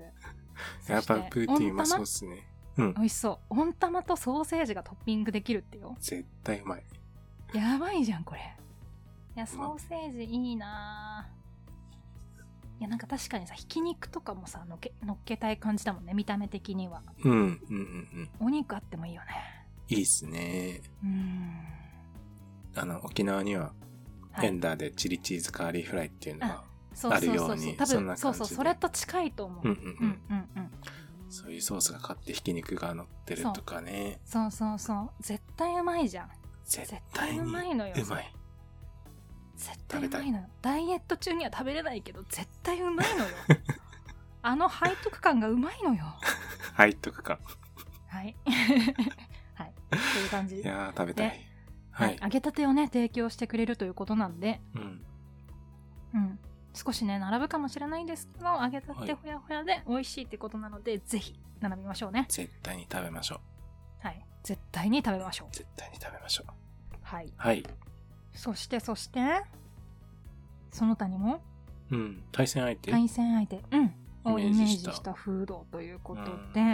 Speaker 1: <laughs> やっぱプーティーうまそう
Speaker 2: 温
Speaker 1: っすね。うん
Speaker 2: 玉。美味しそう。温玉とソーセージがトッピングできるってよ。
Speaker 1: 絶対うまい。
Speaker 2: やばいじゃんこれいやソーセージいいなぁいやなんか確かにさひき肉とかもさのっけのっけたい感じだもんね見た目的には
Speaker 1: うん、うん、うん、うん。
Speaker 2: お肉あってもいいよね
Speaker 1: いいっすね。
Speaker 2: うーん
Speaker 1: あの、沖縄には、
Speaker 2: は
Speaker 1: エ
Speaker 2: い
Speaker 1: ンダーでチリチーズカーリーフライっていうのが、
Speaker 2: そうそうそ
Speaker 1: あ
Speaker 2: う
Speaker 1: る
Speaker 2: そ
Speaker 1: よう
Speaker 2: う
Speaker 1: に
Speaker 2: 多
Speaker 1: そんな
Speaker 2: 分
Speaker 1: 感じ
Speaker 2: そうそう
Speaker 1: で
Speaker 2: それと近いと思
Speaker 1: う
Speaker 2: う、
Speaker 1: んうん
Speaker 2: う
Speaker 1: うんん、
Speaker 2: うんうん
Speaker 1: そういうソースがかかってひき肉が乗ってるとかね。
Speaker 2: そうそうそう絶対うまいじゃん
Speaker 1: 絶対に
Speaker 2: 絶対うまいのよ
Speaker 1: うまい。
Speaker 2: 絶対うまいのよダイエット中には食べれないけど絶対うまい <laughs> のよあの背徳感がうまいのよ
Speaker 1: 背徳感。
Speaker 2: はい <laughs> はいという感じ
Speaker 1: いやー、食べたい。は
Speaker 2: はい
Speaker 1: い、。
Speaker 2: 揚げたてをね提供してくれるということなんで
Speaker 1: うん。
Speaker 2: うん少しね並ぶかもしれないですけど揚げた
Speaker 1: は
Speaker 2: て
Speaker 1: い
Speaker 2: ほやほやで美味しいってことなので、ぜひ並びましょうね
Speaker 1: 絶対に食べましょう。
Speaker 2: はい絶対に食べましょ
Speaker 1: 絶対に食べましょう。
Speaker 2: うはい
Speaker 1: はい。
Speaker 2: そしてそしてその他にも
Speaker 1: うん。対戦相手
Speaker 2: 対戦相手、うん、をイ
Speaker 1: イ
Speaker 2: メ
Speaker 1: メ
Speaker 2: ー
Speaker 1: ー
Speaker 2: ジ
Speaker 1: ジ
Speaker 2: し
Speaker 1: した
Speaker 2: たフードということ
Speaker 1: うん
Speaker 2: で、
Speaker 1: い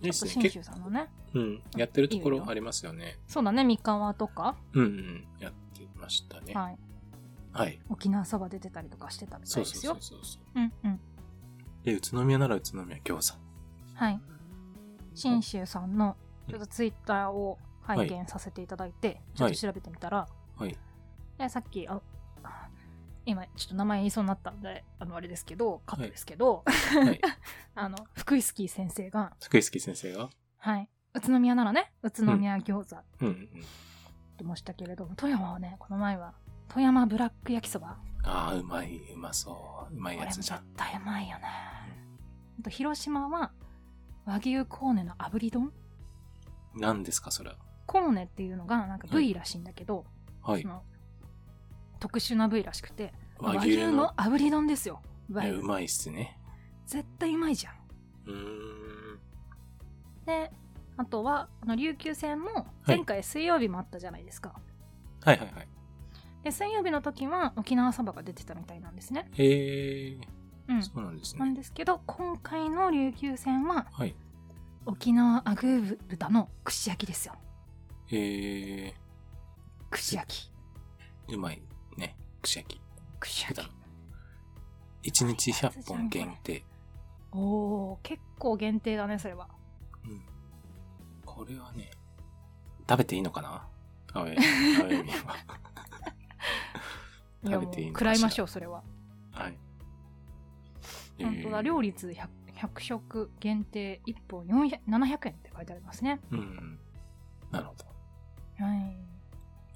Speaker 1: いで
Speaker 2: ち
Speaker 1: す
Speaker 2: ょっと
Speaker 1: ね。
Speaker 2: 信
Speaker 1: 結
Speaker 2: 州さんのね
Speaker 1: 構、うん。やってるところありますよね。
Speaker 2: そうだね三河とか、
Speaker 1: うんうん。やってましたね。
Speaker 2: はい、
Speaker 1: はい。
Speaker 2: 沖縄そば出てたりとかしてたみた
Speaker 1: そ
Speaker 2: いうで
Speaker 1: そう
Speaker 2: す
Speaker 1: そう
Speaker 2: よ
Speaker 1: そうそう。
Speaker 2: うんうん
Speaker 1: で、宇都宮なら宇都宮餃子。
Speaker 2: はい信州さんの
Speaker 1: うん
Speaker 2: ちょっとツイッターを拝見させていただいて、ちょっと調べてみたら、
Speaker 1: はい。
Speaker 2: でさっきあ今ちょっと名前言いそうになったんであのあれですけどカット
Speaker 1: はい
Speaker 2: ですけど、
Speaker 1: はい。
Speaker 2: <laughs> あの福井スキー先生が、
Speaker 1: 福井好き先生が。
Speaker 2: はい、宇都宮ならね宇都宮餃子
Speaker 1: うんうん。
Speaker 2: ってましたけれども富山はねこの前は富山ブラック焼きそば
Speaker 1: ああ、うまい、うまそう。うま
Speaker 2: こ
Speaker 1: い
Speaker 2: れも
Speaker 1: やつ
Speaker 2: 絶
Speaker 1: じゃん。
Speaker 2: 対うまいよね、あと広島は和牛コーネの炙り丼
Speaker 1: 何ですか、それは。
Speaker 2: コーネっていうのがなんか部位らしいんだけど、
Speaker 1: はい
Speaker 2: そ。の特殊な部位らしくて和
Speaker 1: 和
Speaker 2: 牛
Speaker 1: 牛
Speaker 2: の
Speaker 1: の。
Speaker 2: 炙り丼ですよわ
Speaker 1: えうまいっすね。
Speaker 2: 絶対うまいじゃん
Speaker 1: うーん。
Speaker 2: であとはあの琉球戦も
Speaker 1: い
Speaker 2: 前回水曜日もあったじゃないですか、
Speaker 1: はいはいはい。
Speaker 2: で水曜日の時は沖縄そばが出てたみたいなんですね
Speaker 1: へえー、
Speaker 2: うん
Speaker 1: そうなんです
Speaker 2: なん
Speaker 1: ね。
Speaker 2: ですけど今回の琉球戦は
Speaker 1: はい。
Speaker 2: 沖縄アグー豚の串焼きですよ
Speaker 1: へえ
Speaker 2: 串焼き
Speaker 1: ー、うまいね。串焼き。
Speaker 2: 串焼
Speaker 1: 豚
Speaker 2: き
Speaker 1: の。一日
Speaker 2: あいいや
Speaker 1: 100
Speaker 2: つじゃん
Speaker 1: 本限定。
Speaker 2: おお結構限定だねそれは
Speaker 1: うん。これはね、食べていいのかなあウェイ、アウェイミン
Speaker 2: <laughs>
Speaker 1: は。食べていいのかしら
Speaker 2: やもう食らいましょうそれは
Speaker 1: はい。
Speaker 2: 本当だ料
Speaker 1: 理。
Speaker 2: 理通 100, 100食限定1本400 700円って書いてありますね
Speaker 1: うん。なるほど。
Speaker 2: はい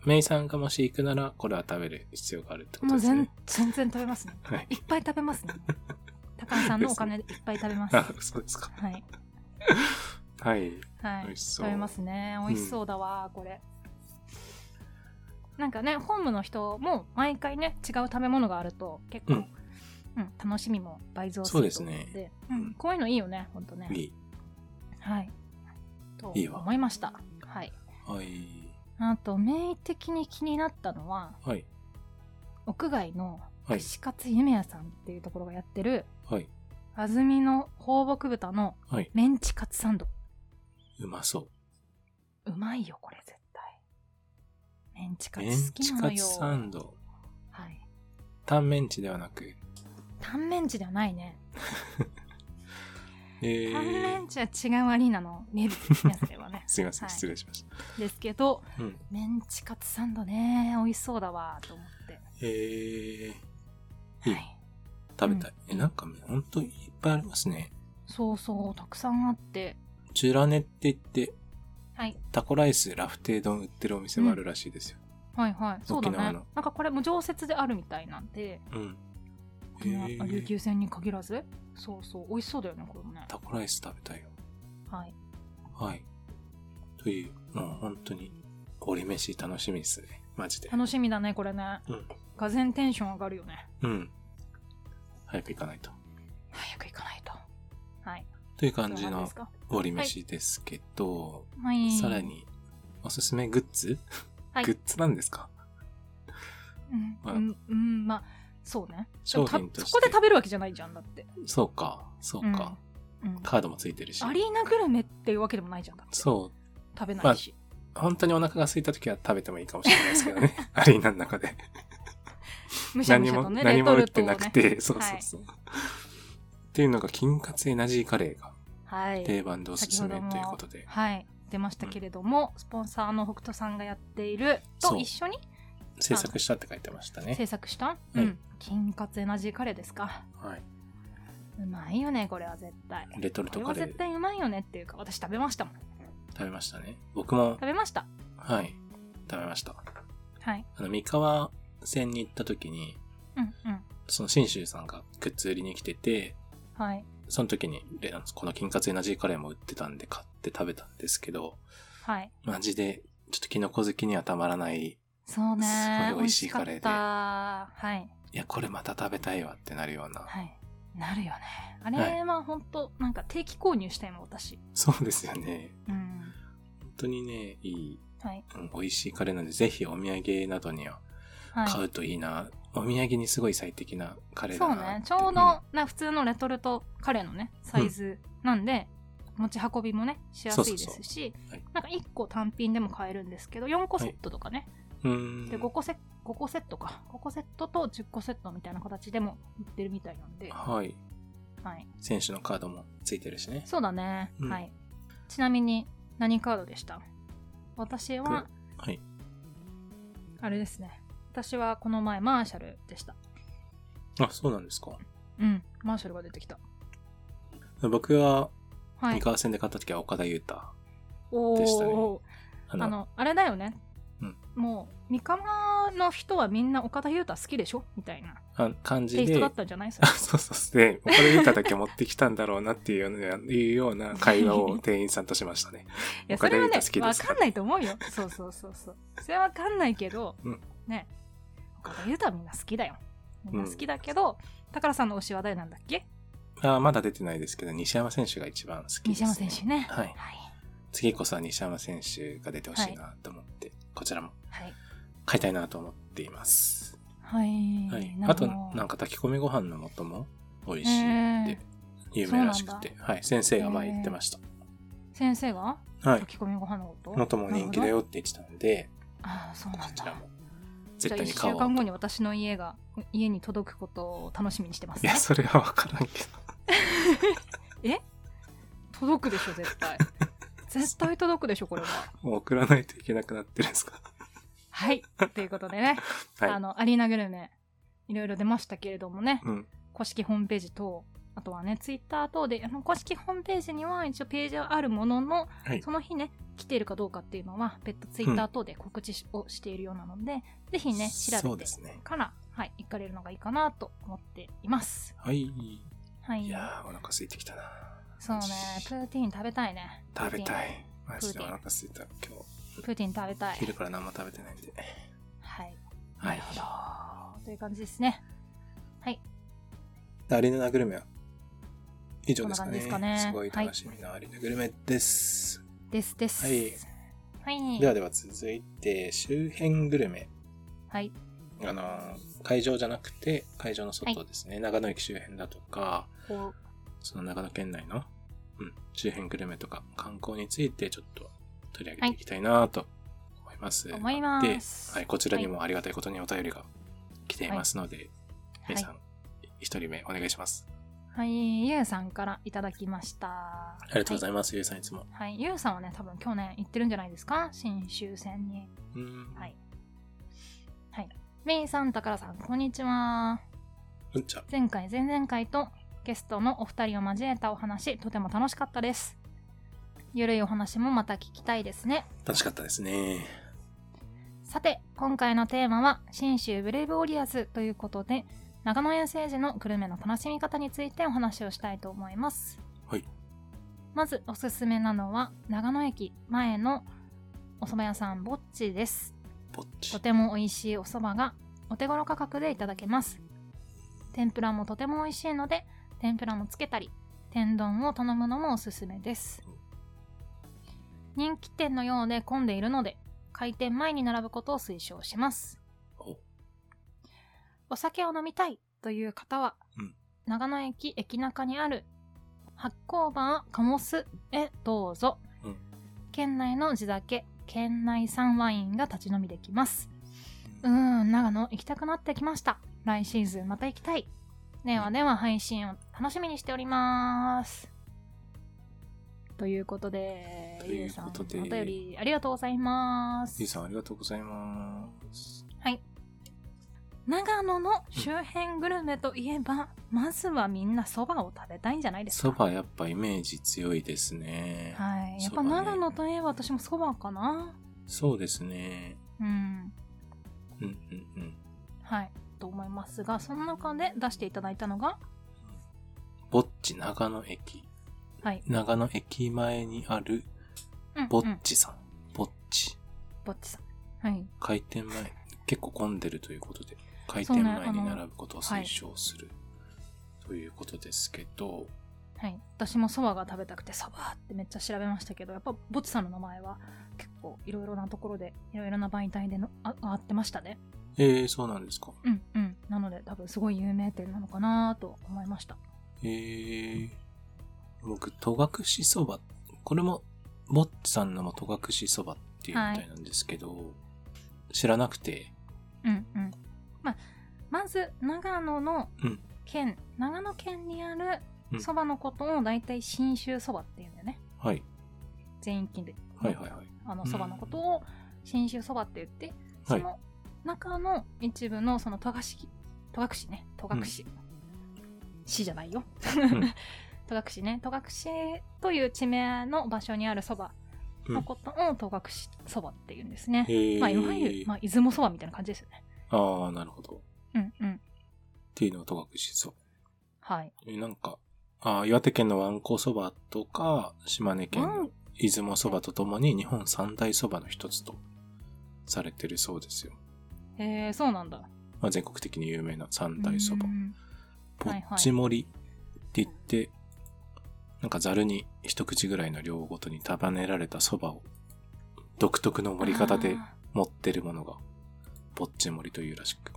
Speaker 1: メイさんがもし行くなら、これは食べる必要があるってこ
Speaker 2: も
Speaker 1: と
Speaker 2: う
Speaker 1: です
Speaker 2: 全
Speaker 1: ね。
Speaker 2: 全然食べますね
Speaker 1: はい。
Speaker 2: いっぱい食べま
Speaker 1: <laughs>
Speaker 2: すね高野さんのお金でいっぱい食べます
Speaker 1: あ、そうですか。
Speaker 2: はい
Speaker 1: はい。
Speaker 2: は
Speaker 1: 美
Speaker 2: い
Speaker 1: 味し
Speaker 2: 食
Speaker 1: そう
Speaker 2: べますね美味しそうだわ、これなんかね本部の人も毎回ね違う食べ物があると結構、う
Speaker 1: うんん
Speaker 2: 楽しみも倍増す
Speaker 1: そう
Speaker 2: る
Speaker 1: で
Speaker 2: と
Speaker 1: す
Speaker 2: 思う
Speaker 1: ね
Speaker 2: のでうん
Speaker 1: うん
Speaker 2: こういうのいいよねほんとね
Speaker 1: いい。
Speaker 2: はいと
Speaker 1: いいわ
Speaker 2: 思いましたはい
Speaker 1: はい。
Speaker 2: あと名的に気になったのは
Speaker 1: はい。
Speaker 2: 屋外の
Speaker 1: はい。
Speaker 2: 串カツ夢屋さんっていうところがやってる
Speaker 1: はい。
Speaker 2: 安曇の放牧豚の
Speaker 1: はい。
Speaker 2: メンチカツサンド
Speaker 1: うまそう
Speaker 2: まいよこれ絶対メンチ
Speaker 1: う。
Speaker 2: カツ
Speaker 1: メン
Speaker 2: 好き
Speaker 1: チ
Speaker 2: なの
Speaker 1: カ
Speaker 2: よ
Speaker 1: ツサンド。
Speaker 2: はい
Speaker 1: タンメンチではなく。
Speaker 2: タンメンチではないね、
Speaker 1: え
Speaker 2: タンメ
Speaker 1: ー
Speaker 2: ン、チは違うアリーナの名物ですねそれは
Speaker 1: <laughs>
Speaker 2: ね
Speaker 1: すいません、
Speaker 2: はい
Speaker 1: 失礼しました。
Speaker 2: ですけど
Speaker 1: うん。
Speaker 2: メンチカツサンドね美味しそうだわと思って
Speaker 1: えー、いい
Speaker 2: はい
Speaker 1: 食べたい。
Speaker 2: うん
Speaker 1: え、なんか、ほんといっぱいありますね。
Speaker 2: そうそうたくさんあって
Speaker 1: ジュラネって言って、
Speaker 2: はい
Speaker 1: タコライス、ラフテー丼売ってるお店もあるらしいですよ。
Speaker 2: はいはいそうだね
Speaker 1: 沖縄
Speaker 2: なん
Speaker 1: の
Speaker 2: かこれも常設であるみたいなんで、
Speaker 1: うん。え
Speaker 2: あ琉球
Speaker 1: ー、
Speaker 2: 線に限らずそうそう美味しそうだよねこれもね
Speaker 1: タコライス食べたいよ。
Speaker 2: はい
Speaker 1: はい。という、もう本当に、折り飯楽しみですね。マジで。
Speaker 2: 楽しみだねこれね
Speaker 1: うん。
Speaker 2: がぜんテンション上がるよね
Speaker 1: うん。早く行かないと。
Speaker 2: 早く行かないとはい
Speaker 1: という感じ
Speaker 2: 今日は何で
Speaker 1: の
Speaker 2: すか
Speaker 1: 割り飯ですけど、
Speaker 2: はい
Speaker 1: さらにおすすめグッズ、
Speaker 2: はい
Speaker 1: グッズなんですか
Speaker 2: うん、
Speaker 1: まあ
Speaker 2: うんうん、まあそうねで
Speaker 1: 商
Speaker 2: も
Speaker 1: 品と
Speaker 2: た
Speaker 1: して
Speaker 2: そこで食べるわけじゃないじゃんだって、
Speaker 1: そうか、そうか、
Speaker 2: うん、
Speaker 1: カードもついてるし
Speaker 2: ア。リーナグルメっていうわけでもないじゃんだって
Speaker 1: そう。
Speaker 2: 食べないし、
Speaker 1: 本当にお腹が空いた時は食べてもいいかもしれないですけど
Speaker 2: <laughs>
Speaker 1: ね。アリーナの中で。
Speaker 2: むしゃむ
Speaker 1: 何
Speaker 2: しゃ
Speaker 1: も、
Speaker 2: とね
Speaker 1: 何
Speaker 2: レ
Speaker 1: も
Speaker 2: ト
Speaker 1: 売っ
Speaker 2: ルト
Speaker 1: て
Speaker 2: をね
Speaker 1: なくて、そうそうそう。っていうのが、金活エナジーカレーが
Speaker 2: はい
Speaker 1: 定番でおすすめ
Speaker 2: 先ほども
Speaker 1: ということで。
Speaker 2: はい出ましたけれども、スポンサーの北斗さんがやっていると
Speaker 1: そう
Speaker 2: 一緒に
Speaker 1: 制作したって書いてましたね。
Speaker 2: 制作した、
Speaker 1: い
Speaker 2: うん金活エナジーカレーですか
Speaker 1: はい。
Speaker 2: うまいよねこれは絶対
Speaker 1: レトル
Speaker 2: こ
Speaker 1: ト
Speaker 2: れ
Speaker 1: カ
Speaker 2: は
Speaker 1: レ
Speaker 2: 絶
Speaker 1: ー
Speaker 2: 対うまいよねっていうか私食べましたもん
Speaker 1: 食べましたね。僕も
Speaker 2: 食、べました
Speaker 1: はい、食べました。
Speaker 2: はい
Speaker 1: あの、三河戦に行った時に、
Speaker 2: うんうん。
Speaker 1: その信州さんが靴売りに来てて、
Speaker 2: はい。
Speaker 1: その時に、レナこの金カツエナジーカレーも売ってたんで買って食べたんですけど、
Speaker 2: はい。
Speaker 1: マジで、ちょっとキノコ好きにはたまらない、
Speaker 2: そうね。
Speaker 1: すごい美味しいカレーで
Speaker 2: 美味しかった。はい。
Speaker 1: いや、これまた食べたいわってなるような。
Speaker 2: はい。なるよね。あれ
Speaker 1: はい
Speaker 2: は本当なんか定期購入したいもん、私。
Speaker 1: そうですよね。
Speaker 2: うん。
Speaker 1: 本当にね、いい、
Speaker 2: はい。
Speaker 1: うん美味しいカレーなので、ぜひお土産などには
Speaker 2: はい。
Speaker 1: 買うといいな。お土産にすごい最適なカレーだ
Speaker 2: そ
Speaker 1: な
Speaker 2: う
Speaker 1: って。
Speaker 2: ねちょうど、な普通のレトルトカレーのねサイズなんで、持ち運びもねしやすいですし
Speaker 1: そうそうそうはい
Speaker 2: なんか1個単品でも買えるんですけど4個セットとかね、
Speaker 1: うん。うん
Speaker 2: で 5, 個セ5個セットか5個セットと10個セットみたいな形でも売ってるみたいなんで、
Speaker 1: はい。
Speaker 2: はい、
Speaker 1: 選手のカードもついてるしね。
Speaker 2: そうだね、
Speaker 1: うん
Speaker 2: はいちなみに何カードでした私は
Speaker 1: はい。
Speaker 2: あれですね私はこの前マーシャルでした
Speaker 1: あ、そうなんですか。
Speaker 2: うんマーシャルが出てきた
Speaker 1: 僕は、
Speaker 2: は
Speaker 1: 三
Speaker 2: い
Speaker 1: 河戦で買った時は岡田優太。
Speaker 2: お
Speaker 1: でしたね
Speaker 2: ー
Speaker 1: あ
Speaker 2: あのあれだよね、
Speaker 1: うん
Speaker 2: もう三河の人はみんな岡田優太好きでしょみたいな
Speaker 1: あ感
Speaker 2: テ
Speaker 1: じ
Speaker 2: イスト
Speaker 1: で
Speaker 2: だっ、たんじゃないそ
Speaker 1: あ
Speaker 2: れ
Speaker 1: そうそうそう。で、岡田優太だけ持ってきたんだろうなっていうようないうような会話を店員さんとしましたね。
Speaker 2: いや
Speaker 1: 岡田
Speaker 2: それ
Speaker 1: 優
Speaker 2: はね
Speaker 1: 太好きで
Speaker 2: わ
Speaker 1: す
Speaker 2: かんないと思うよそうそうそうそうそれはわかんないけど、
Speaker 1: うん
Speaker 2: ね岡田優太はみんな好きだよみんな好きだけど、宝さんの推しは誰なんだっけ
Speaker 1: あまだ出てないですけど、西山選手が一番好きです、ね。
Speaker 2: 西山選手ね
Speaker 1: はい。
Speaker 2: はい、
Speaker 1: 次こそは西山選手が出てほしいなと思って、こちらも
Speaker 2: はい
Speaker 1: 買いたいなと思っています。
Speaker 2: はい
Speaker 1: はい。
Speaker 2: な
Speaker 1: あ
Speaker 2: るほ
Speaker 1: と、
Speaker 2: ど
Speaker 1: なんか炊き込みご飯の素も美味しいって有名らしくて、はい。先生が前言ってました。
Speaker 2: 先生が
Speaker 1: はい。
Speaker 2: 炊き込みご飯のこと
Speaker 1: 素も人気だ
Speaker 2: なる
Speaker 1: よ
Speaker 2: ほど
Speaker 1: って言ってたので、
Speaker 2: ああそう
Speaker 1: こ
Speaker 2: なん
Speaker 1: ち
Speaker 2: だ
Speaker 1: らも
Speaker 2: じ
Speaker 1: 絶
Speaker 2: ゃあ
Speaker 1: 対
Speaker 2: 1
Speaker 1: に
Speaker 2: 週
Speaker 1: 買おうと。
Speaker 2: 間後に私の家が家に届くことを楽しみにしてま
Speaker 1: い
Speaker 2: すね
Speaker 1: や、それはわからんけど。
Speaker 2: 届くでしょ絶
Speaker 1: <laughs>
Speaker 2: 対絶対届くでしょこれは
Speaker 1: もう送らないといけなくなってるん
Speaker 2: <laughs>
Speaker 1: ですか
Speaker 2: はいということでね、
Speaker 1: はい。
Speaker 2: あのアリーナグルメいろいろ出ましたけれどもね、
Speaker 1: うん。
Speaker 2: 公式ホームページとあとはねツイッター等であの公式ホームページには一応ページはあるものの、
Speaker 1: はい
Speaker 2: その日ね来ているかどうかっていうのは別途ツイッター等で告知しをしているようなので、ぜひね
Speaker 1: そ
Speaker 2: 調
Speaker 1: うで
Speaker 2: べて
Speaker 1: すね。
Speaker 2: から、はい、行かれるのがいいかなと思っています
Speaker 1: はい。
Speaker 2: はい
Speaker 1: いやー、お腹空いてきたな。
Speaker 2: そうねプーティーン食べたいね
Speaker 1: 食べた
Speaker 2: プーテ
Speaker 1: い。マジでお腹空いた。今
Speaker 2: ィーンプーティーン食べたい
Speaker 1: 日、昼から何も食べてないんで。
Speaker 2: はい
Speaker 1: はい。
Speaker 2: という感じですね
Speaker 1: アリーナグルメは以上ですかね。
Speaker 2: こんな感じですかね
Speaker 1: すごい楽しみなアリーナグルメです。
Speaker 2: ですです。
Speaker 1: はい。
Speaker 2: はい。
Speaker 1: ではでは続いて、周辺グルメ。
Speaker 2: はい。
Speaker 1: あのー、会場じゃなくて、会場の外ですね。長野駅周辺だとか、
Speaker 2: こ
Speaker 1: その長野県内の、うん、周辺グルメとか観光についてちょっと取り上げていきたいなと思います。
Speaker 2: う思います。
Speaker 1: で、はい、こちらにもありがたいことにお便りが来ていますので、
Speaker 2: はい
Speaker 1: 皆さん、一人目お願いします。
Speaker 2: はい。ゆうさんからいただきました。
Speaker 1: ありがとうござ
Speaker 2: い
Speaker 1: います、ゆうさんいつも。
Speaker 2: ます。はい。ゆうさんはね、多分去年行ってるんじゃないですか新州戦に。
Speaker 1: うん、
Speaker 2: はい。はい。メイさん、たからさん、こんにちは。
Speaker 1: うんちゃん。
Speaker 2: 前回、前々回とゲストのお二人を交えたお話、とても楽しかったです。ゆるいお話もまた聞きたいですね。
Speaker 1: 楽しかったですね。
Speaker 2: さて今回のテーマは「信州ブレイブウォリアーズ」ということで長野遠征時のグルメの楽しみ方についてお話をしたいと思います、
Speaker 1: はい
Speaker 2: まずおすすめなのは長野駅前のお蕎麦屋さんぼっちです
Speaker 1: ぼっち
Speaker 2: と。ても美味しいお蕎麦がお手頃価格でいただけます天ぷらもとても美味しいので天ぷらもつけたり天丼を頼むのもおすすめです人気店のようで混んでいるので開店前に並ぶことを推奨します
Speaker 1: お
Speaker 2: お酒を飲みたいという方は、
Speaker 1: うん
Speaker 2: 長野駅駅中にある発酵バーカモスへどうぞ、
Speaker 1: うん
Speaker 2: 県内の地酒県内産ワインが立ち飲みできますうーん長野行きたくなってきました来シーズンまた行きたいではでは配信を楽しみにしておりますということで
Speaker 1: と
Speaker 2: ゆ
Speaker 1: いうう
Speaker 2: さん
Speaker 1: こと
Speaker 2: お
Speaker 1: で
Speaker 2: 便りありがとうございます
Speaker 1: ゆうさん、ありがとうございます。
Speaker 2: 長野の周辺グルメといえば、まずはみんなそばを食べたいんじゃないですか
Speaker 1: そばやっぱイメージ強いですね。
Speaker 2: はいやっ
Speaker 1: そ
Speaker 2: ぱ
Speaker 1: ばね
Speaker 2: 長野といえば私もそばかな
Speaker 1: そうですね。
Speaker 2: うん
Speaker 1: うんうんうん。
Speaker 2: はい、と思いますが、その中で出していただいたのが、
Speaker 1: ぼっち長野駅。
Speaker 2: はい
Speaker 1: 長野駅前にある
Speaker 2: うん
Speaker 1: ぼっ
Speaker 2: うん、
Speaker 1: ちさん。ぼっち。
Speaker 2: ぼっちさん。はい。
Speaker 1: 開店前。結構混んでるということで、開
Speaker 2: そうね
Speaker 1: 店前に
Speaker 2: あの
Speaker 1: 並ぶことを推奨する、ということですけど、
Speaker 2: はい、私もそばが食べたくてそばってめっちゃ調べましたけどやっぱぼっちさんの名前は結構いろいろなところでいろいろな媒体でのああってましたね
Speaker 1: えー、そうなんですか。
Speaker 2: うんうんなので多分すごい有名店なのかなと思いました
Speaker 1: えー、僕、戸隠そば。これも、ぼっちさんのも戸隠そばっていうみたいなんですけど、知らなくて、
Speaker 2: うんうんまあまず長野の
Speaker 1: うん
Speaker 2: 県、長野県にある
Speaker 1: うん
Speaker 2: そばのことを大体信州そばっていうんだよね
Speaker 1: はい。
Speaker 2: 全域で
Speaker 1: はいはいはい。
Speaker 2: あのそばのことを信州そばって言って、
Speaker 1: は
Speaker 2: そ
Speaker 1: い。
Speaker 2: の中の一部のその戸隠戸隠ね戸隠、市じゃないよ
Speaker 1: ん
Speaker 2: <laughs> 戸隠ね戸隠という地名の場所にあるそばのことを戸隠そばっていうんですね
Speaker 1: え、ー、
Speaker 2: まあいわゆる、まあ、出雲そばみたいな感じですよね
Speaker 1: ああ、なるほど。っ
Speaker 2: うんうん
Speaker 1: ていうのを戸隠そば。
Speaker 2: はい
Speaker 1: えなんか、あー岩手県のわんこそばとか、島根県
Speaker 2: う
Speaker 1: の
Speaker 2: ん
Speaker 1: 出雲そばとともに日本三大そばの一つとされてるそうですよ。
Speaker 2: へえそうなんだ
Speaker 1: まあ、全国的に有名な三大そば
Speaker 2: う。ん
Speaker 1: ぼっち盛りって言って、なんかざるに一口ぐらいの量ごとに束ねられたそばを独特の盛り方で
Speaker 2: あ
Speaker 1: 持ってるものがぼっち盛りというらしく。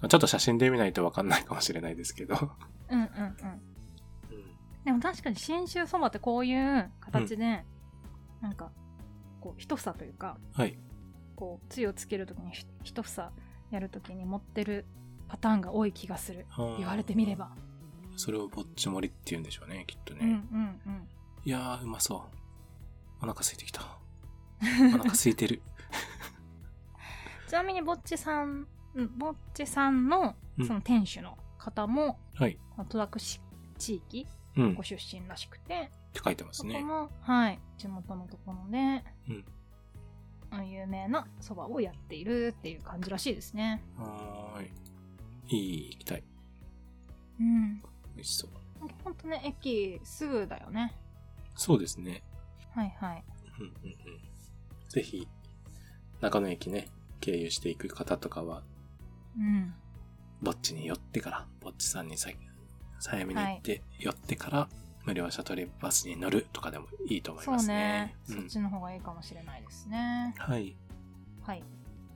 Speaker 1: まあちょっと写真で見ないとわかんないかもしれないですけど。
Speaker 2: ーうんうんうんでも確かに信州そばってこういう形で、なんかこう一房というか
Speaker 1: はい。
Speaker 2: こうつゆをつけるときにひ一房やるときに持ってるパターンが多い気がする言われてみれば
Speaker 1: それをぼっち盛りって言うんでしょうね、きっとね。
Speaker 2: うんうんうん
Speaker 1: いやー、うまそう。お腹空いてき
Speaker 2: <laughs>
Speaker 1: た。お腹空いてる。
Speaker 2: ちなみにぼっちさんうんぼっちさんの
Speaker 1: うん
Speaker 2: その店主の方も、
Speaker 1: はい。
Speaker 2: 戸隠地域
Speaker 1: うん。っ
Speaker 2: ご出身らしくて、
Speaker 1: て書いてます
Speaker 2: そこ
Speaker 1: ね。
Speaker 2: も、はい地元のところで、
Speaker 1: うん
Speaker 2: あ有名なそばをやっているっていう感じらしいですね
Speaker 1: はーい。いい、行きたい。
Speaker 2: うん
Speaker 1: 美味しそう。
Speaker 2: ほんとね駅すぐだよね
Speaker 1: そうですね。
Speaker 2: はいはい
Speaker 1: うんうんうん。ぜひ、中野駅ね、経由していく方とかは、
Speaker 2: うん
Speaker 1: ぼっちに寄ってから、ぼっちさんにさ、早めに行って、寄ってから、無料シャトルバスに乗るとかでもいいと思い
Speaker 2: そう
Speaker 1: ます
Speaker 2: ね
Speaker 1: ね。、
Speaker 2: そっちの方がいいかもしれないですね。
Speaker 1: うん。はい。
Speaker 2: はい。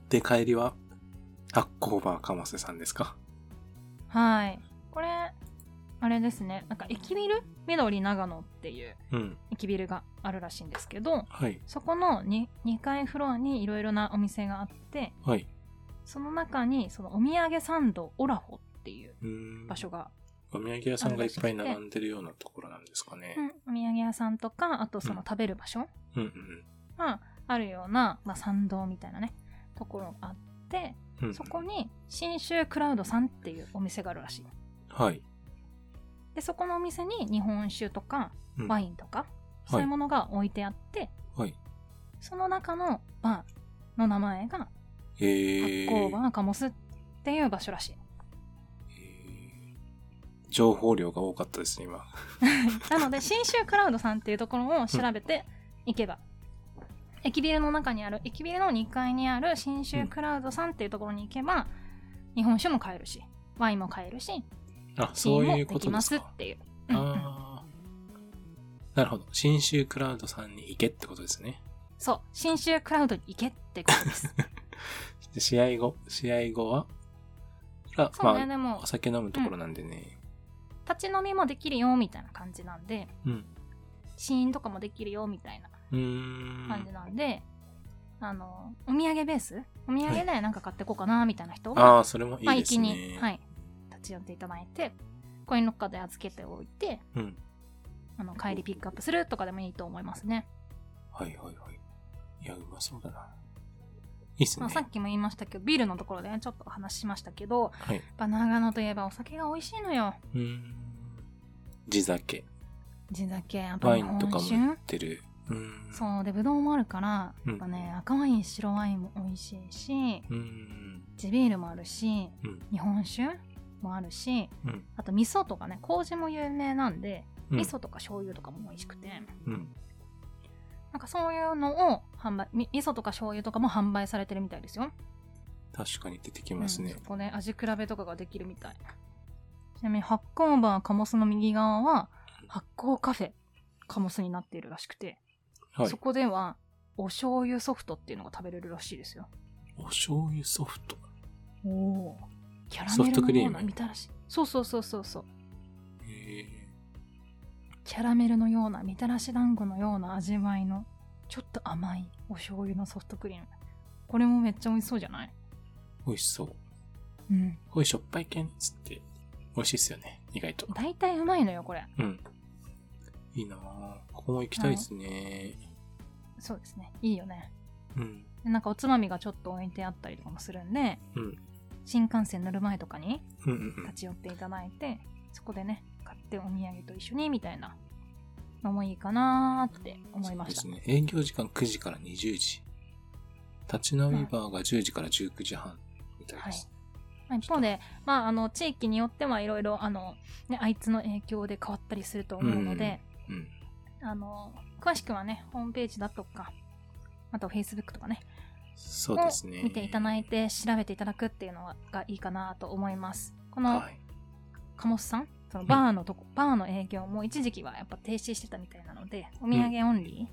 Speaker 1: で、帰りは、発酵バーかませさんですか
Speaker 2: はい。これ、あれですね。なんか駅ビル緑長野っていう
Speaker 1: うん。
Speaker 2: 駅ビルがあるらしいんですけど、
Speaker 1: はい。
Speaker 2: そこの 2, 2階フロアにいろいろなお店があって、
Speaker 1: はい。
Speaker 2: その中にそのお土産サンドオラホっていう
Speaker 1: うーん
Speaker 2: 場所が、
Speaker 1: お土産屋さんがいっぱい並んでるようなところなんですかね
Speaker 2: う。ん、お土産屋さんとか、あとその
Speaker 1: うん
Speaker 2: 食べる場所
Speaker 1: うんうん
Speaker 2: があるような、まあ、参道みたいなね、ところがあって、
Speaker 1: うん。うん
Speaker 2: そこに信州クラウドさんっていうお店があるらしい。
Speaker 1: はい。
Speaker 2: でそこのお店に日本酒とか
Speaker 1: うん
Speaker 2: ワインとか、そういうものが置いてあって、
Speaker 1: はい。
Speaker 2: その中のバーの名前が
Speaker 1: え
Speaker 2: 発
Speaker 1: ー。
Speaker 2: 酵バーカモスっていう場所らしい、
Speaker 1: えー情報量が多かったですね、今。
Speaker 2: なので信州クラウドさんっていうところを調べていけば、駅ビルの中にある駅ビルの2階にある信州クラウドさんっていうところに行けば、日本酒も買えるしワインも買えるし
Speaker 1: あ、
Speaker 2: シー
Speaker 1: そ
Speaker 2: ン
Speaker 1: う
Speaker 2: も
Speaker 1: い
Speaker 2: で
Speaker 1: うこ
Speaker 2: き
Speaker 1: とで
Speaker 2: ますすっ
Speaker 1: か。
Speaker 2: ていううんうん
Speaker 1: あーなるほど。新州クラウドさんに行けってことですね。
Speaker 2: そう信州クラウドに行けってことです
Speaker 1: <laughs> で試合後、試合後は、ら
Speaker 2: そう
Speaker 1: ま
Speaker 2: ね、
Speaker 1: あ、
Speaker 2: でも
Speaker 1: お酒飲むところなんでね。
Speaker 2: 立ち飲みもできるよみたいな感じなんで
Speaker 1: うん。
Speaker 2: 試飲とかもできるよみたいな
Speaker 1: うーん。
Speaker 2: 感じなんで、あのお土産ベースお土産で何か買ってこうかなみたいな人は、
Speaker 1: ああ、それもい
Speaker 2: まあ
Speaker 1: いで
Speaker 2: 一
Speaker 1: す
Speaker 2: 気に
Speaker 1: ね。。
Speaker 2: はいい、立ち寄っていただいてコインロッカーで預けておいて
Speaker 1: うん。
Speaker 2: あの帰りピックアップするとかでもいいと思いますね、
Speaker 1: はいはいはい。いや、うまそうだな。いいっす
Speaker 2: ま
Speaker 1: ね
Speaker 2: あ、。さっきも言いましたけどビールのところでねちょっとお話ししましたけどやっ
Speaker 1: はい。
Speaker 2: ぱ長野といえばお酒が美味しいのよ
Speaker 1: うーん。地酒。
Speaker 2: 地酒やっぱ
Speaker 1: ワ
Speaker 2: 日
Speaker 1: インと
Speaker 2: 本
Speaker 1: かも
Speaker 2: 酒
Speaker 1: 売ってる。うん。
Speaker 2: そうでぶどうもあるから
Speaker 1: うん
Speaker 2: やっぱね、赤ワイン白ワインも美味しいし
Speaker 1: うん。
Speaker 2: 地ビールもあるし
Speaker 1: うん。
Speaker 2: 日本酒もあるし
Speaker 1: うん。
Speaker 2: あと味噌とかね麹も有名なんで
Speaker 1: うん
Speaker 2: 味噌とか醤油とかも美味しくて、
Speaker 1: うん。
Speaker 2: なんかそういうのを販売み味噌とか醤油とかも販売されてるみたいですよ、
Speaker 1: 確かに出てき
Speaker 2: う
Speaker 1: ま
Speaker 2: ん
Speaker 1: すね
Speaker 2: そ。こで味比べとかができるみたいちなみに発酵バーカモスの右側は発酵カフェカモスになっているらしくて、
Speaker 1: はい
Speaker 2: そ。こではお醤油ソフトっていうのが食べれるらしいですよ
Speaker 1: お醤油ソフト。
Speaker 2: おおキャラ
Speaker 1: ソ
Speaker 2: メ
Speaker 1: フト
Speaker 2: ル
Speaker 1: ク
Speaker 2: の
Speaker 1: リー
Speaker 2: よ
Speaker 1: ム
Speaker 2: うなみたらしそうそうそうそうそう
Speaker 1: へえ。
Speaker 2: キャラメルのようなみたらし団子のような味わいのちょっと甘いお醤油のソフトクリームこれもめっちゃ美味しそうじゃない
Speaker 1: 美味しそう。
Speaker 2: うん
Speaker 1: こういうしょっぱい系のやつって美味しいっすよね。意外と。
Speaker 2: 大体うまいのよこれ
Speaker 1: うん。いいなぁ。ここも行きたいですね。
Speaker 2: そうですねいいよね
Speaker 1: うん。
Speaker 2: でなんかおつまみがちょっと置いてあったりとかもするんで
Speaker 1: うん。
Speaker 2: 新幹線乗る前とかに
Speaker 1: うんうん
Speaker 2: 立ち寄っていただいてそこでね買ってお土産と一緒にみたいなのもいいかなーって
Speaker 1: うん。
Speaker 2: 思いました
Speaker 1: そうですね。営業時間9時から20時。立ち飲みバーが10時から19時半みたい
Speaker 2: は
Speaker 1: で
Speaker 2: い
Speaker 1: す。
Speaker 2: まあ一方で、まあ、あの地域によってはいろいろあの、ね、あいつの影響で変わったりすると思うので、
Speaker 1: うん。
Speaker 2: あの詳しくはねホームページだとかあと Facebook とかね
Speaker 1: そうですね。
Speaker 2: 見ていただいて調べていただくっていうのがいいかなと思いますこの
Speaker 1: はい。
Speaker 2: カモスさんそのバーのとこ、バーの営業も一時期はやっぱ停止してたみたいなのでお土産オンリ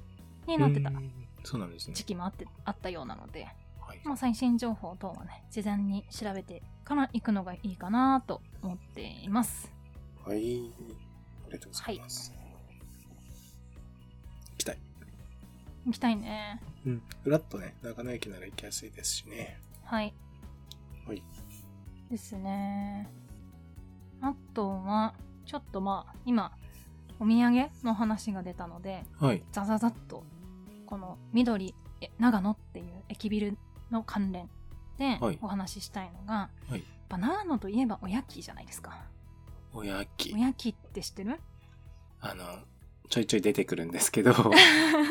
Speaker 2: ーになってた
Speaker 1: うんそうなんですね。
Speaker 2: 時期もあってあったようなので、
Speaker 1: はい。
Speaker 2: まあ、最新情報等はね事前に調べてから行くのがいいかなと思っています
Speaker 1: はい。ありがとうございます。行きたい。
Speaker 2: 行きたいね
Speaker 1: うん。フラッとね、長野駅なら行きやすいですしね。
Speaker 2: はい
Speaker 1: はい。
Speaker 2: ですねあとはちょっとまあ今お土産の話が出たので
Speaker 1: はい。
Speaker 2: ザザザっとこの緑え長野っていう駅ビルの関連で
Speaker 1: はい
Speaker 2: お話ししたいのが、
Speaker 1: はい
Speaker 2: やっぱ長野といえばおやきじゃないですか
Speaker 1: おやき
Speaker 2: お。やきって知ってる
Speaker 1: あの、ちょいちょい出てくるんですけ
Speaker 2: <laughs>
Speaker 1: ど、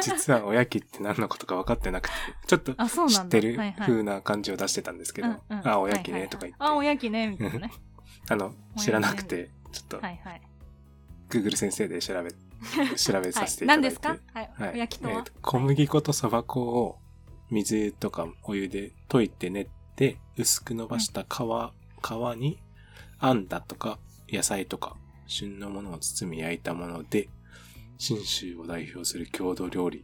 Speaker 1: 実はおやきって何のことか分かってなくて、ちょっと
Speaker 2: あそう
Speaker 1: 知
Speaker 2: なんだ
Speaker 1: ってる
Speaker 2: はいはい
Speaker 1: 風な感じを出してたんですけど、
Speaker 2: うんうん
Speaker 1: あ、おやき
Speaker 2: はい
Speaker 1: ね
Speaker 2: はい
Speaker 1: とか言って、
Speaker 2: あおやきねみたいなね
Speaker 1: あの、知らなくて、ちょっと
Speaker 2: はいはい
Speaker 1: Google 先生で調
Speaker 2: <laughs>
Speaker 1: べ、調べさせていただいて。
Speaker 2: 何ですか、はい
Speaker 1: はい、
Speaker 2: おやきとは、
Speaker 1: えー小麦粉とそば粉を水とかお湯で溶いて練って薄く伸ばした皮、皮にあんだとか野菜とか旬のものを包み焼いたもので信州を代表する郷土料理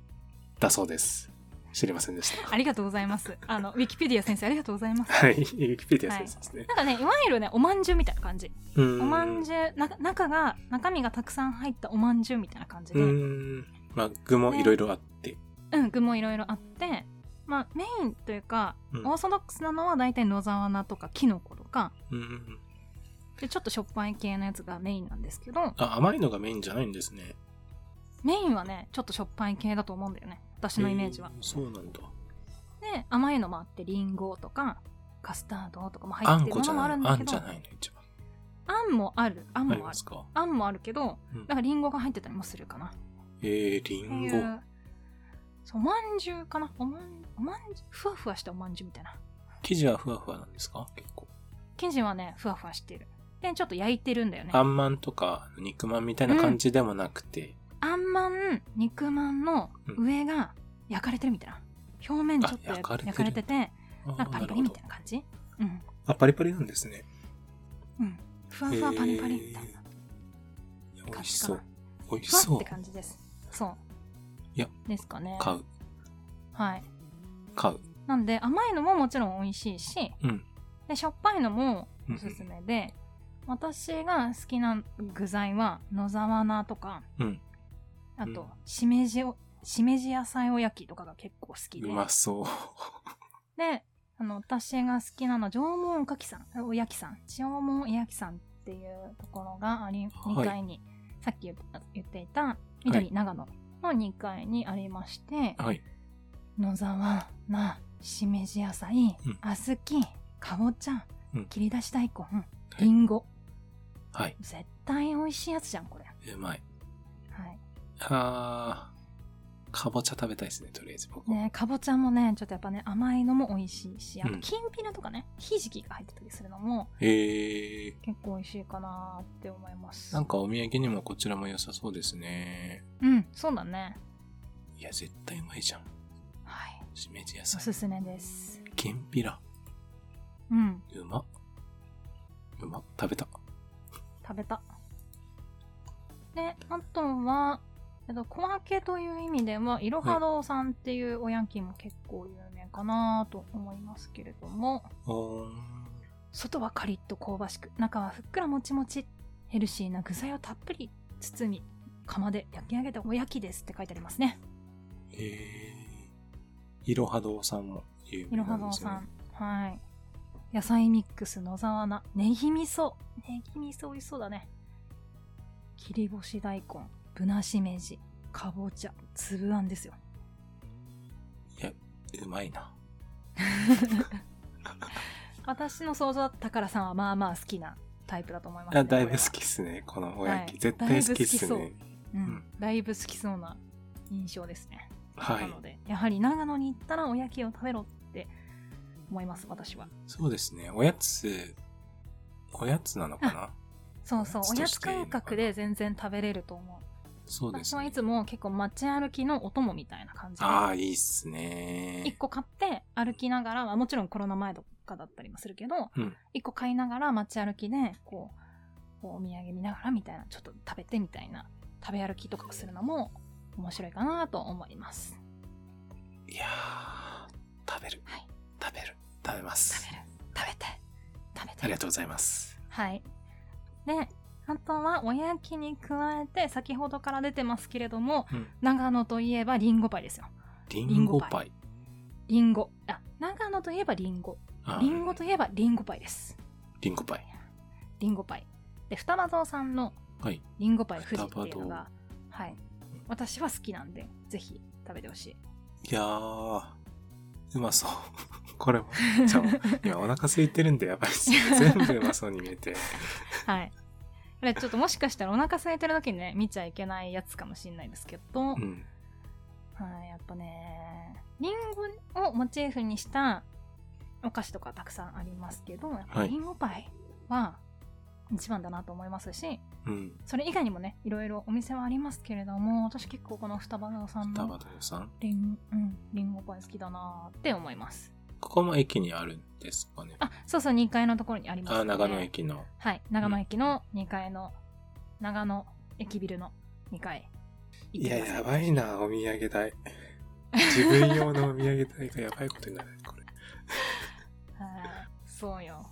Speaker 1: だそうです知りませんでした
Speaker 2: ありがとうございますあのウィキペディア先生ありがとうございます
Speaker 1: はいウ <laughs> ィキペディア先生ですね、
Speaker 2: なんかねいわゆるねおまんじゅうみたいな感じ
Speaker 1: う
Speaker 2: お
Speaker 1: ん
Speaker 2: まんじゅうな中が中身がたくさん入ったおまんじゅうみたいな感じで、
Speaker 1: うんまあ具もいろいろあって、
Speaker 2: うん、具もいろいろあって、まあ、メインというか、
Speaker 1: うん
Speaker 2: オーソドックスなのは大体野沢菜とかきのことか
Speaker 1: うん
Speaker 2: でちょっとしょっぱい系のやつがメインなんですけど
Speaker 1: あ甘いのがメインじゃないんですね
Speaker 2: メインはねちょっとしょっぱい系だと思うんだよね私のイメージは、
Speaker 1: えーそうなんだ
Speaker 2: で甘いのもあってりんごとかカスタードとかも入
Speaker 1: あ
Speaker 2: っ
Speaker 1: ん
Speaker 2: てる
Speaker 1: こ
Speaker 2: も
Speaker 1: じゃ
Speaker 2: のもあ
Speaker 1: な
Speaker 2: る
Speaker 1: い
Speaker 2: ん
Speaker 1: のあ
Speaker 2: だけ
Speaker 1: んじ
Speaker 2: ど
Speaker 1: ゃないの一番
Speaker 2: あんもあるあん
Speaker 1: あ
Speaker 2: も
Speaker 1: り
Speaker 2: あ
Speaker 1: ま
Speaker 2: る
Speaker 1: すか
Speaker 2: あんもあるけど
Speaker 1: うん
Speaker 2: なんかりんごが入ってたりもするかな
Speaker 1: えー、リ
Speaker 2: って
Speaker 1: ン
Speaker 2: い
Speaker 1: ゴ。
Speaker 2: うそうおまんじゅうかなおまんおまんじゅうふわふわしたおまんじゅうみたいな
Speaker 1: 生地はふわふわなんですか結構。
Speaker 2: 生地はねふわふわしてるでちょっと焼いてるんだよね
Speaker 1: あんまんとか肉まんみたいな感じでもなくて、
Speaker 2: あんまん肉まんの上が焼かれてるみたいな表面ちょっと
Speaker 1: あ焼かれてる
Speaker 2: 焼かれてて
Speaker 1: あ
Speaker 2: な
Speaker 1: ー
Speaker 2: んか
Speaker 1: な
Speaker 2: パリパリ
Speaker 1: るほ
Speaker 2: みた
Speaker 1: ど
Speaker 2: いな感じうん
Speaker 1: あ、パリパリなんですね。
Speaker 2: うんふわふわパリパリみたいな
Speaker 1: えーいや
Speaker 2: 感じかな
Speaker 1: 美味しそう。美味し
Speaker 2: ふわ
Speaker 1: そ
Speaker 2: っ
Speaker 1: う
Speaker 2: て。感じですそう
Speaker 1: いや
Speaker 2: ですかね
Speaker 1: 買う。
Speaker 2: はい
Speaker 1: 買う。
Speaker 2: なんで甘いのももちろん美味しいし
Speaker 1: うん。
Speaker 2: でしょっぱいのも
Speaker 1: うん
Speaker 2: おすすめで、私が好きな具材は野沢菜とか
Speaker 1: うん。
Speaker 2: あと、
Speaker 1: うん
Speaker 2: しめじをしめじ野菜おやきとかが結構好きで
Speaker 1: うまそう。
Speaker 2: であの私が好きなのは縄文おかきさんおやきさん縄文おやきさんっていうところがあり
Speaker 1: はい
Speaker 2: 2階に、さっき言った言っていた緑、
Speaker 1: は
Speaker 2: 長野の2階にありまして
Speaker 1: はい。
Speaker 2: 野沢菜しめじ野菜
Speaker 1: うん
Speaker 2: あずきかぼちゃ、
Speaker 1: うん
Speaker 2: 切り出し大根りんご
Speaker 1: はい。
Speaker 2: 絶対美味しいやつじゃんこれ
Speaker 1: うまい。
Speaker 2: はい
Speaker 1: あかぼちゃ食べたいですね、とりあえず僕は。
Speaker 2: ねかぼちゃもねちょっとやっぱね甘いのも美味しいしあ
Speaker 1: う
Speaker 2: と
Speaker 1: ん
Speaker 2: きんぴらとかね、ひじきが入ってたりするのも
Speaker 1: えー、
Speaker 2: 結構美味しいかなって思います
Speaker 1: なんかお土産にもこちらも良さそうですね。
Speaker 2: うんそうだね
Speaker 1: いや、絶対うまいじゃん。
Speaker 2: はい
Speaker 1: しめじ野
Speaker 2: お
Speaker 1: 菜。
Speaker 2: すすめです
Speaker 1: きんぴら。
Speaker 2: うん
Speaker 1: うまっ。うまっ。食べた。
Speaker 2: 食べたであとはえっと小分けという意味ではいろは堂さんっていうおやきも結構有名かなと思いますけれども
Speaker 1: おーん。
Speaker 2: 外はカリッと香ばしく中はふっくらもちもちヘルシーな具材をたっぷり包み釜で焼き上げたおやきですって書いてありますね
Speaker 1: えー。いろは堂さんも有
Speaker 2: い
Speaker 1: 名
Speaker 2: ろ
Speaker 1: な
Speaker 2: は
Speaker 1: ん
Speaker 2: 堂
Speaker 1: ですよ
Speaker 2: さ
Speaker 1: ね。
Speaker 2: ん。はい。野菜ミックス野沢菜、ネギ味噌。ネギ味噌美味しそうだね。切り干し大根、ぶなしめじ、かぼちゃ、つぶあ
Speaker 1: <laughs>
Speaker 2: んですよ。
Speaker 1: うまいな。
Speaker 2: 私の想像だったら宝さんはまあまあ好きなタイプだと思います、ね。
Speaker 1: あだいぶ
Speaker 2: こ
Speaker 1: 好
Speaker 2: れは
Speaker 1: きっすね、このおやき。
Speaker 2: はい
Speaker 1: 絶対好きっす
Speaker 2: だいぶ
Speaker 1: ね
Speaker 2: 好。うん
Speaker 1: うん
Speaker 2: だいぶ好きそうな印象ですね。
Speaker 1: は
Speaker 2: ないの。で、やはり長野に行ったらおやきを食べろって思います、私は。
Speaker 1: そうですね。おやつ、おやつなのかな
Speaker 2: そうそう、
Speaker 1: お
Speaker 2: お
Speaker 1: や
Speaker 2: や
Speaker 1: つと
Speaker 2: つ
Speaker 1: していいの
Speaker 2: 感
Speaker 1: かな
Speaker 2: 覚で全然食べれると思う。
Speaker 1: そうで
Speaker 2: 私
Speaker 1: す
Speaker 2: は
Speaker 1: ね。
Speaker 2: いつも結構街歩きのお供みたいな感じで
Speaker 1: ああ、いいっす
Speaker 2: 1
Speaker 1: ね。
Speaker 2: 個買って歩きながらはもちろんコロナ前とかだったりもするけど、
Speaker 1: うん
Speaker 2: 1個買いながら街歩きでこうこうお土産見ながらみたいなちょっと食べてみたいな食べ歩きとかをするのも面白いかなと思います
Speaker 1: いやー、食べる
Speaker 2: はい。
Speaker 1: 食べる。 <laughs> 食べます
Speaker 2: 食。べる食べて食べて
Speaker 1: ありがとうございます。
Speaker 2: はい。で、あとはおやきに加えて、先ほどから出てますけれども、
Speaker 1: うん
Speaker 2: 長野といえばリンゴパイですよ。
Speaker 1: リン
Speaker 2: ン
Speaker 1: ゴ
Speaker 2: ゴ
Speaker 1: パ
Speaker 2: パ
Speaker 1: イ。
Speaker 2: リンゴ。あ、長野といえばリンゴ。
Speaker 1: あー
Speaker 2: リンゴといえばリンゴパイです。
Speaker 1: リンゴパイ。
Speaker 2: リンゴパイ。で、双葉蔵さんの
Speaker 1: はい。
Speaker 2: リンゴパイ富士っていうの
Speaker 1: 双葉
Speaker 2: が、はい。私は好きなんで、ぜひ食べてほしい。
Speaker 1: いやー、うまそう。 <laughs> これも。じゃあ、今お腹空いてるんでやばいっすね。全部うまそうに見えて。
Speaker 2: <laughs> はい。これちょっともしかしたらお腹空いてる時にね、見ちゃいけないやつかもしれないですけ
Speaker 1: う
Speaker 2: ど、
Speaker 1: ん。
Speaker 2: はい、やっぱね、リンゴをモチーフにしたお菓子とかたくさんありますけど、やっぱ
Speaker 1: はい
Speaker 2: りリンゴパイは一番だなと思いますし、
Speaker 1: うん。
Speaker 2: それ以外にもね、いろいろお店はありますけれども、私結構この双葉堂さん
Speaker 1: タバ
Speaker 2: の
Speaker 1: トルさん。
Speaker 2: リン,、うん、リンゴパイ好きだなって思います。
Speaker 1: ここも駅にあるんですかね。
Speaker 2: あ、そうそう、2階のところにあります
Speaker 1: あー、長野。駅の。
Speaker 2: はい、長野駅の2階の、長野駅ビルの2階。行
Speaker 1: い
Speaker 2: って
Speaker 1: や、
Speaker 2: くださ
Speaker 1: やばいな、お土産代。自分用のお土産代がや <laughs> ばいことになる。これ。
Speaker 2: はい、そうよ。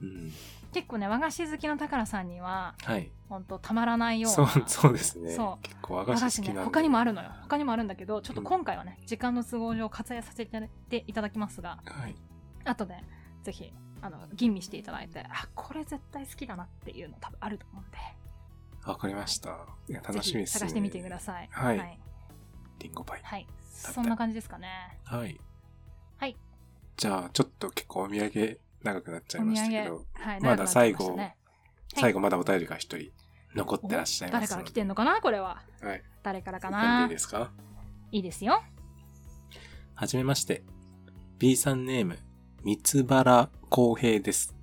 Speaker 1: うん。
Speaker 2: 結構ね、和菓子好きの宝さんには、
Speaker 1: はい。
Speaker 2: 本当たまらないよう
Speaker 1: そう
Speaker 2: な、
Speaker 1: そうですね。
Speaker 2: そう
Speaker 1: 結構和
Speaker 2: 和
Speaker 1: 菓
Speaker 2: 菓
Speaker 1: 子
Speaker 2: 子
Speaker 1: 好き
Speaker 2: ね
Speaker 1: なんで。
Speaker 2: 他にもあるのよ他にもあるんだけどちょっと今回はね、時間の都合上割愛させていただきますが
Speaker 1: はい。
Speaker 2: 後でぜひあの吟味していただいてあこれ絶対好きだなっていうの多分あると思うんで
Speaker 1: わかりました。いや、楽しみ
Speaker 2: ぜ
Speaker 1: で
Speaker 2: ひ
Speaker 1: すね。
Speaker 2: 探してみてください
Speaker 1: はい
Speaker 2: はい
Speaker 1: リンゴパイ。
Speaker 2: はいそんな感じですかね
Speaker 1: はい。
Speaker 2: はい。
Speaker 1: じゃあ、ちょっと結構お土産長くなっちゃいましたけど、
Speaker 2: はい
Speaker 1: まだ最後
Speaker 2: 長くなっちゃいましたね
Speaker 1: 最後まだお便りが一人残ってらっしゃいま
Speaker 2: 誰
Speaker 1: す
Speaker 2: から
Speaker 1: ので。
Speaker 2: 来てんのかなこれは
Speaker 1: はい。
Speaker 2: 誰からか
Speaker 1: 読んでい
Speaker 2: ない
Speaker 1: ですか
Speaker 2: いいですよ
Speaker 1: はじめまして。B さんネーム、三つ原公平です。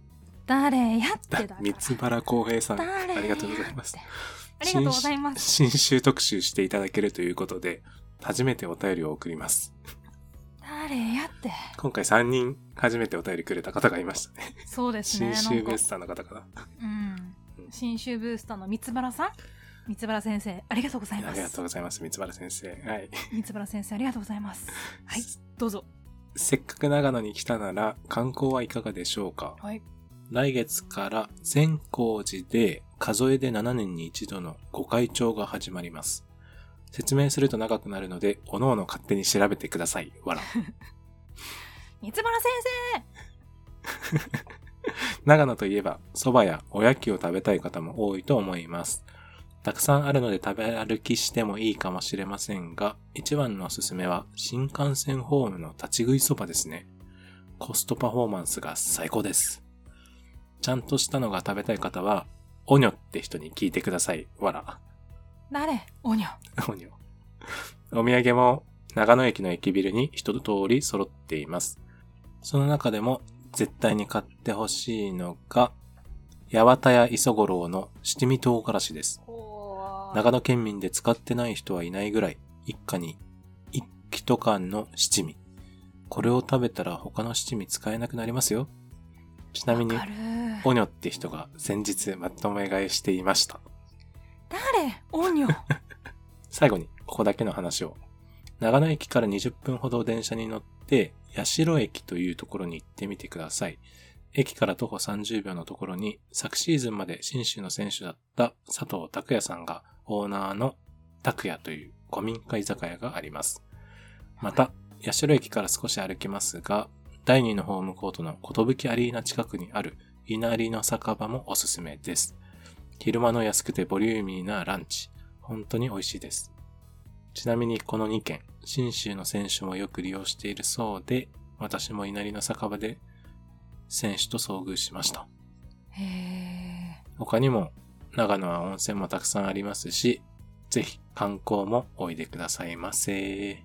Speaker 2: 誰やって
Speaker 1: だ
Speaker 2: だから
Speaker 1: 三つ原公平さん、
Speaker 2: 誰や
Speaker 1: ありがとうございます。
Speaker 2: ありがとうございます
Speaker 1: 新新集特集していただけるということで、初めてお便りを送ります。
Speaker 2: 誰やって
Speaker 1: 今回3人初めてお便りくれた方がいましたね。
Speaker 2: そうですね
Speaker 1: 新州
Speaker 2: なんか
Speaker 1: ベースさんの方かな。
Speaker 2: うん
Speaker 1: うん
Speaker 2: 信州ブースターの三つ原さん三つ原先生ありがとうござい
Speaker 1: あ
Speaker 2: ま
Speaker 1: りがと
Speaker 2: す
Speaker 1: うございます、三つ原先生。はい。
Speaker 2: 三つ原先生ありがとうございますはいどうぞ
Speaker 1: せっかく長野に来たなら観光はいかがでしょうか
Speaker 2: はい
Speaker 1: 来月から善光寺で数えで7年に一度の御開帳が始まります。説明すると長くなるので、おのおの勝手に調べてください。わら。
Speaker 2: 三つ原先
Speaker 1: 長野といえば、蕎麦やおやきを食べたい方も多いと思います。たくさんあるので食べ歩きしてもいいかもしれませんが、一番のおすすめは新幹線ホームの立ち食いそばですね。コストパフォーマンスが最高です。ちゃんとしたのが食べたい方は、おにょって人に聞いてください。わら。
Speaker 2: 生誰おにょ
Speaker 1: おにょ。お土産も長野駅の駅ビルに一通り揃っています。その中でも絶対に買ってほしいのが、八幡屋磯五郎の七味唐辛子です。長野県民で使ってない人はいないぐらい、一家に一気と缶の七味。これを食べたら他の七味使えなくなりますよ。ちなみに
Speaker 2: わか、る
Speaker 1: オニョって人が先日まとめ買いしていました。
Speaker 2: 誰オ
Speaker 1: <laughs>
Speaker 2: ニョ
Speaker 1: 最後に、ここだけの話を。長野駅から20分ほど電車に乗って、八代駅というところに行ってみてください。駅から徒歩30秒のところに、昨シーズンまで新州の選手だった佐藤拓也さんがオーナーの拓也という古民家居酒屋があります。また、八代駅から少し歩きますが、第2のホームコートの寿アリーナ近くにある稲荷の酒場もおすすめです。昼間の安くてボリューミーなランチ、本当に美味しいです。ちなみにこの2軒、信州の選手もよく利用しているそうで、私も稲荷の酒場で選手と遭遇しました。
Speaker 2: へえ
Speaker 1: 他にも長野は温泉もたくさんありますし、ぜひ観光もおいでくださいませ。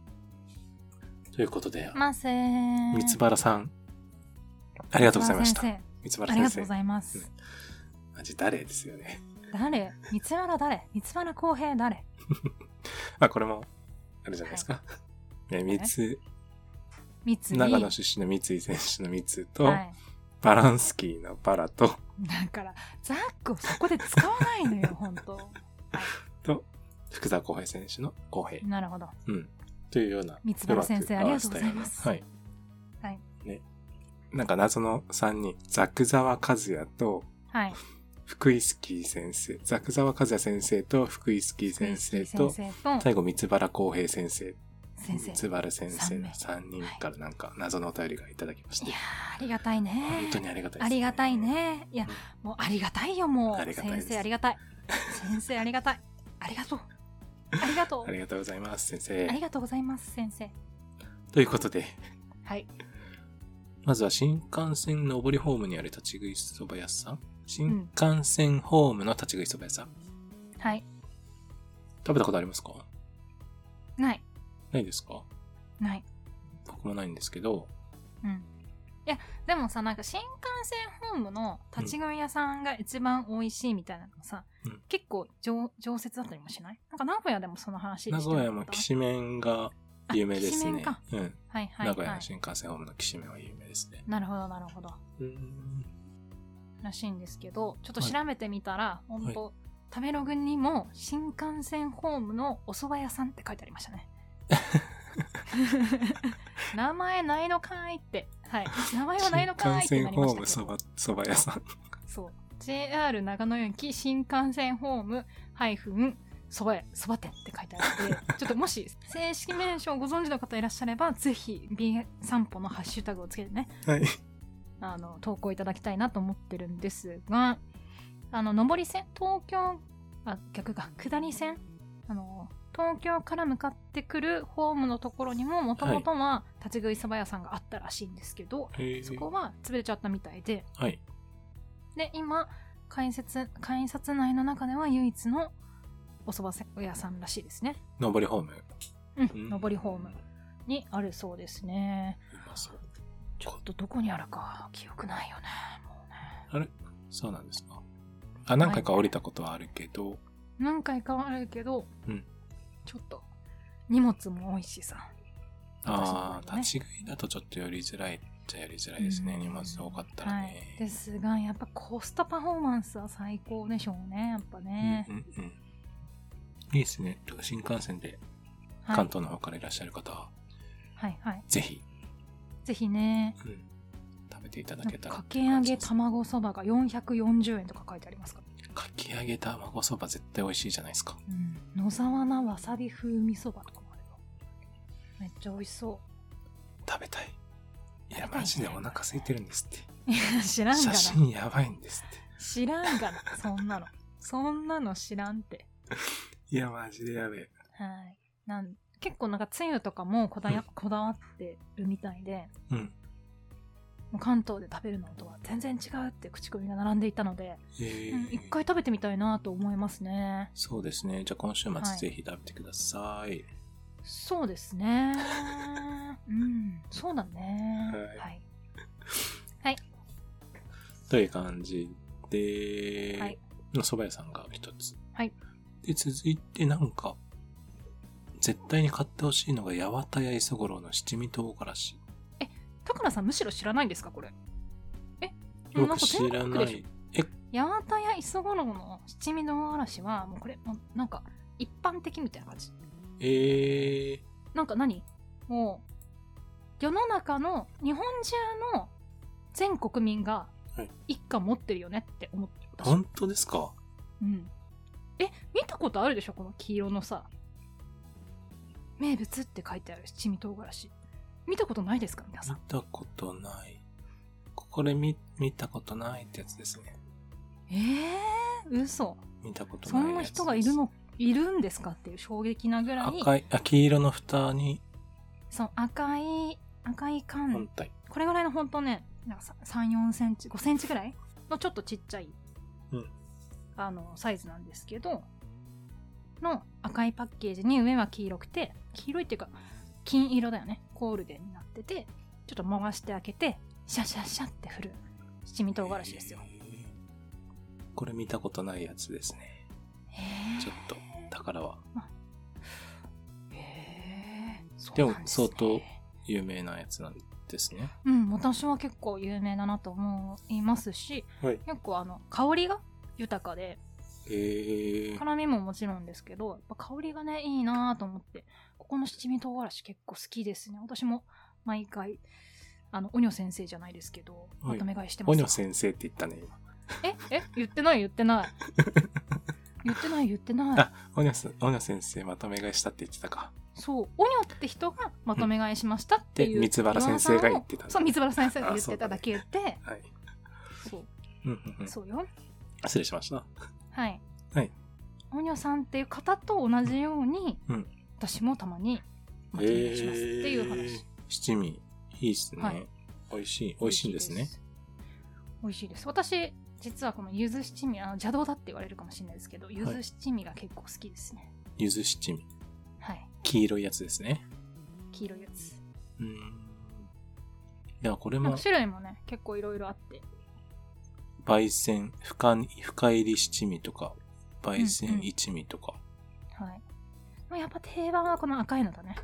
Speaker 1: ということで、
Speaker 2: ませー
Speaker 1: 三原さん、ありがとうございました。
Speaker 2: 三
Speaker 1: 三
Speaker 2: 原先生あり
Speaker 1: 原
Speaker 2: がと
Speaker 1: 先生
Speaker 2: うござ。います
Speaker 1: マジ誰ですよね。
Speaker 2: 誰三原誰三原公平誰
Speaker 1: まあこれも、あるじゃないですか。ね、三つ、
Speaker 2: 三井
Speaker 1: 長野出身の三井選手の三つと、
Speaker 2: はい
Speaker 1: バランスキーのバラと、 <laughs>
Speaker 2: だからザックをそこで使わないのよ本当
Speaker 1: と、福沢浩平選手の浩平。
Speaker 2: なるほど
Speaker 1: うん。というような。
Speaker 2: 三原先生
Speaker 1: まく合わせたよ
Speaker 2: ありがとうございます
Speaker 1: はい。
Speaker 2: はい。
Speaker 1: ね。なんか謎の3人、ザクザワカズヤと、
Speaker 2: はい
Speaker 1: 福井スキー先生、ザクザワカズヤ先生と、福井スキー先生と、
Speaker 2: 先生と
Speaker 1: 最後、三原浩平先生、
Speaker 2: 先生
Speaker 1: 三原先生の
Speaker 2: 三
Speaker 1: 3人からなんか謎のお便りがいただきまし
Speaker 2: い
Speaker 1: て
Speaker 2: や、ーありがたいね
Speaker 1: 本当にありがたいです、
Speaker 2: ありがたい。ねいや
Speaker 1: うん
Speaker 2: もうありがたいよも
Speaker 1: あ
Speaker 2: う
Speaker 1: りがたいで
Speaker 2: 先
Speaker 1: す
Speaker 2: 生ありがたい先生ありがたいありがとうありがと
Speaker 1: あ
Speaker 2: う
Speaker 1: りがとうございます、先
Speaker 2: あ
Speaker 1: 生。
Speaker 2: りがとうございます先生
Speaker 1: ということで、
Speaker 2: はい
Speaker 1: まずは新幹線上りホームにある立ち食いそば屋さん新
Speaker 2: ん
Speaker 1: 幹線ホームの立ち食いそば屋さん、
Speaker 2: はい
Speaker 1: 食べたことありますか
Speaker 2: ない
Speaker 1: ないですか
Speaker 2: ない
Speaker 1: 僕もないんですけど、
Speaker 2: うんいやでもさなんか新幹線ホームの立ち食い屋さんが一番美味しいみたいなのさ、
Speaker 1: うん
Speaker 2: 結構常常設だったりもしないなんか名古屋でもその話
Speaker 1: 名古屋もき
Speaker 2: 岸
Speaker 1: しめんが有名です
Speaker 2: きしめ
Speaker 1: ね
Speaker 2: んか。
Speaker 1: うん、
Speaker 2: はいはい、
Speaker 1: 名古屋
Speaker 2: は
Speaker 1: の
Speaker 2: い、
Speaker 1: 新幹線ホームのきしめんは有名ですね。
Speaker 2: なるほどなるほど
Speaker 1: うん
Speaker 2: らしいんですけどちょっと調べてみたら、ほん本当、食べログにも新幹線ホームのお蕎麦屋さんって書いてありましたね名前ないのかーいってはい名前はないのか
Speaker 1: 新
Speaker 2: ー
Speaker 1: 幹線
Speaker 2: いってなり
Speaker 1: ホー
Speaker 2: ました
Speaker 1: ム
Speaker 2: け
Speaker 1: そ
Speaker 2: ど
Speaker 1: ば、そば屋さん。
Speaker 2: そう。JR 長野駅新幹線ホームハイフンそば屋そば店って書いてあ
Speaker 1: <laughs>
Speaker 2: るのでちょっともし正式名称をご存知の方いらっしゃればぜひ B 散歩のハッシュタグをつけてね
Speaker 1: はい。
Speaker 2: あの投稿いただきたいなと思ってるんですがあの上り線東京あ逆か下り線あの東京から向かってくるホームのところにももともとは立ち食いそば屋さんがあったらしいんですけど、
Speaker 1: えー
Speaker 2: そこは潰れちゃったみたいで
Speaker 1: はい。
Speaker 2: で今改札改札内の中では唯一のお蕎麦屋さんらしいですね
Speaker 1: 上りホーム。
Speaker 2: うん、
Speaker 1: うん
Speaker 2: 上りホームにあるそうですね
Speaker 1: うまそう。
Speaker 2: ちょっとどこにあるか記憶ないよねもうね
Speaker 1: あれそうなんですか。あ、何回か降りたことはあるけど、
Speaker 2: 何回かはあるけど、
Speaker 1: うん
Speaker 2: ちょっと荷物も多いしさ
Speaker 1: あ
Speaker 2: 私の方
Speaker 1: あ、
Speaker 2: にね
Speaker 1: 立ち食いだとちょっと寄りづらいっちゃ寄りづらいですね。
Speaker 2: うん
Speaker 1: 荷物多かったらね。
Speaker 2: はい、ですがやっぱコストパフォーマンスは最高でしょうねやっぱね、
Speaker 1: うんうんうんいいですね。新幹線で
Speaker 2: は
Speaker 1: 関
Speaker 2: い、
Speaker 1: 東の方からいらっしゃる方は、
Speaker 2: はいはい
Speaker 1: ぜひ、
Speaker 2: ぜひね
Speaker 1: うん食べていただ
Speaker 2: なん
Speaker 1: け
Speaker 2: か
Speaker 1: たら。
Speaker 2: かけ揚げ卵そばが440円とか書いてありますから
Speaker 1: かき揚げ卵そば絶対美味しいじゃないですか。
Speaker 2: うん、野沢菜わさび風味そばとかもあるよめっちゃ美味しそ
Speaker 1: 食べたい。いや、
Speaker 2: 食べたいね
Speaker 1: マジでお腹空いてるんですって。
Speaker 2: ういや <laughs> 知らんが
Speaker 1: 写
Speaker 2: な
Speaker 1: 真やばいんですって。
Speaker 2: 知らんがなそんなのそんなの知らんって
Speaker 1: いや、マジでやべえ。
Speaker 2: はいなん結構なんかつゆとかもこだやこだわってるみたいで
Speaker 1: うん。
Speaker 2: もう関東で食べるのとは全然違うって口コミが並んでいたので
Speaker 1: え
Speaker 2: 一、
Speaker 1: ー
Speaker 2: うん、一回食べてみたいなと思いますね
Speaker 1: そうですね。じゃあ今週末
Speaker 2: はい
Speaker 1: ぜひ食べてください。
Speaker 2: そうです <laughs> ね。うん、そうだね。
Speaker 1: はい
Speaker 2: はい。
Speaker 1: という感じで、
Speaker 2: はい
Speaker 1: の蕎麦屋さんが一つ。
Speaker 2: はい
Speaker 1: で、続いてなんか、絶対に買ってほしいのが八幡屋磯五郎の七味唐辛子。
Speaker 2: たくらさんむしろ知らないんですかこれ。え、でもなん
Speaker 1: 僕
Speaker 2: か
Speaker 1: 知
Speaker 2: 全
Speaker 1: ら
Speaker 2: 国
Speaker 1: な
Speaker 2: 区でしょ
Speaker 1: い。え、
Speaker 2: 八幡屋磯五郎の七味唐辛子はもうこれもうなんか一般的みたいな感じ
Speaker 1: え
Speaker 2: なんか何もう世の中の日本中の全国民が
Speaker 1: はい
Speaker 2: 一家持ってるよねって思って
Speaker 1: ー、
Speaker 2: る、
Speaker 1: 本当ですか
Speaker 2: うん、え見たことあるでしょこの黄色のさ名物って書いてある七味唐辛子見たことないですか皆さ
Speaker 1: 見
Speaker 2: ん
Speaker 1: たことない。ここで見見たことないってやつですね。
Speaker 2: えー、嘘
Speaker 1: 見たこと
Speaker 2: そ
Speaker 1: ないやつ
Speaker 2: んな人がいるのいるんですかっていう衝撃なぐらい
Speaker 1: 赤い、あ、黄色の蓋に
Speaker 2: その赤い赤い缶、
Speaker 1: 本体。
Speaker 2: これぐらいのほんとねなんか34センチ5センチぐらいのちょっとちっちゃい、
Speaker 1: うん
Speaker 2: あのサイズなんですけどの赤いパッケージに上は黄色くて黄色いっていうか金色だよねゴールデンになっててちょっと回して開けてシャシャシャって振る七味唐辛子ですよ、
Speaker 1: えーこれ見たことないやつですね。
Speaker 2: へー
Speaker 1: ちょっと、宝は
Speaker 2: へーそうなんです
Speaker 1: で
Speaker 2: ね
Speaker 1: も相当有名なやつなんですね。
Speaker 2: うん、私は結構有名だなと思いますし、
Speaker 1: はい
Speaker 2: 結構あの香りが豊かで
Speaker 1: えー、
Speaker 2: 辛みももちろんですけどやっぱ香りがねいいなと思ってここの七味唐辛子結構好きですね私も毎回あのおにょ先生じゃないですけど
Speaker 1: はい
Speaker 2: まとめ買いしてま
Speaker 1: ポ
Speaker 2: す
Speaker 1: ニョ先生って言ったね、今。
Speaker 2: ええ言ってない言っ
Speaker 1: <laughs>
Speaker 2: てない言ってない言ってない
Speaker 1: あ、オニョスオニョ先生まとめ買いしたって言ってたか。
Speaker 2: そうおにょって人がまとめ買いしましたっていう
Speaker 1: で三原先生が言ってた
Speaker 2: そう三原先生が
Speaker 1: あ
Speaker 2: 言っ
Speaker 1: そう
Speaker 2: て
Speaker 1: だ
Speaker 2: た
Speaker 1: ね
Speaker 2: だけで
Speaker 1: はい。
Speaker 2: そう
Speaker 1: うんうんうん
Speaker 2: そうよ
Speaker 1: 失礼しました。
Speaker 2: はい。
Speaker 1: はい。
Speaker 2: おにょさんっていう方と同じように、
Speaker 1: うん
Speaker 2: 私もたまにまとめ買いしますっていう
Speaker 1: え
Speaker 2: 話。
Speaker 1: ー七味、いいですね。
Speaker 2: はい
Speaker 1: 美味しい、美味しいんですね。。
Speaker 2: 美味しいです。私、実はこのゆず七味、あの邪道だって言われるかもしれないですけど、ゆず七味が結構好きですね。
Speaker 1: ゆず七味。
Speaker 2: はい。
Speaker 1: 黄色いやつですね。
Speaker 2: 黄色いやつ。
Speaker 1: うーん。いや、これ
Speaker 2: なん
Speaker 1: も
Speaker 2: か、種類もね、結構いろいろあって。
Speaker 1: 焙煎、深煮深入り七味とか、焙
Speaker 2: うん
Speaker 1: 煎
Speaker 2: うん
Speaker 1: 一味とか。
Speaker 2: はい。まあやっぱ定番はこの赤いのだね。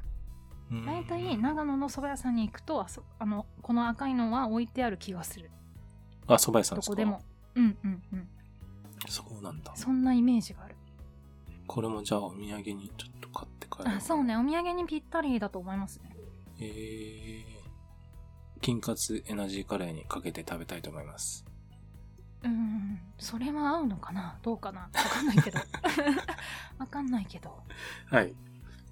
Speaker 1: うん
Speaker 2: 大体長野の蕎麦屋さんに行くとあそあのこの赤いのは置いてある気がする
Speaker 1: あ、蕎麦屋さん
Speaker 2: ど
Speaker 1: です
Speaker 2: こ
Speaker 1: か
Speaker 2: でもうんうんうん
Speaker 1: そうなんだ。
Speaker 2: そんなイメージがある
Speaker 1: これもじゃあお土産にちょっと買って帰ろ
Speaker 2: あそう。ねお土産にぴったりだと思いますね
Speaker 1: えー、金カツエナジーカレーにかけて食べたいと思います。
Speaker 2: うーんそれは合うのかなどうかなわかんな
Speaker 1: <laughs>
Speaker 2: いけどわかんないけど、
Speaker 1: はい。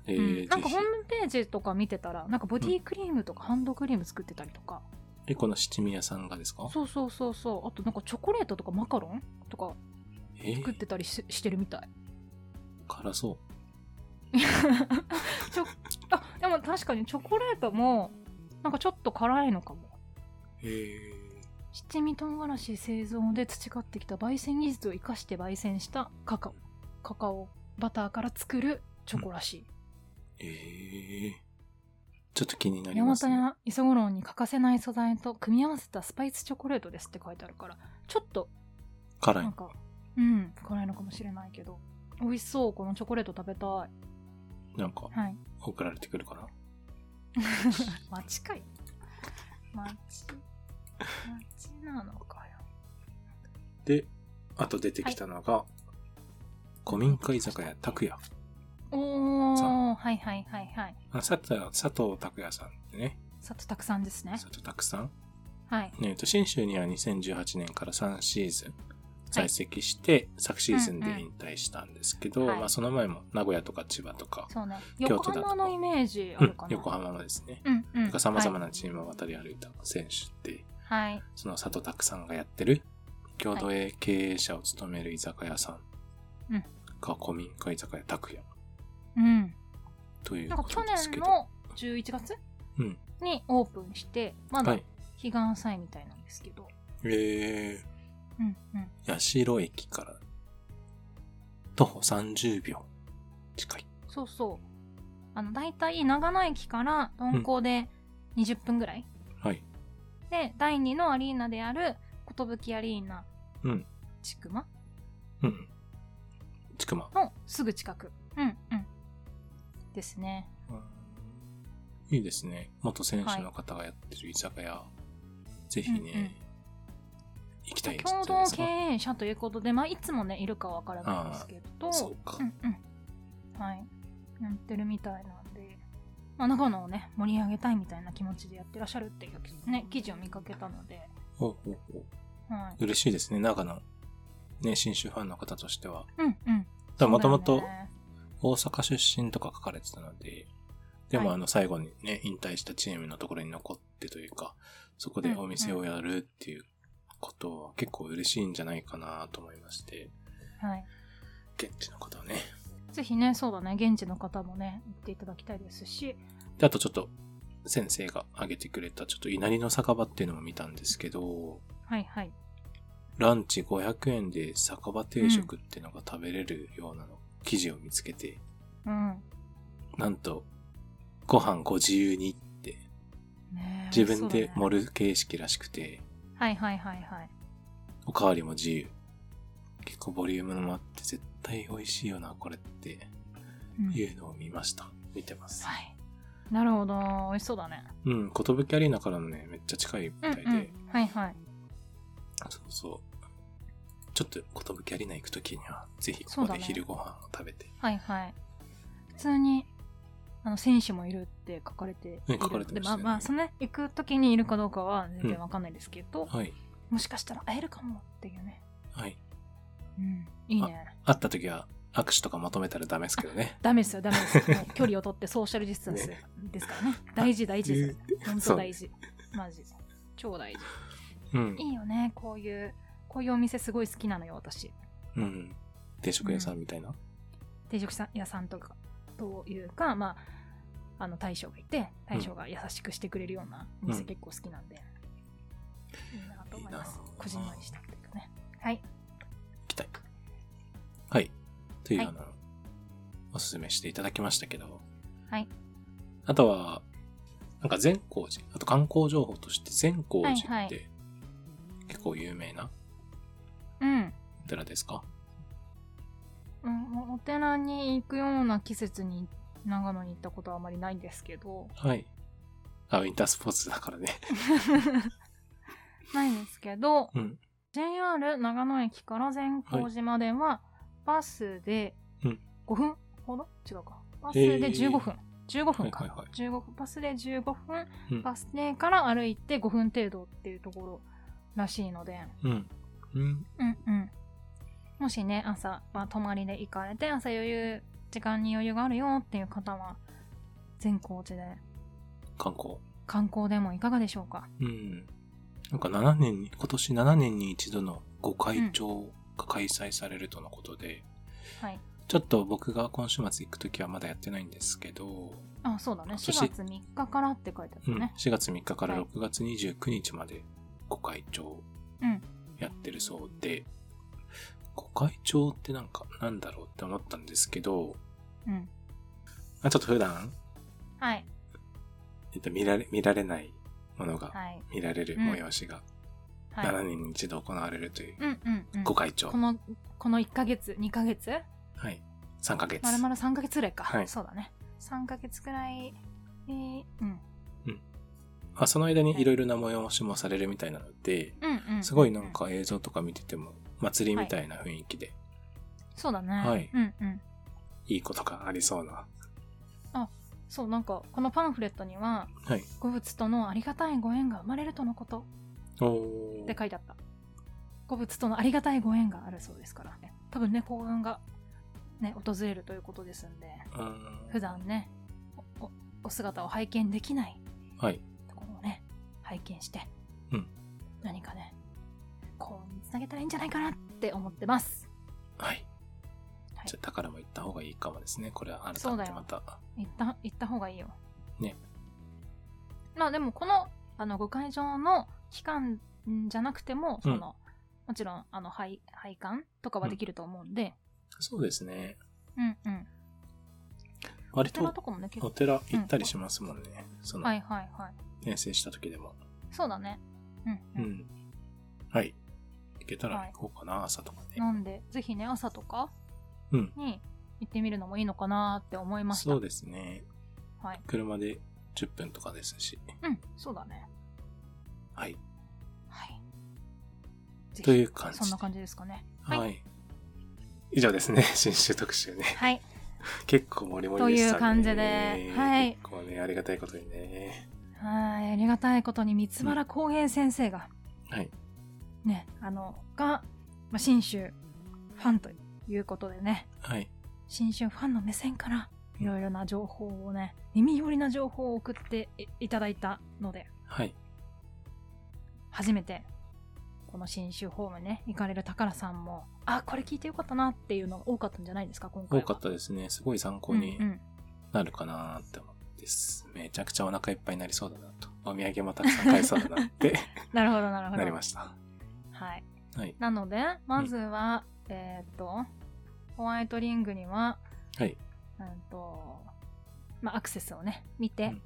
Speaker 1: えー
Speaker 2: うん、なんか
Speaker 1: ぜひ
Speaker 2: ホームページとか見てたらなんかボディクリームとかハンドクリーム作ってたりとか、
Speaker 1: え、この七味屋さんがですか
Speaker 2: そうそうそうそうあとなんかチョコレートとかマカロンとか
Speaker 1: え
Speaker 2: 作っ
Speaker 1: ー、
Speaker 2: てたりししてるみたい <laughs>
Speaker 1: 辛そ
Speaker 2: ちょあでも確かにチョコレートもなんかちょっと辛いのかも
Speaker 1: う。え
Speaker 2: 七味唐辛子製造で培ってきた焙煎技術を生かして焙煎したカカオカカオバターから作るチョコらしい
Speaker 1: ー、えー、ちょっと気になり
Speaker 2: 大
Speaker 1: ます
Speaker 2: 和
Speaker 1: ね。
Speaker 2: や磯五郎に欠かせない素材と組み合わせたスパイスチョコレートですって書いてあるからちょっと
Speaker 1: 辛
Speaker 2: ないん。か、うん辛いのかもしれないけど美味しそうこのチョコレート食べたいは
Speaker 1: なんか、
Speaker 2: い <laughs>
Speaker 1: 送られてくるかな
Speaker 2: 街かい街街なのかよ
Speaker 1: で、あと出てきたのが、古民家居酒屋拓也。
Speaker 2: お
Speaker 1: さ
Speaker 2: ーはいはいはいはい
Speaker 1: あ佐藤佐藤拓也さんってね、
Speaker 2: さとたくさんですね
Speaker 1: 佐藤拓さん。
Speaker 2: はい
Speaker 1: えーと、新州には2018年から3シーズン在籍して、昨シーズンで引退したんですけど、
Speaker 2: うんうんはい
Speaker 1: まあ、その前も名古屋とか千葉とか、
Speaker 2: そうね
Speaker 1: 京都
Speaker 2: 横
Speaker 1: だと
Speaker 2: 浜のイメージあ
Speaker 1: う
Speaker 2: る
Speaker 1: ん
Speaker 2: かな、
Speaker 1: 横浜のですね、
Speaker 2: うんうん
Speaker 1: さまざま
Speaker 2: な
Speaker 1: なチームを渡り歩いた選手って、
Speaker 2: はい、はい
Speaker 1: その佐藤拓さんがやってる、共同営経営者を務める居酒屋さん
Speaker 2: うん
Speaker 1: が古民家居酒屋拓也
Speaker 2: うん
Speaker 1: という
Speaker 2: なんか
Speaker 1: こと
Speaker 2: 去
Speaker 1: ですけ
Speaker 2: 年
Speaker 1: ど、
Speaker 2: の11月
Speaker 1: うん、
Speaker 2: にオープンしてまだ
Speaker 1: は
Speaker 2: 彼
Speaker 1: い。
Speaker 2: 岸祭みたいなんですけど、
Speaker 1: え
Speaker 2: うんうん
Speaker 1: ー、八代駅から徒歩30秒近い。
Speaker 2: そうそうあの大体長野駅から鈍行で20分ぐらい、
Speaker 1: はい。
Speaker 2: で第2のアリーナである寿アリーナ
Speaker 1: うん。
Speaker 2: 千曲
Speaker 1: うん。ちくま。
Speaker 2: のすぐ近くうんうんですね
Speaker 1: いいですね。元選手の方がやってる居酒屋。ぜひね、
Speaker 2: うんうん
Speaker 1: 行きたいですね。
Speaker 2: 共同経営者ということで、まあ、いつもねいるかわからないんですけど
Speaker 1: そうか
Speaker 2: うんうんはいやってるみたいなんで、まあ、長野をね盛り上げたいみたいな気持ちでやってらっしゃるっていう、ね、記事を見かけたので、
Speaker 1: おうおうおう
Speaker 2: はい、
Speaker 1: 嬉しいですね、長野。ね、新州ファンの方としては。
Speaker 2: うんうん
Speaker 1: 多分もとも
Speaker 2: そう
Speaker 1: と
Speaker 2: だよね
Speaker 1: 大阪出身とか書かれてたので、でも
Speaker 2: はい
Speaker 1: あの最後にね、引退したチームのところに残ってというか、そこでお店をやるっていうことは結構嬉しいんじゃないかなと思いまして、
Speaker 2: はい、
Speaker 1: 現地の方はね。
Speaker 2: ぜひねそうだね現地の方もね行っていただきたいですし
Speaker 1: で、あとちょっと先生が挙げてくれたちょっと稲荷の酒場っていうのも見たんですけど、
Speaker 2: はいはい
Speaker 1: ランチ500円で酒場定食っていうのが食べれるようなの、記事を見つけて、
Speaker 2: うん
Speaker 1: なんと、ご飯ご自由にって、
Speaker 2: ねえ
Speaker 1: 自分で
Speaker 2: そうだね
Speaker 1: 盛る形式らしくて、
Speaker 2: はいはいはいはい
Speaker 1: おかわりも自由。結構ボリュームもあって、絶対美味しいよな、これって
Speaker 2: うん
Speaker 1: いうのを見ました。見てます。
Speaker 2: はいなるほど美味しそうだね
Speaker 1: うん、ことぶきアリーナからもね、めっちゃ近いみ
Speaker 2: う
Speaker 1: た
Speaker 2: ん
Speaker 1: いで、
Speaker 2: うんはいはい
Speaker 1: そうそう。ちょっとことぶきアリーナ行くときには、ぜひこ
Speaker 2: そう
Speaker 1: こ
Speaker 2: だ
Speaker 1: で
Speaker 2: ね
Speaker 1: 昼ご飯を食べて、
Speaker 2: はいはい。普通に、あの、選手もいるって書かれているので、
Speaker 1: ね書かれてましたよね
Speaker 2: あまあ、そのね、行く時にいるかどうかは全然わかんないですけど、
Speaker 1: はい、
Speaker 2: もしかしたら会えるかもっていうね。
Speaker 1: はい。
Speaker 2: うん。いいね。
Speaker 1: 会ったときは握手とかまとめたらダメですけどね。
Speaker 2: ダメですよ、ダメですよ。
Speaker 1: <laughs>
Speaker 2: もう距離を取ってソーシャルディスタンス
Speaker 1: ね
Speaker 2: ですからね。大事、大事ですよ。本
Speaker 1: そ
Speaker 2: 当
Speaker 1: う
Speaker 2: 大事。マジ。超大事。
Speaker 1: うん。
Speaker 2: いいよね、こういう、こういうお店すごい好きなのよ、私。
Speaker 1: うん。定食屋さんみたいな。
Speaker 2: 定食屋さんとかというか、まあ、あの大将がいて大将が優しくしてくれるようなお
Speaker 1: う
Speaker 2: 店
Speaker 1: ん
Speaker 2: 結構好きなんで、いいなと思います
Speaker 1: いいなあ
Speaker 2: こじんまりしたというかねはい
Speaker 1: 行きたい。はい。というような、おすすめしていただきましたけど。
Speaker 2: はい。
Speaker 1: あとは、なんか善光寺、あと観光情報として善光寺って、
Speaker 2: はいは
Speaker 1: 結構有名な
Speaker 2: うん
Speaker 1: お寺ですか
Speaker 2: うんおお寺に行くような季節に長野に行ったことはあまりないんですけ
Speaker 1: <laughs>
Speaker 2: ど
Speaker 1: はい。あ、ウィンタースポーツだからね。
Speaker 2: ないんですけど
Speaker 1: うん。
Speaker 2: JR 長野駅から善光寺まではバスで
Speaker 1: うん
Speaker 2: 5分ほど違うかバスで15分、15分か、
Speaker 1: はいはいはい
Speaker 2: 15分バスで15分
Speaker 1: うん。
Speaker 2: バス停から歩いて5分程度っていうところらしいので、
Speaker 1: うん。うん。
Speaker 2: うんうん、もしね朝、まあ、泊まりで行かれて朝余裕時間に余裕があるよっていう方は善光寺で
Speaker 1: 観光。
Speaker 2: 観光でもいかがでしょうか
Speaker 1: うん。なんか7年に、今年7年に一度のご会長が開催されるとのことで、
Speaker 2: はい
Speaker 1: ちょっと僕が今週末行くときはまだやってないんですけど、
Speaker 2: あそうだね
Speaker 1: 今
Speaker 2: 4
Speaker 1: 年
Speaker 2: 月3日からって書いてあ
Speaker 1: う
Speaker 2: る
Speaker 1: ん、
Speaker 2: ね、
Speaker 1: 4月3日から
Speaker 2: はい
Speaker 1: 6月29日までご会長
Speaker 2: うん
Speaker 1: やってるそうで、ご会長ってなんかなんだろうって思ったんですけど、
Speaker 2: うん、
Speaker 1: まあ、ちょっと普段、
Speaker 2: はい
Speaker 1: えっと、見られ、見られないものが、
Speaker 2: はい
Speaker 1: 見られる
Speaker 2: うん
Speaker 1: 催しが
Speaker 2: はい
Speaker 1: 7年に一度行われるという
Speaker 2: うんうんうん
Speaker 1: ご会長、
Speaker 2: このこの1ヶ月2ヶ月
Speaker 1: はい、3ヶ月。
Speaker 2: まるまる3ヶ月ぐらいか、
Speaker 1: はい
Speaker 2: そうだね3ヶ月くらい、えーうん、
Speaker 1: まあ、その間にいろいろな催しもされるみたいなので、
Speaker 2: うんうん
Speaker 1: すごいなんか映像とか見てても、祭りみたいな雰囲気で、
Speaker 2: そうだね、
Speaker 1: はい
Speaker 2: うんうん
Speaker 1: いいことがありそうな。
Speaker 2: そうなんかこのパンフレットには
Speaker 1: はい。
Speaker 2: 「五仏とのありがたいご縁が生まれるとのこと
Speaker 1: お」ー
Speaker 2: って書いてあった五仏とのありがたいご縁があるそうですからね多分ね幸運がね訪れるということですんで
Speaker 1: うん
Speaker 2: 普段ねおおお姿を拝見できない
Speaker 1: はい。
Speaker 2: ところをね拝見して、
Speaker 1: うん
Speaker 2: 何かね幸運につなげたらいいんじゃないかなって思ってます
Speaker 1: はい。
Speaker 2: はい
Speaker 1: じゃあ、宝も行った方がいいかもですね。これは改
Speaker 2: そう
Speaker 1: め
Speaker 2: だ
Speaker 1: て
Speaker 2: よ
Speaker 1: また。
Speaker 2: 行った行った方がいいよ
Speaker 1: ね
Speaker 2: まあでもこのあのご会場の期間じゃなくてもその、
Speaker 1: うん
Speaker 2: もちろんあの配配管とかはできると思うんで、
Speaker 1: そうですね。
Speaker 2: うん、うん
Speaker 1: 割
Speaker 2: お寺
Speaker 1: と
Speaker 2: とかもね結
Speaker 1: お
Speaker 2: 構
Speaker 1: 寺行ったりしますもんね。そ
Speaker 2: は
Speaker 1: の
Speaker 2: いはいはい
Speaker 1: 転生した時でも。
Speaker 2: そうだねう、
Speaker 1: うん
Speaker 2: うん
Speaker 1: ん。はい。行けた
Speaker 2: は
Speaker 1: ら
Speaker 2: い
Speaker 1: 行こうかな、朝とかね。
Speaker 2: なんでぜひね朝とか
Speaker 1: うん。
Speaker 2: に行ってみるのもいいのかなって思いました
Speaker 1: そうですね。
Speaker 2: はい
Speaker 1: 車で10分とかですし。
Speaker 2: うんそうだね
Speaker 1: はい。
Speaker 2: はいぜひ
Speaker 1: という感じで
Speaker 2: そんな感じですかねはい
Speaker 1: はい。以上ですね。 <laughs> 新種特集ね。 <laughs>
Speaker 2: はい
Speaker 1: 結構盛り盛りでしたね。
Speaker 2: という感じではい
Speaker 1: 結構ね、ありがたいことにね。
Speaker 2: はいありがたいことに三原浩平先生が
Speaker 1: はい。
Speaker 2: ねあのが、まあ、信州ファンということでね
Speaker 1: はい。
Speaker 2: 新春ファンの目線からいろいろな情報をね耳寄りな情報を送っていただいたので
Speaker 1: はい。
Speaker 2: 初めてこの新州ホームね行かれる宝さんもあこれ聞いてよかったなっていうのが多かったんじゃないですか今回
Speaker 1: 多
Speaker 2: は
Speaker 1: かったですね。すごい参考に
Speaker 2: うんうん
Speaker 1: なるかなって思ってです。めちゃくちゃお腹いっぱいになりそうだなと。お土産もたくさん買えそうだなって
Speaker 2: <laughs> なるほどなるほど
Speaker 1: なりました。
Speaker 2: はい
Speaker 1: はい。
Speaker 2: なのでまずは、えーっとホワイトリングには
Speaker 1: はい。
Speaker 2: うんとまあアクセスをね見て、
Speaker 1: うん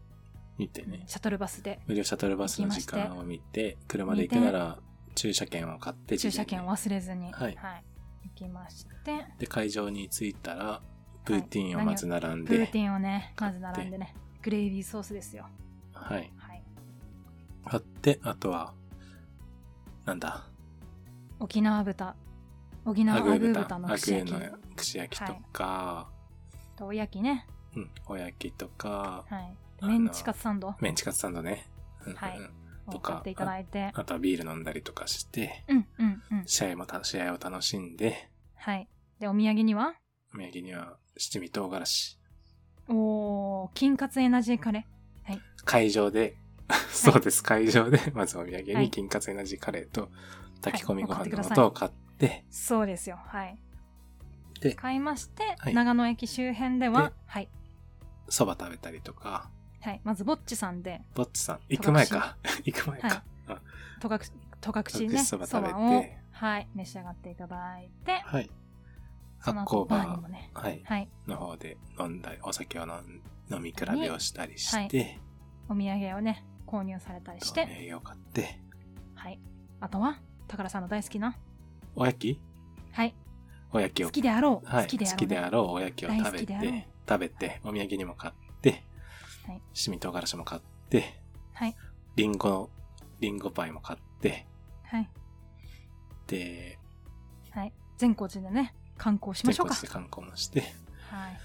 Speaker 1: 見てね。
Speaker 2: シャトルバスで
Speaker 1: 無料シャトルバスの時間を見て、車で行くなら駐車券を買って、
Speaker 2: 駐車券を
Speaker 1: は。
Speaker 2: 忘れずに、
Speaker 1: はい
Speaker 2: 行きまして
Speaker 1: で、会場に着いたら、プーティーンをまず並ん
Speaker 2: プ
Speaker 1: で、
Speaker 2: ーティンをねまず並んでねグレイビーソースですよ
Speaker 1: はい。
Speaker 2: はい
Speaker 1: 買って、あとは、なんだ、
Speaker 2: 沖縄豚沖縄
Speaker 1: ア
Speaker 2: ア
Speaker 1: グ
Speaker 2: グ
Speaker 1: ー
Speaker 2: ー
Speaker 1: 豚、
Speaker 2: 豚の
Speaker 1: アグ
Speaker 2: 串
Speaker 1: ー
Speaker 2: 焼き
Speaker 1: の串焼きとか、
Speaker 2: とおやきね
Speaker 1: うん、おやきとか、
Speaker 2: はい
Speaker 1: あの
Speaker 2: メンチカツサンド
Speaker 1: メンチカツサンドね、うんうんうん
Speaker 2: はい
Speaker 1: と
Speaker 2: を
Speaker 1: か
Speaker 2: 買っていただいて
Speaker 1: あとはビール飲んだりとかして、
Speaker 2: うんうんうん
Speaker 1: 試合もた、試合を楽しんで、
Speaker 2: はいでお土産には
Speaker 1: お土産には七味唐辛子。
Speaker 2: おー金カツエナジーカレ
Speaker 1: 会場で、そうです、会場で、まずお土産に金カツエナジーカレーと炊き込みご飯の素を買って、
Speaker 2: ーそうですよはい
Speaker 1: で
Speaker 2: 買いまして、
Speaker 1: はい
Speaker 2: 長野駅周辺では
Speaker 1: で
Speaker 2: はい、
Speaker 1: そば食べたりとか、
Speaker 2: はい、まずぼっちさんで
Speaker 1: ぼっちさん、行く前か、 <laughs> 行く前か。あ
Speaker 2: とかくとかくしね
Speaker 1: そば食べて
Speaker 2: をはい召し上がっていただいて
Speaker 1: はい。
Speaker 2: その
Speaker 1: 発
Speaker 2: 後
Speaker 1: 酵
Speaker 2: バーに
Speaker 1: バ
Speaker 2: もね
Speaker 1: ー、はい、
Speaker 2: はい
Speaker 1: の方で飲んだり、お酒を飲ん飲み比べをしたりして、
Speaker 2: お土産をね購入されたりし
Speaker 1: お
Speaker 2: て
Speaker 1: 土産を買って、
Speaker 2: はいあとは宝さんの大好きな
Speaker 1: おやき
Speaker 2: はい
Speaker 1: おやき
Speaker 2: 好
Speaker 1: を、
Speaker 2: きであろう、
Speaker 1: はい、
Speaker 2: 好きであろう、
Speaker 1: 好きであろうおやきを食
Speaker 2: 大好
Speaker 1: べ
Speaker 2: きであろう
Speaker 1: て、食べて、お土産にも買って
Speaker 2: はい、
Speaker 1: 七味唐辛子も買って、
Speaker 2: はい
Speaker 1: リンゴの、リンゴパイも買って、
Speaker 2: はい
Speaker 1: で、
Speaker 2: はい全国地でね観光しましょうか
Speaker 1: して観光もして、
Speaker 2: はい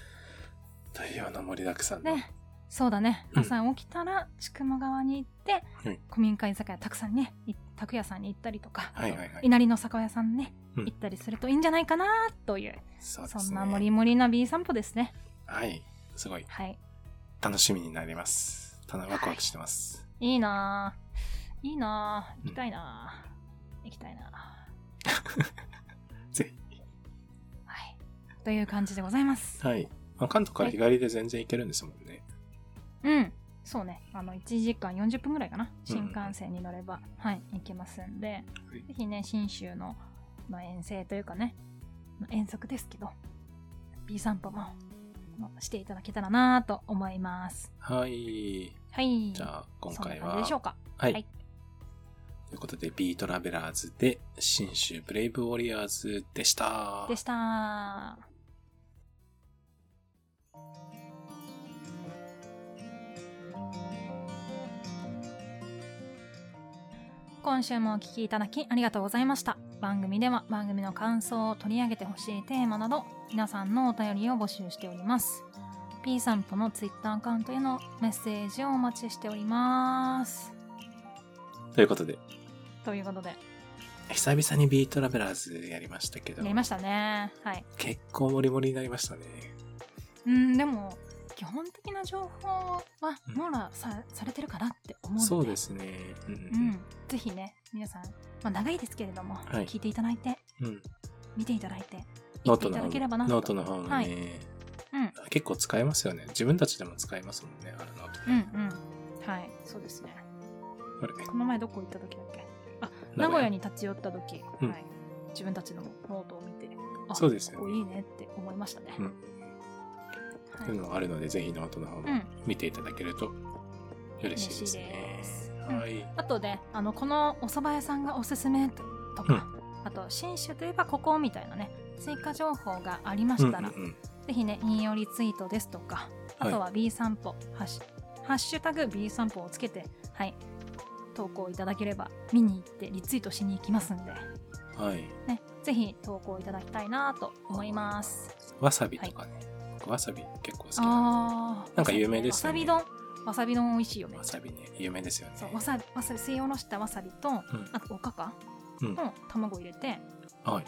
Speaker 1: というような盛りだくさんの、
Speaker 2: ねそうだね
Speaker 1: うん
Speaker 2: 朝起きたら千曲川に行って、
Speaker 1: はい
Speaker 2: 古民家居酒屋たくさんねい拓屋さんに行ったりとか、
Speaker 1: はいはいはい
Speaker 2: 稲荷の酒屋さんね、
Speaker 1: うん
Speaker 2: 行ったりするといいんじゃないかなという
Speaker 1: そうです
Speaker 2: そ
Speaker 1: ね。
Speaker 2: んなもりもりな B 散歩ですね
Speaker 1: はい、すごい
Speaker 2: はい
Speaker 1: 楽しみになります。ただワクワクしてます。
Speaker 2: いいなあいいなあ行きたいなあ、行きたいなあ
Speaker 1: ぜ <laughs>
Speaker 2: ひはいという感じでございます
Speaker 1: はい。まあ、関東から日帰りで全然行けるんですもんね。
Speaker 2: うん、そうね、あの1時間40分ぐらいかな、
Speaker 1: うんうん
Speaker 2: 新幹線に乗れば、はい、行けますんで、
Speaker 1: い
Speaker 2: ぜひね、信州の、まあ、遠征というかね、まあ、遠足ですけど、B 散歩もまあしていただけたらなと思います。
Speaker 1: はい。
Speaker 2: はい、
Speaker 1: じゃあ、今
Speaker 2: そんな
Speaker 1: 回
Speaker 2: 感じ
Speaker 1: は
Speaker 2: でしょ。うか。
Speaker 1: はい。
Speaker 2: はい
Speaker 1: ということで、B トラベラーズで、新州ブレイブウォリアーズでした。
Speaker 2: でした。今週もお聞きいただきありがとうございました。番組では番組の感想を取り上げてほしいテーマなど皆さんのお便りを募集しております。P さんとの Twitter アカウントへのメッセージをお待ちしております。
Speaker 1: ということで、
Speaker 2: ということで、
Speaker 1: 久々に B トラベラーズやりましたけど
Speaker 2: や、りましたね。はい。
Speaker 1: 結構モリモリになりましたね。
Speaker 2: うんでも基本的な情報は
Speaker 1: うん
Speaker 2: 網羅さ,、されてるかなって思うので
Speaker 1: そうですね。うん
Speaker 2: う。ん、ぜひね皆さん、まあ、長いですけれども、
Speaker 1: はい
Speaker 2: 聞いていただいて
Speaker 1: うんうん。
Speaker 2: 見ていただいて
Speaker 1: ノートの
Speaker 2: 行
Speaker 1: 方
Speaker 2: っていただければな
Speaker 1: も、
Speaker 2: と
Speaker 1: ノートの方もね、
Speaker 2: はいうん
Speaker 1: 結構使えますよね。自分たちでも使えますもんね、あれノート
Speaker 2: うん
Speaker 1: ね。
Speaker 2: うんはいそうですね
Speaker 1: あれ
Speaker 2: この前どこ行った時だっけ名古屋に立ち寄った時、
Speaker 1: うん
Speaker 2: はい、自分たちのノートを見てあ
Speaker 1: そうですよね
Speaker 2: ここいいねって思いましたね、
Speaker 1: うん
Speaker 2: はい
Speaker 1: というのがあるので、ぜひノートの方も
Speaker 2: うん
Speaker 1: 見ていただけると嬉しいですね。
Speaker 2: 嬉しいですうん
Speaker 1: はい。
Speaker 2: あとねあのこのお蕎麦屋さんがおすすめとか、あと信州といえばここみたいなね追加情報がありましたら、
Speaker 1: うんうんうん
Speaker 2: ぜひね引用リツイートですとかあとは B 散歩、ハッシュハッシュタグ B 散歩をつけてはい投稿いただければ見に行ってリツイートしに行きますんで、
Speaker 1: はい。
Speaker 2: ね、ぜひ投稿いただきたいなと思います
Speaker 1: わさびとかね。僕わさび結構好きなん
Speaker 2: あー
Speaker 1: なんか有名ですよね
Speaker 2: わさび丼わさび丼美味しいよ
Speaker 1: で。
Speaker 2: ね
Speaker 1: わさびね、有名ですよね。
Speaker 2: そうわさびわさびすりおろしたわさびと、
Speaker 1: ん
Speaker 2: あとおかか
Speaker 1: うん
Speaker 2: の卵入れて、
Speaker 1: はい。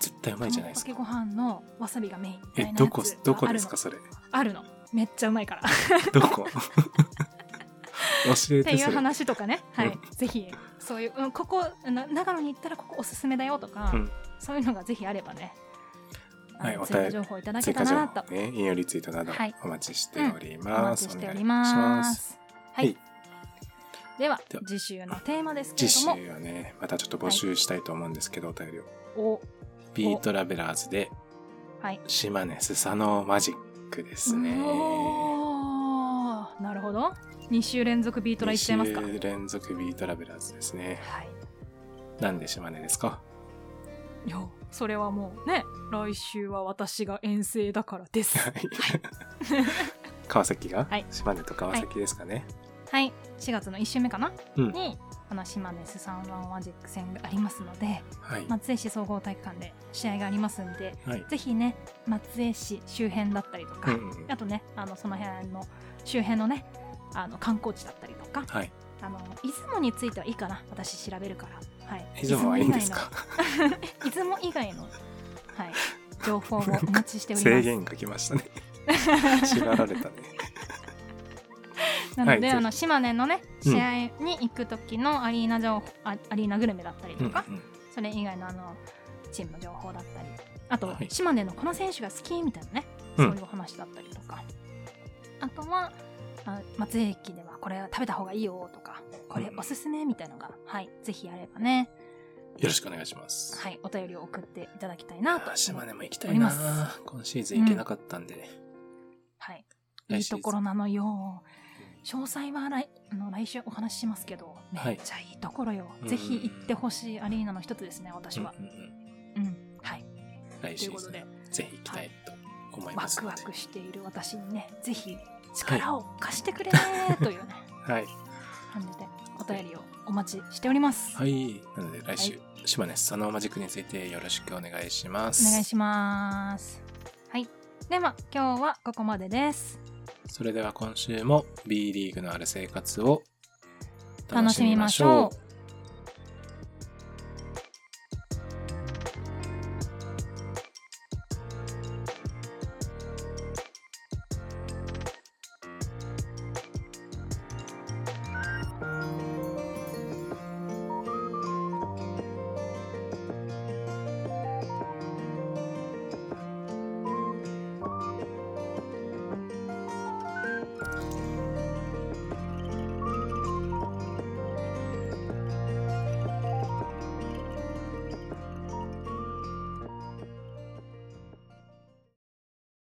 Speaker 1: 絶対うまいじゃないです
Speaker 2: かけ
Speaker 1: か。
Speaker 2: ご飯のわさびがメインみたい
Speaker 1: え
Speaker 2: なや、つ
Speaker 1: どこ
Speaker 2: が、
Speaker 1: どこですか、
Speaker 2: あ
Speaker 1: それ。
Speaker 2: るのあるのめっちゃうまいからっ
Speaker 1: ど
Speaker 2: <laughs>
Speaker 1: こ教え
Speaker 2: て
Speaker 1: て
Speaker 2: い
Speaker 1: そうれ。
Speaker 2: 話とかね、は
Speaker 1: う
Speaker 2: い、ぜひそういう、うん、ここな長野に行ったらここおすすめだよとか、
Speaker 1: うん
Speaker 2: そういうのがぜひあればね、あの
Speaker 1: はいお
Speaker 2: 追
Speaker 1: 便
Speaker 2: 加
Speaker 1: り
Speaker 2: 情報いただけ
Speaker 1: 追
Speaker 2: た
Speaker 1: 加
Speaker 2: ら
Speaker 1: 情
Speaker 2: なと
Speaker 1: 報ね、引用リツイートなど
Speaker 2: はい
Speaker 1: お待ちしており
Speaker 2: お
Speaker 1: ま
Speaker 2: 待
Speaker 1: す。
Speaker 2: ちしてお
Speaker 1: 願い
Speaker 2: り
Speaker 1: し
Speaker 2: ま
Speaker 1: ます
Speaker 2: す。は
Speaker 1: はい
Speaker 2: い、では
Speaker 1: では
Speaker 2: 次週のテーマですけ
Speaker 1: 次
Speaker 2: れど
Speaker 1: 週
Speaker 2: も
Speaker 1: はね、またちょっと募集したいと思うんですけど、お便りを。
Speaker 2: お
Speaker 1: B トラベラーズで、
Speaker 2: はい
Speaker 1: 島根スサノオマジックですね。
Speaker 2: おーなるほど2週連続ビートラいっちゃいますか
Speaker 1: 二週連続 B トラベラーズですね。
Speaker 2: はい
Speaker 1: なんで島根ですか
Speaker 2: いやそれはもうね来週は私が遠征だからです
Speaker 1: はい <laughs> 川崎が、
Speaker 2: はい
Speaker 1: 島根と川崎ですかね。
Speaker 2: <laughs> はい4月の1週目かな、
Speaker 1: うん
Speaker 2: にこの島根スサンワンマジック戦がありますので
Speaker 1: はい。
Speaker 2: 松江市総合体育館で試合がありますんで
Speaker 1: はい。
Speaker 2: ぜひね松江市周辺だったりと
Speaker 1: う
Speaker 2: か、
Speaker 1: んうんうん
Speaker 2: あとねあのその辺の周辺のねあの観光地だったりとか
Speaker 1: はい。
Speaker 2: あの出雲についてはいいかな私調べるから、はい、
Speaker 1: 出雲はいいんですか
Speaker 2: 出雲以外の出雲以外の、はい、
Speaker 1: <laughs>
Speaker 2: 情報をお待ちしております
Speaker 1: 制限が来ました
Speaker 2: <laughs>
Speaker 1: ね。縛られたね。
Speaker 2: なので、
Speaker 1: はい
Speaker 2: あの島根のね
Speaker 1: うん
Speaker 2: 試合に行く時のアリーナ情報、あアリーナグルメだったり
Speaker 1: うん
Speaker 2: と
Speaker 1: うん
Speaker 2: か、それ以外のあのチームの情報だったりあと、
Speaker 1: はい
Speaker 2: 島根のこの選手が好きみたいなね
Speaker 1: う
Speaker 2: そ
Speaker 1: ん
Speaker 2: ういうお話だったりとか、あとはあ松江駅ではこれは食べた方がいいよとかこれおすすめみたいなのが、はいぜひあればね
Speaker 1: よろしくお願いします。
Speaker 2: はいお便りを送っていただきたいなと
Speaker 1: あー島根も行きた
Speaker 2: お
Speaker 1: い
Speaker 2: り
Speaker 1: な
Speaker 2: ます
Speaker 1: ー。今シーズン行けなかったんでね。
Speaker 2: はいい
Speaker 1: 来
Speaker 2: い
Speaker 1: シーズン
Speaker 2: ところなのよ詳細は来あの来週お話ししますけど
Speaker 1: はい
Speaker 2: めっちゃいいところよ、
Speaker 1: うん
Speaker 2: ぜひ行ってほしいアリーナの一つですね私は、
Speaker 1: うんうんうん
Speaker 2: うんはい
Speaker 1: 来
Speaker 2: とい
Speaker 1: シ
Speaker 2: うこ
Speaker 1: ー
Speaker 2: と
Speaker 1: ズ
Speaker 2: で
Speaker 1: ンぜひ行きたいと思い
Speaker 2: ワ
Speaker 1: ます
Speaker 2: ク
Speaker 1: の
Speaker 2: ワ
Speaker 1: で。
Speaker 2: クしている私にねぜひ力を貸してく
Speaker 1: <laughs>
Speaker 2: れーというね
Speaker 1: はい。
Speaker 2: 感じでお便りをお待ちしております、
Speaker 1: はい。なので来週、島根スサノオマジックについてよろしくお願いします。
Speaker 2: お願いしますはいでは今日はここまでです
Speaker 1: それでは今週も B リーグのある生活を
Speaker 2: 楽しみましょう